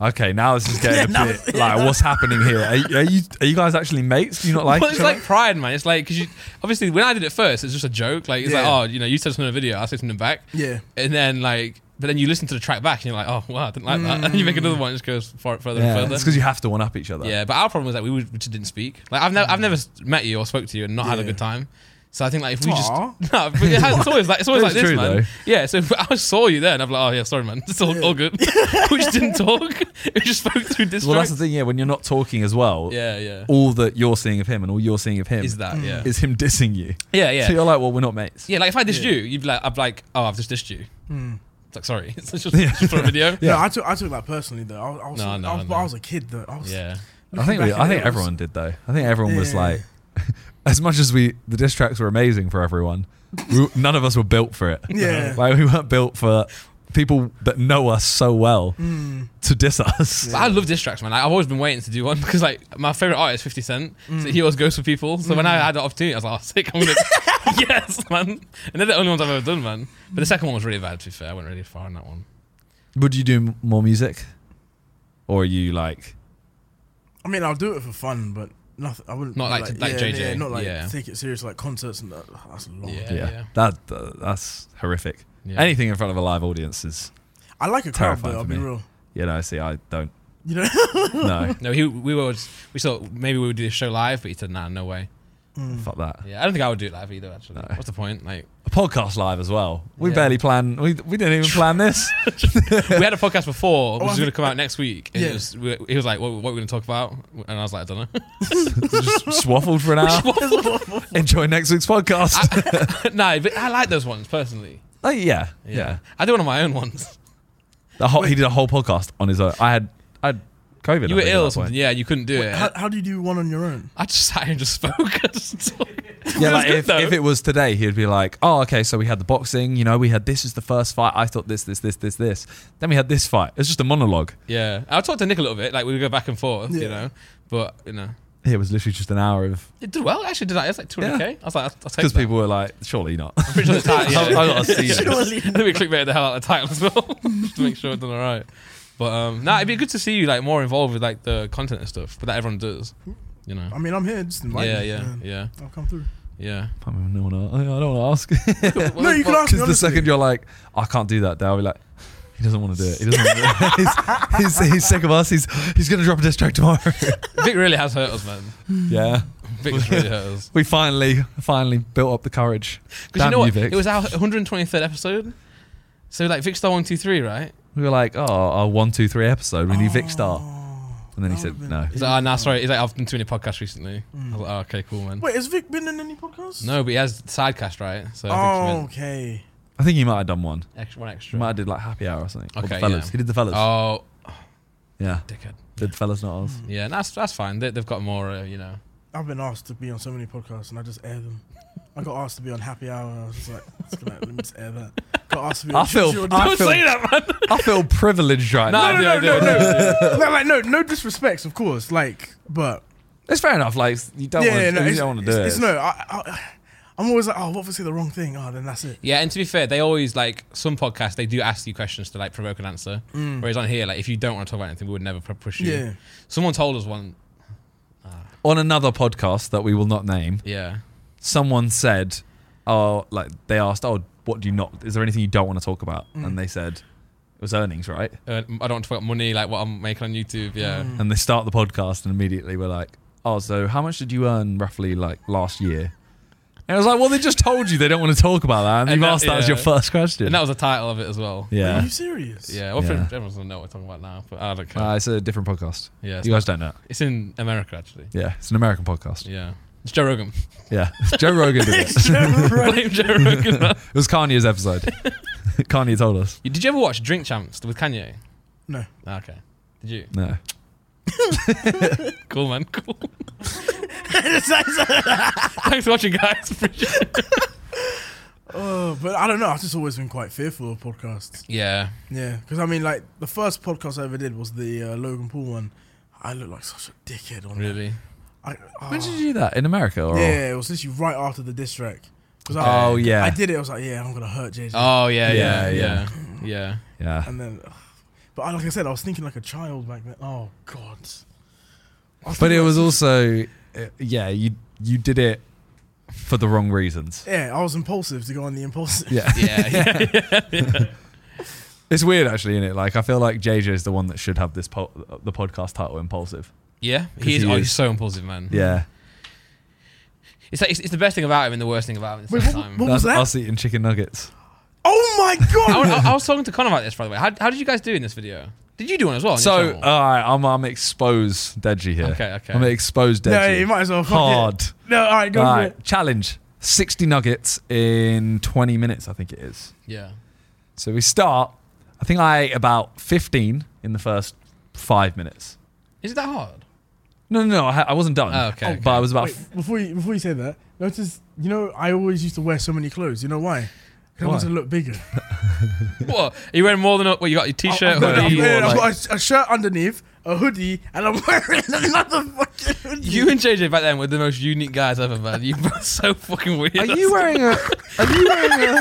Okay, now this is getting
Yeah,
a
now-
bit like what's happening here? Are, you- are you are you guys actually mates? Do you not like?
well,
each
it's
other?
like pride, man. It's like because you obviously when I did it first, it's just a joke. Like it's
Yeah.
like oh, you know, you said something in a video, I said something back,
Yeah.
and then like, but then you listen to the track back, and you're like, oh wow, I didn't like that, and you make another one, it just goes far, further
yeah,
and
it's
further.
because you have to one up each other.
Yeah, but our problem was that we, would, we just didn't speak. Like I've never, I've never s- met you or spoke to you and not had a
Yeah.
good time. So I think like if we
Aw.
just no, but it has, it's always like it's always
That's
like this,
true,
man.
though.
Yeah. So if I saw you there, and I'm like, oh yeah, sorry, man, it's all, all good. we just didn't talk. We just spoke through distracts.
Well, that's the thing. Yeah, when you're not talking as well,
yeah, yeah.
all that you're seeing of him and all you're seeing of him
Is that yeah?
is him dissing you.
Yeah, yeah.
So you're like, well, we're not mates.
Yeah, like if I dissed
Yeah. Hmm.
you, you'd be like, I'd be like, oh, I've just dissed you. It's like, sorry, it's just, just for a video.
Yeah.
No, I took I took that personally though. I was, I was,
No, no,
I was,
no.
I was a kid though. I was
Yeah.
I think
Looking
we,
back
I
at it,
think
it was-
everyone did though. I think everyone was
Yeah.
like, as much as we the diss tracks were amazing for everyone, we, none of us were built for it.
Yeah.
like we weren't built for people that know us so well to diss us.
But I love diss tracks, man. Like, I've always been waiting to do one because, like, my favorite artist, 50 Cent, so
Hmm.
he always goes for people. So when I had the opportunity, I was like, oh, sick, I'm gonna, yes, man. And they're the only ones I've ever done, man. But the second one was really bad, to be fair. I went really far on that one.
Would you do m- more music, or are you like?
I mean, I'll do it for fun, but nothing. I wouldn't.
Not like- like
yeah,
JJ,
Yeah, not like
yeah.
take it serious like concerts and that. That's long.
Yeah.
Yeah, that that- that's horrific.
Yeah.
Anything in front of a live audience is,
I like a crowd
Terrifying
though. I'll
for
be
me.
real.
you know. See, I don't
You know.
know.
No, he, we were, just- we thought maybe we would do this show live, but he said, nah, no way.
Fuck that.
Yeah, I don't think I would do it live either, actually. What's the point? Like,
a podcast live as well. We
Yeah.
barely plan. We, we didn't even plan this.
we had a podcast before,
Oh,
which
I
was going to
think-
come out next week. And it
Yeah.
was, we, he was like, what, what are we going to talk about? And I was like, I don't know.
just swaffled for an hour. Enjoy next week's podcast.
no, but I like those ones personally.
oh yeah, yeah,
Yeah. I do one of my own ones.
The whole, he did a whole podcast on his own. I had I had COVID.
You
I
were ill or
think, at that point.
something. Yeah, you couldn't do it.
How, how do you do one on your own?
I just sat here and just spoke. I just talked.
Yeah,
It was
like
good,
if,
though.
if it was today, he'd be like, "Oh, okay, so we had the boxing. You know, we had this is the first fight. I thought this, this, this, this, this. Then we had this fight. It's just a monologue.
yeah. I talked to Nick a little bit. Like, we would go back and forth, you
Yeah.
know. But, you know.
It was literally just an hour of
It did well. I actually did that. It was like 200k. I was like, I'll, I'll take
because
that.
people were like, "Surely not."
I'm pretty sure the title-
I, I
yeah.
got a seizure.
I think we clickbaited the hell out of the title as well, just to make sure it's done all right. But um, nah, it'd be good to see you like more involved with like the content and stuff, but that everyone does, you know.
I mean, I'm here. Just invite
Yeah,
me,
yeah,
and
yeah,
I'll come through.
yeah.
I don't want to. I don't want to ask.
No, you can ask me
Because the
honestly.
second you're like, I can't do that, Dale, be like, he doesn't want to do it. He doesn't want to do it. He's, he's, he's sick of us. He's he's going to drop a diss track tomorrow.
Vic really has hurt us, man.
yeah.
Vic has really hurt us.
We finally, finally built up the courage.
Because
Damn
you know what?
Vic.
It was our 123rd episode. So like Vic Star 123, right?
we were like, oh, our one, two, three episode. We need Vic Star.
Oh,
And then he
that
said,
would've
no.
been-
He's like, oh, nah, sorry. He's like, I've done too many podcasts recently. I was like, oh, okay, cool, man.
Wait, has Vic been in any podcasts?
No, but he has sidecast, right? So I think
Oh,
he's meant
okay.
I think he might have done one.
Oh.
extra, one
He
extra.
might have did like Happy Hour or something. Or
Okay,
the fellas.
yeah.
He did the fellas.
Oh,
yeah.
dickhead.
Did the fellas, not us.
Yeah, and that's that's fine. They, they've got more, uh, you know.
I've been asked to be on so many podcasts and I just air them. I got asked to be on Happy Hour and I was just like, it's gonna, let me just air that. Got asked to be on
I feel-
Should you-
I
Don't
feel-
say that, man.
I feel privileged right
No,
now.
I do, I do, I do, I do.
no, like, no, no disrespects, of course. Like, but
It's fair enough. Like, you don't
yeah,
want
no,
to
it's,
do
it's,
it.
it's no. I, I, I'm always like, oh, what if I say the wrong thing? Oh, then that's it.
Yeah, and to be fair, they always like some podcasts. They do ask you questions to like provoke an answer. Whereas on here, like if you don't want to talk about anything, we would never pu- push you.
Mm. Yeah.
Someone told us one.
On another podcast that we will not name,
Yeah.
someone said, "Oh, like they asked, oh, what do you not? Is there anything you don't want to talk about?"
Mm.
And they said, "It was earnings, right?"
Uh, I don't want to talk about money, like what I'm making on YouTube. Yeah.
Mm.
Mm. And they start the podcast and immediately we're like, "Oh, so how much did you earn roughly like last year?" And I was like, well, they just told you they don't want to talk about that. And,
And
you've
that-
asked that as your
yeah.
first question.
And that was the title of it as well.
Are
yeah.
you serious?
Yeah, well,
Yeah.
pretty much everyone's gonna know what we're talking about now, but I don't care.
Uh, it's a different podcast.
yeah, it's,
You guys don't know.
it's in America actually.
Yeah. It's an American podcast.
Yeah, it's Joe Rogan.
Yeah. Joe Rogan did it.
Blame Joe Rogan.
It was Kanye's episode. Kanye told us.
Did you ever watch Drink Champs with Kanye? Ah,
No.
Okay. Did you?
No.
Cool, man. Cool.
oh,
Thanks for watching, guys. Appreciate it.
Oh, but I don't know. I've just always been quite fearful of podcasts.
Yeah.
Yeah, because I mean, like the first podcast I ever did was the uh, Logan Paul one. I looked like such a dickhead on that.
Really?
I,
When did
ah.
you do that? In America? Or?
Yeah, it was literally right after the diss track. 'Cause I,
Oh, yeah.
I did it. I was like, yeah, I'm gonna hurt JJ.
Oh yeah,
Yeah,
yeah,
yeah.
yeah, yeah.
Yeah.
and then, ugh. but like I said, I was thinking like a child back then. Oh God. I
But it
thinking
was
like-
also, uh, yeah, you you did it for the wrong reasons.
Yeah, I was impulsive to go on the impulsive.
Yeah.
Yeah, yeah, yeah, yeah.
It's weird, actually, isn't it? Like, I feel like JJ is the one that should have this po- the podcast title impulsive.
Yeah,
he
he is. Oh,
is.
he's so impulsive, man.
Yeah,
It's, like, it's it's the best thing about him and the worst thing about him at the
Wait,
same
what-
time.
what- was
that's
that?
us eating chicken nuggets.
Oh my
I,
God.
I- I was talking to Connor about this, by the way. How, how did you guys do in this video? Did you do one as well? on your
So, uh,
channel?
all right, I'm I'm expose Deji here.
Okay, okay.
I'm expose Deji.
no, you might as well. Fuck it.
hard.
No, all right, go
All
for
right,
it.
challenge: sixty nuggets in twenty minutes. I think it is.
yeah,
So we start. I think I ate about fifteen in the first five minutes.
is it that hard?
No, no, no. I, ha- I wasn't done.
Oh, okay,
But I was about.
Wait, before you before you say that, notice you know I always used to wear so many clothes. You know why? 'Cause I
Why?
want to look bigger.
what? Are you wearing more than a, what? You got your t-shirt,
Oh,
I've got, I've
hoodie.
wore,
got- I've
like-
got a, a shirt underneath, a hoodie, and I'm wearing another fucking hoodie.
You and JJ back then were the most unique guys ever, man. You both so fucking weird.
F- are you wearing a? Are you wearing a?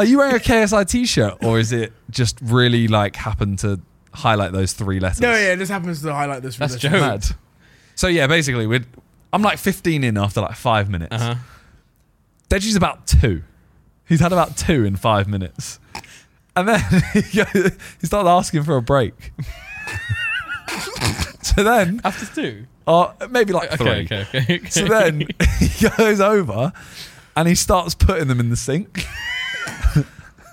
Are you wearing a KSI t-shirt or is it just really like happen to highlight those three letters?
no, yeah, this happens to highlight this.
That's
realistic.
joke.
Mad. So yeah, basically, we're. I'm like 15 in after like five minutes.
Uh huh.
Deji's about two. He's had about two in five minutes. And then he goes- he started asking for a break. so then,
After two.
or maybe like three.
Okay, okay, okay, okay.
So then he goes over and he starts putting them in the sink.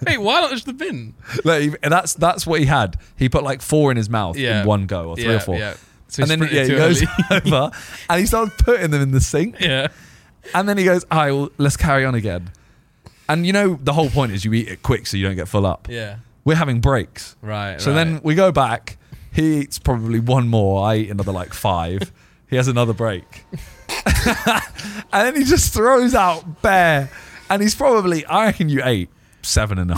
wait, why not just the bin?
Like, he- that's that's what he had. He put like four in his mouth
Yeah.
in one go, or three or four.
Yeah. So
And then yeah, he goes over and he starts putting them in the sink.
yeah.
And then he goes, "All right, well, let's carry on again." And you know, the whole point is you eat it quick so you don't get full up.
Yeah.
We're having breaks.
Right.
So then we go back. He eats probably one more. I eat another like five. he has another break. and then he just throws out bare. And he's probably, I reckon you ate seven and a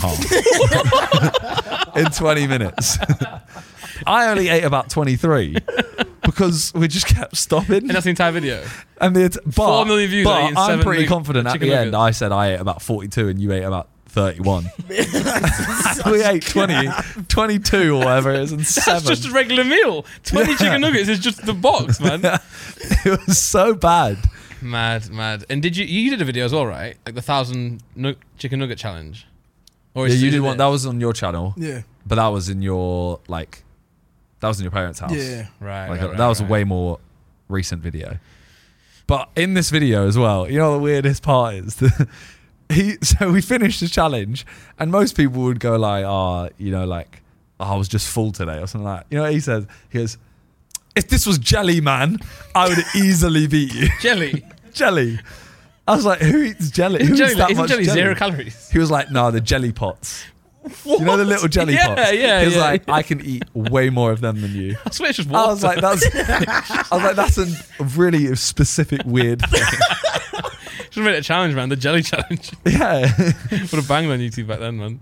half in 20 minutes. I only ate about 23 because we just kept stopping.
And that's the entire video.
And the but,
Four million views,
But
I eat
I'm
seven
pretty
nug-
confident at the
chicken
end.
nuggets.
I said I ate about 42 and you ate about 31. we ate 20, 22 or whatever it is, and
That's
seven.
just a regular meal. 20 chicken nuggets is just the box, man.
it was so bad.
mad, mad. And did you, you did a video as well, right? Like the thousand nu- chicken nugget challenge. Or
Yeah,
is
you
is
did
it-
one. That was on your channel,
Yeah,
but that was in your like, that was in your parents' house.
yeah.
Right.
like
right,
that
right,
was a
right.
way more recent video. But in this video as well, you know the weirdest part is the, he. So we finished the challenge, and most people would go like, "Ah, you know, like "Oh, I was just full today" or something like. That. You know what he says? He goes, "If this was jelly, man, I would easily beat you."
Jelly.
jelly. I was like, "Who eats jelly?
Isn't
Who eats
jelly,
that
isn't
much
jelly,
jelly?"
zero calories?
He was like, "No, the jelly pots." You know the little jelly
Yeah,
pots.
yeah,
He was
yeah.
like, "I can eat way more of them than you."
I swear it's just
I
water.
was like, that's. I was like, that's a really specific weird thing.
Should have made it a challenge, man. The jelly challenge.
Yeah,
Would have banged on YouTube back then, man.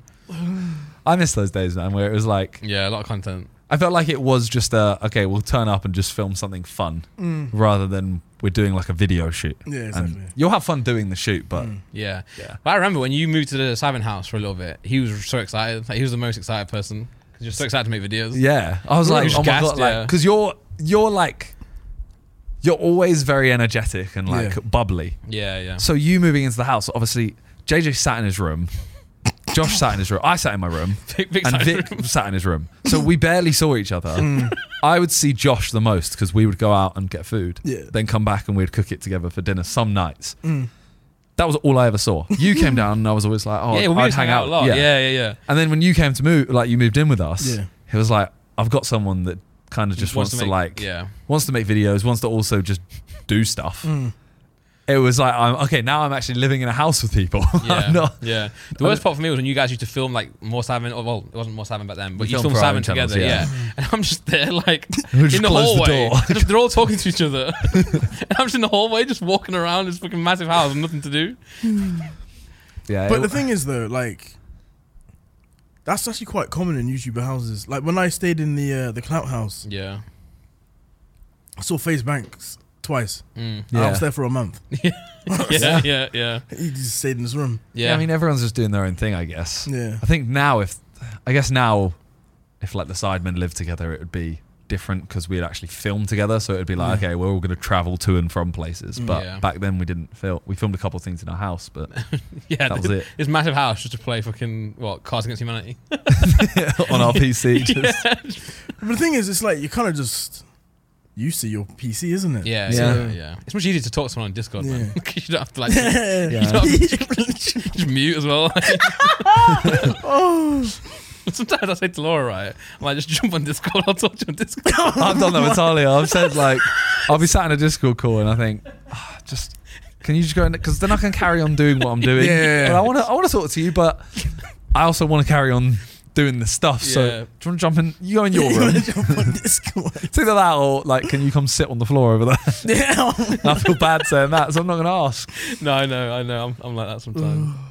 I miss those days, man. Where it was like,
Yeah, a lot of content.
I felt like it was just a okay, we'll turn up and just film something fun, rather than we're doing like a video shoot.
Mm. Yeah,
And
exactly. Mm.
you'll have fun doing the shoot, but
Yeah.
Yeah.
But I remember when you moved to the Simon house for a little bit, he was so excited. Like, he was the most excited person. Because you're so excited to make videos.
yeah, I was
We were
like,
just
oh my
gassed,
god, like,
yeah.
because you're you're like, you're always very energetic and like
Yeah.
bubbly.
Yeah, yeah.
So you moving into the house, obviously, JJ sat in his room. Josh sat in his room. I sat in my room.
Vic- Vic
and
sat in his
Vic sat in his room. So we barely saw each
Mm.
other. I would see Josh the most because we would go out and get food.
Yeah. Mm.
Then come back and we'd cook it together for dinner some nights. That was all I ever saw. You came down, and I was always like, "Oh,
yeah, we
I'd
used to
hang out
a lot. Yeah, yeah, yeah.
And then when you came to move, like you moved in with us,
Yeah.
it was like, "I've got someone that kind of just wants, to,
make-
like,
yeah.
wants to make videos, wants to also just do stuff."
Mm.
It was like, I'm, okay, now I'm actually living in a house with people. I'm
Yeah,
not-
yeah. The worst part for me was when you guys used to film like more Simon. Or, well, it wasn't more Simon back then, but
We
you
filmed
filmed
for our own
Simon
channels,
together.
yeah.
Yeah. and I'm just there like
We just
in the
closed the
hallway.
door.
Just- they're all talking to each other. and I'm just in the hallway, just walking around this fucking massive house with nothing to do.
yeah.
But
it-
the thing is, though, like that's actually quite common in YouTuber houses. Like when I stayed in the uh, the Clout House,
Yeah.
I saw Face Banks twice.
Mm.
I
yeah.
was there for a month.
Yeah, yeah, yeah,
He just stayed in his room.
yeah.
yeah, I mean, everyone's just doing their own thing, I guess.
Yeah.
I think now, if I guess now, if like the sidemen lived together, it would be different because we'd actually film together. So it'd be like, okay, we're all going to travel to and from places. But
Mm. Yeah.
back then, we didn't film. We filmed a couple things in our house, but
yeah,
that was
this,
it.
this massive house just to play fucking what Cards Against Humanity.
on our PC, just,
But the thing is, it's like you're kind of just used to your PC, isn't it?
Yeah, yeah,
Yeah.
yeah, It's much easier to talk to someone on Discord, man. 'Cause you don't have to like
Yeah.
you don't have to, just mute as well.
Oh,
Sometimes I say to Laura, right, I'm like, just jump on Discord. I'll talk to you on Discord.
I've done that with Talia. I've said like, I'll be sat in a Discord call and I think, "Ah, just can you just go in because then I can carry on doing what I'm doing.
Yeah, yeah, yeah.
But I want to I want to talk to you, but I also want to carry on doing the stuff. So
Yeah.
do you want to jump in? You go in your room.
jump on Discord.
It's either that or like, can you come sit on the floor over there?
Yeah.
I feel bad saying that, so I'm not going to ask.
No, I know, I know. I'm, I'm like that sometimes.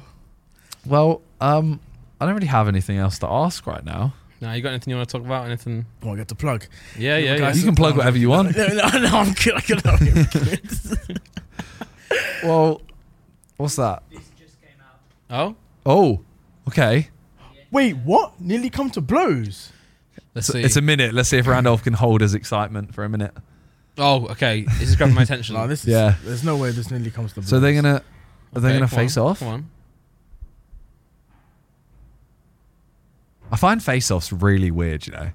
Well, um, I don't really have anything else to ask right now.
nah, you got anything you want to talk about? Anything?
Well, I get to plug.
Yeah, yeah, yeah.
guys.
You can plug whatever you want.
No, no, no, I'm kidding. I'm kidding.
Well, what's that?
This just came out.
Oh,
Oh, okay.
Wait, what? Nearly come to blows.
let's
So
see.
it's a minute. Let's see if Randolph can hold his excitement for a minute.
oh, okay. This is grabbing my attention.
No, this is.
Yeah.
There's no way this nearly comes to blows.
So they're gonna are they
Okay,
gonna
come on,
face off?
Come on.
I find face offs really weird. You know,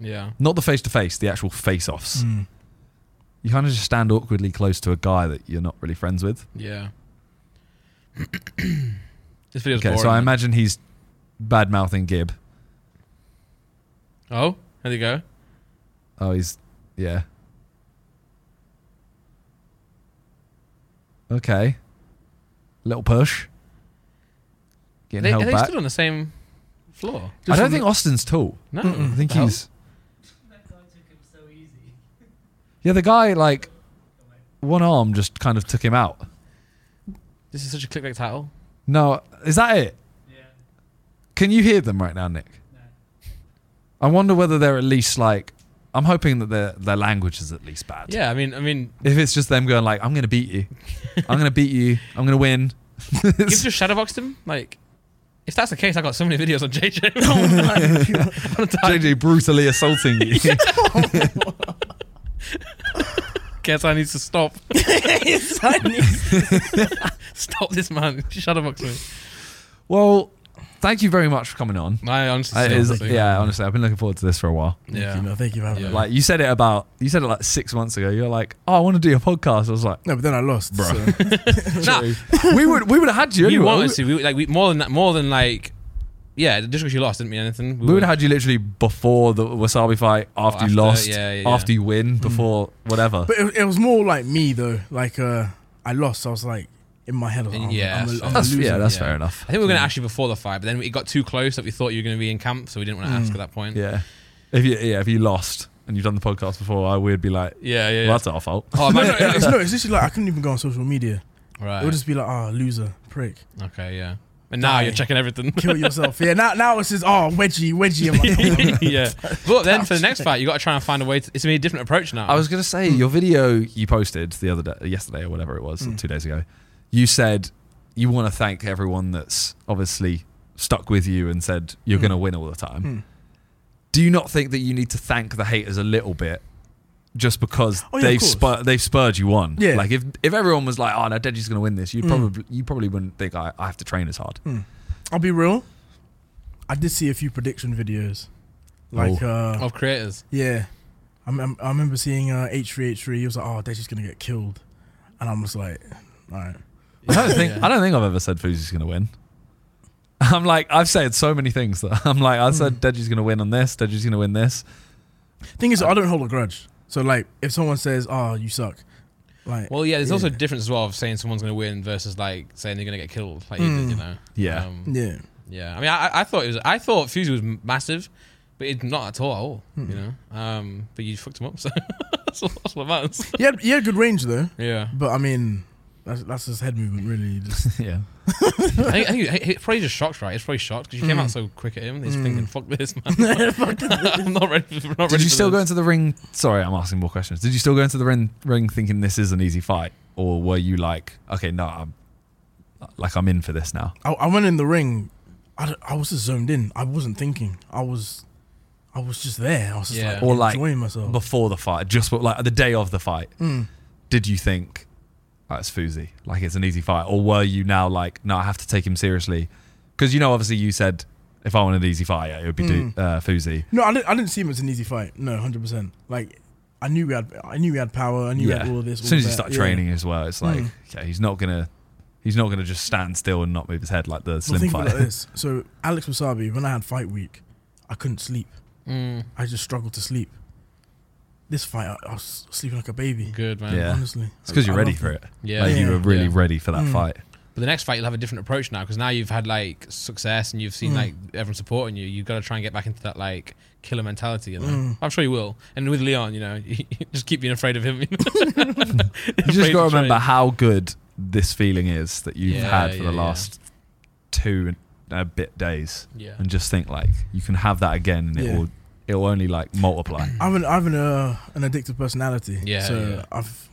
Yeah.
not the face to face, the actual face offs. You kind of just stand awkwardly close to a guy that you're not really friends with.
Yeah. this video's
Okay,
boring.
so I imagine he's bad mouthing Gib.
oh, there you go.
Oh, he's yeah. Okay. Little push.
Are
Getting
they, are
held
they
back.
still on the same floor?
I don't
Just
think Austin's tall.
No.
I think
Oh.
he's
That guy took him so easy.
yeah. The guy like one arm just kind of took him out.
This is such a clickbait title.
No, is that it?
Yeah.
Can you hear them right now, Nick?
No.
I wonder whether they're at least like. I'm hoping that their their language is at least bad.
Yeah, I mean, I mean,
If it's just them going like, "I'm gonna beat you, I'm gonna beat you, I'm gonna win."
give just shadowboxed him. Like, if that's the case, I got so many videos on JJ.
JJ brutally assaulting you.
Guess I need to stop.
Chinese.
Stop this man. Shadowbox me.
Well, thank you very much for coming on.
I honestly
It
still
is-
think-
yeah, honestly, I've been looking forward to this for a while.
Thank you,
Yeah.
no, thank you for having
Yeah.
me.
Like you said it about you said it like six months ago. You're like, oh, I want to do a podcast. I was like,
No, but then I lost.
Bruh.
so-
Nah,
we would we would have had you.
we
anyway.
wanted to. We, like, we more than that. More than like, yeah. Just because you lost didn't mean anything.
We would have had you literally before the wasabi fight, after,
Oh, after,
you lost,
yeah, Hmm. yeah,
after
yeah.
you win, before whatever.
But it, it was more like me though. Like uh, I lost. I was like in my head. I was like, I'm,
Yeah,
I'm a-
that's
I'm a
That's,
loser.
yeah, that's
yeah.
fair enough.
I think we were going to ask you before the fight, but then it got too close that we thought you were going to be in camp, so we didn't want to ask
Mm.
at that point.
Yeah, if you yeah if you lost and you've done the podcast before, I would be like,
Yeah, yeah, yeah.
well, that's our fault.
oh,
No,
man.
no, it's, no, it's literally like I couldn't even go on social media. It
right.
would just be like, ah, loser, prick,
okay, yeah. And now you're
Die.
checking everything.
kill yourself. yeah, now now it's just, oh, wedgie, wedgie. I'm like, oh,
yeah. But then for the next fight, you got to try and find a way. To, it's gonna be a different approach now.
I was gonna
Hmm.
say your video you posted the other day, yesterday or whatever it was, two days ago. You said you want to thank everyone that's obviously stuck with you and said you're
Hmm.
gonna win all the time. Do you not think that you need to thank the haters a little bit? Just because
Oh, yeah, of
they've
course.
spur- they've spurred you on,
Yeah. Hmm.
Like if, if everyone was like, "Oh no, Deji's gonna win this," you probably you probably wouldn't think I, I have to train as hard.
I'll be real. I did see a few prediction videos, like
Oh.
uh,
of creators.
Yeah. I, mem- I "Ah, remember seeing uh, H3H3. He was like, oh, they're just going to get killed. And I'm just like, all right.
I don't think
Yeah.
I don't think I've ever said Fuzi's gonna win. I'm like I've said so many things that I'm like I said Deji's gonna win on this, Deji's gonna win this.
Thing is, I don't hold a grudge. So like, if someone says, "Oh, you suck," like,
Well, yeah, there's also a
Yeah.
difference as well of saying someone's going to win versus like saying they're going to get killed. Like,
Mm.
you, you know.
Hmm. Yeah.
Um,
yeah,
yeah. I mean, I, I thought it was. I thought Fusey was m- massive, but it's not at all. At all
Hmm.
You know. Um, but you fucked him up, so that's all that's all that matters.
yeah, yeah, good range though.
Yeah.
But I mean, that's that's just head movement, really. Just,
yeah.
I think, I think it's probably just shocked, right? It's probably shocked because you
Hmm.
came out so quick at him. He's thinking, "Fuck this, man! I'm not ready. For, I'm not ready."
Did you
for
still go
this.
into the ring? Sorry, I'm asking more questions. Did you still go into the ring, ring thinking this is an easy fight, or were you like, okay, no, I'm like I'm in for this now?
I, I went in the ring. I, don't- I was just zoned in. I wasn't thinking. I was, I was just there. I was just
Yeah.
like,
Or, like,
enjoying myself.
Before the fight, just what- like the day of the fight,
Mm.
did you think oh, it's Fuzi, like it's an easy fight, or were you now like, no, I have to take him seriously? Because you know, obviously, you said if I wanted an easy fight, it would be
Hmm.
do, uh, Fuzi.
No, I didn't. I didn't see him as an easy fight. No, hundred percent. Like, I knew we had. I knew we had power. I knew we
Yeah.
had all of this.
as soon
all
as you
that.
start
Yeah.
training as well, it's like,
Mm.
okay, he's not gonna, he's not gonna just stand still and not move his head like the
Well,
slim
think
fight.
about this. So Alex Wasabi, when I had fight week, I couldn't sleep.
Mm,
I just struggled to sleep. This fight, I, I was sleeping like a baby.
good, man.
Yeah.
Honestly,
It's because you're
I
ready
love
for it.
Yeah.
Like, you were really
Yeah.
ready for that
Mm.
fight.
But the next fight, you'll have a different approach now because now you've had like success and you've seen
Hmm.
Mm.
like everyone supporting you. You've got to try and get back into that like killer mentality. You know,
Mm.
Hmm.
I'm sure you will. And with Leon, you know, just keep being afraid of him.
You just got to remember how good this feeling is that you've
Yeah,
had for
yeah,
the
yeah.
last two and a bit days,
Yeah.
and just think like you can have that again, and it
Yeah.
will it will only like multiply.
I'm an I'm an, uh, an addictive personality.
Yeah,
So
yeah.
I've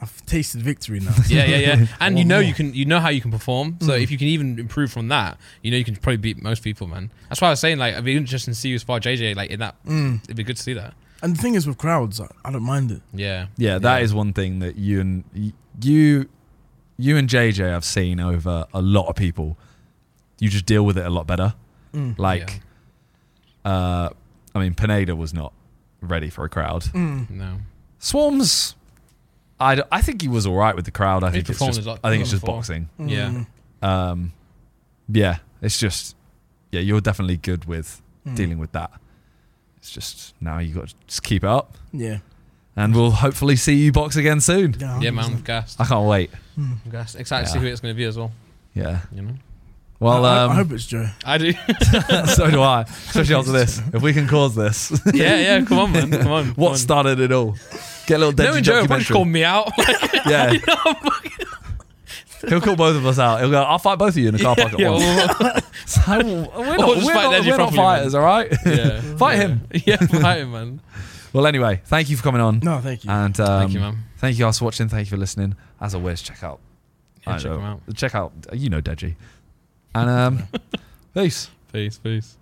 I've tasted victory now.
Yeah, yeah, yeah. And you
Oh,
One
know
more.
you can, you know how you can perform. So
Hmm.
if you can even improve from that, you know you can probably beat most people, man. That's why I was saying like I'd be interested to see you as far as JJ like in that.
Mm.
It'd be good to see that.
And the thing is with crowds, I, I don't mind it.
Yeah.
Yeah, that is one thing that you and y- you you and JJ have seen over a lot of people. You just deal with it a lot better.
Mm.
Like, uh, I mean, Pineda was not ready for a crowd.
Mm.
No.
Swarms. I, d- I think he was all right with the crowd. I
He
think it's
performed
just,
a lot-
I think
lot
it's just
before.
boxing.
Yeah.
Mm.
Um, yeah, it's just yeah, you're definitely good with
Hmm.
dealing with that. It's just now you got to just keep it up,
Yeah.
and we'll hopefully see you box again soon.
Yeah, man.
100%.
I'm gassed.
Oh, I can't wait.
I'm gassed. Excited to see
Yeah.
who it's going to be as well.
Yeah.
You know.
Well,
I, I-
um,
I hope it's Joe.
I do.
so do I. Especially after this, if we can cause this,
yeah, yeah. Come on, man. Come on. come
what
on.
started it all? Get a little
No,
Deji
Joe will probably just call
documentary.
me out.
Yeah. He'll call both of us out. He'll go, I'll fight both of you in the car park at
yeah,
once.
well,
So, we're not,
Or just
we're
fight
not-
Deji
we're not
properly, man.
fighters, all right?
yeah.
Fight
yeah.
him.
Yeah, fight him, man.
Well, anyway, thank you for coming on.
No, thank you.
And um,
Thank you, man.
Thank you guys for watching. Thank you for listening. As always, check out.
Yeah,
I
check
don't
him
know.
out.
Check out. You know, Deji. And um, peace.
Peace, peace.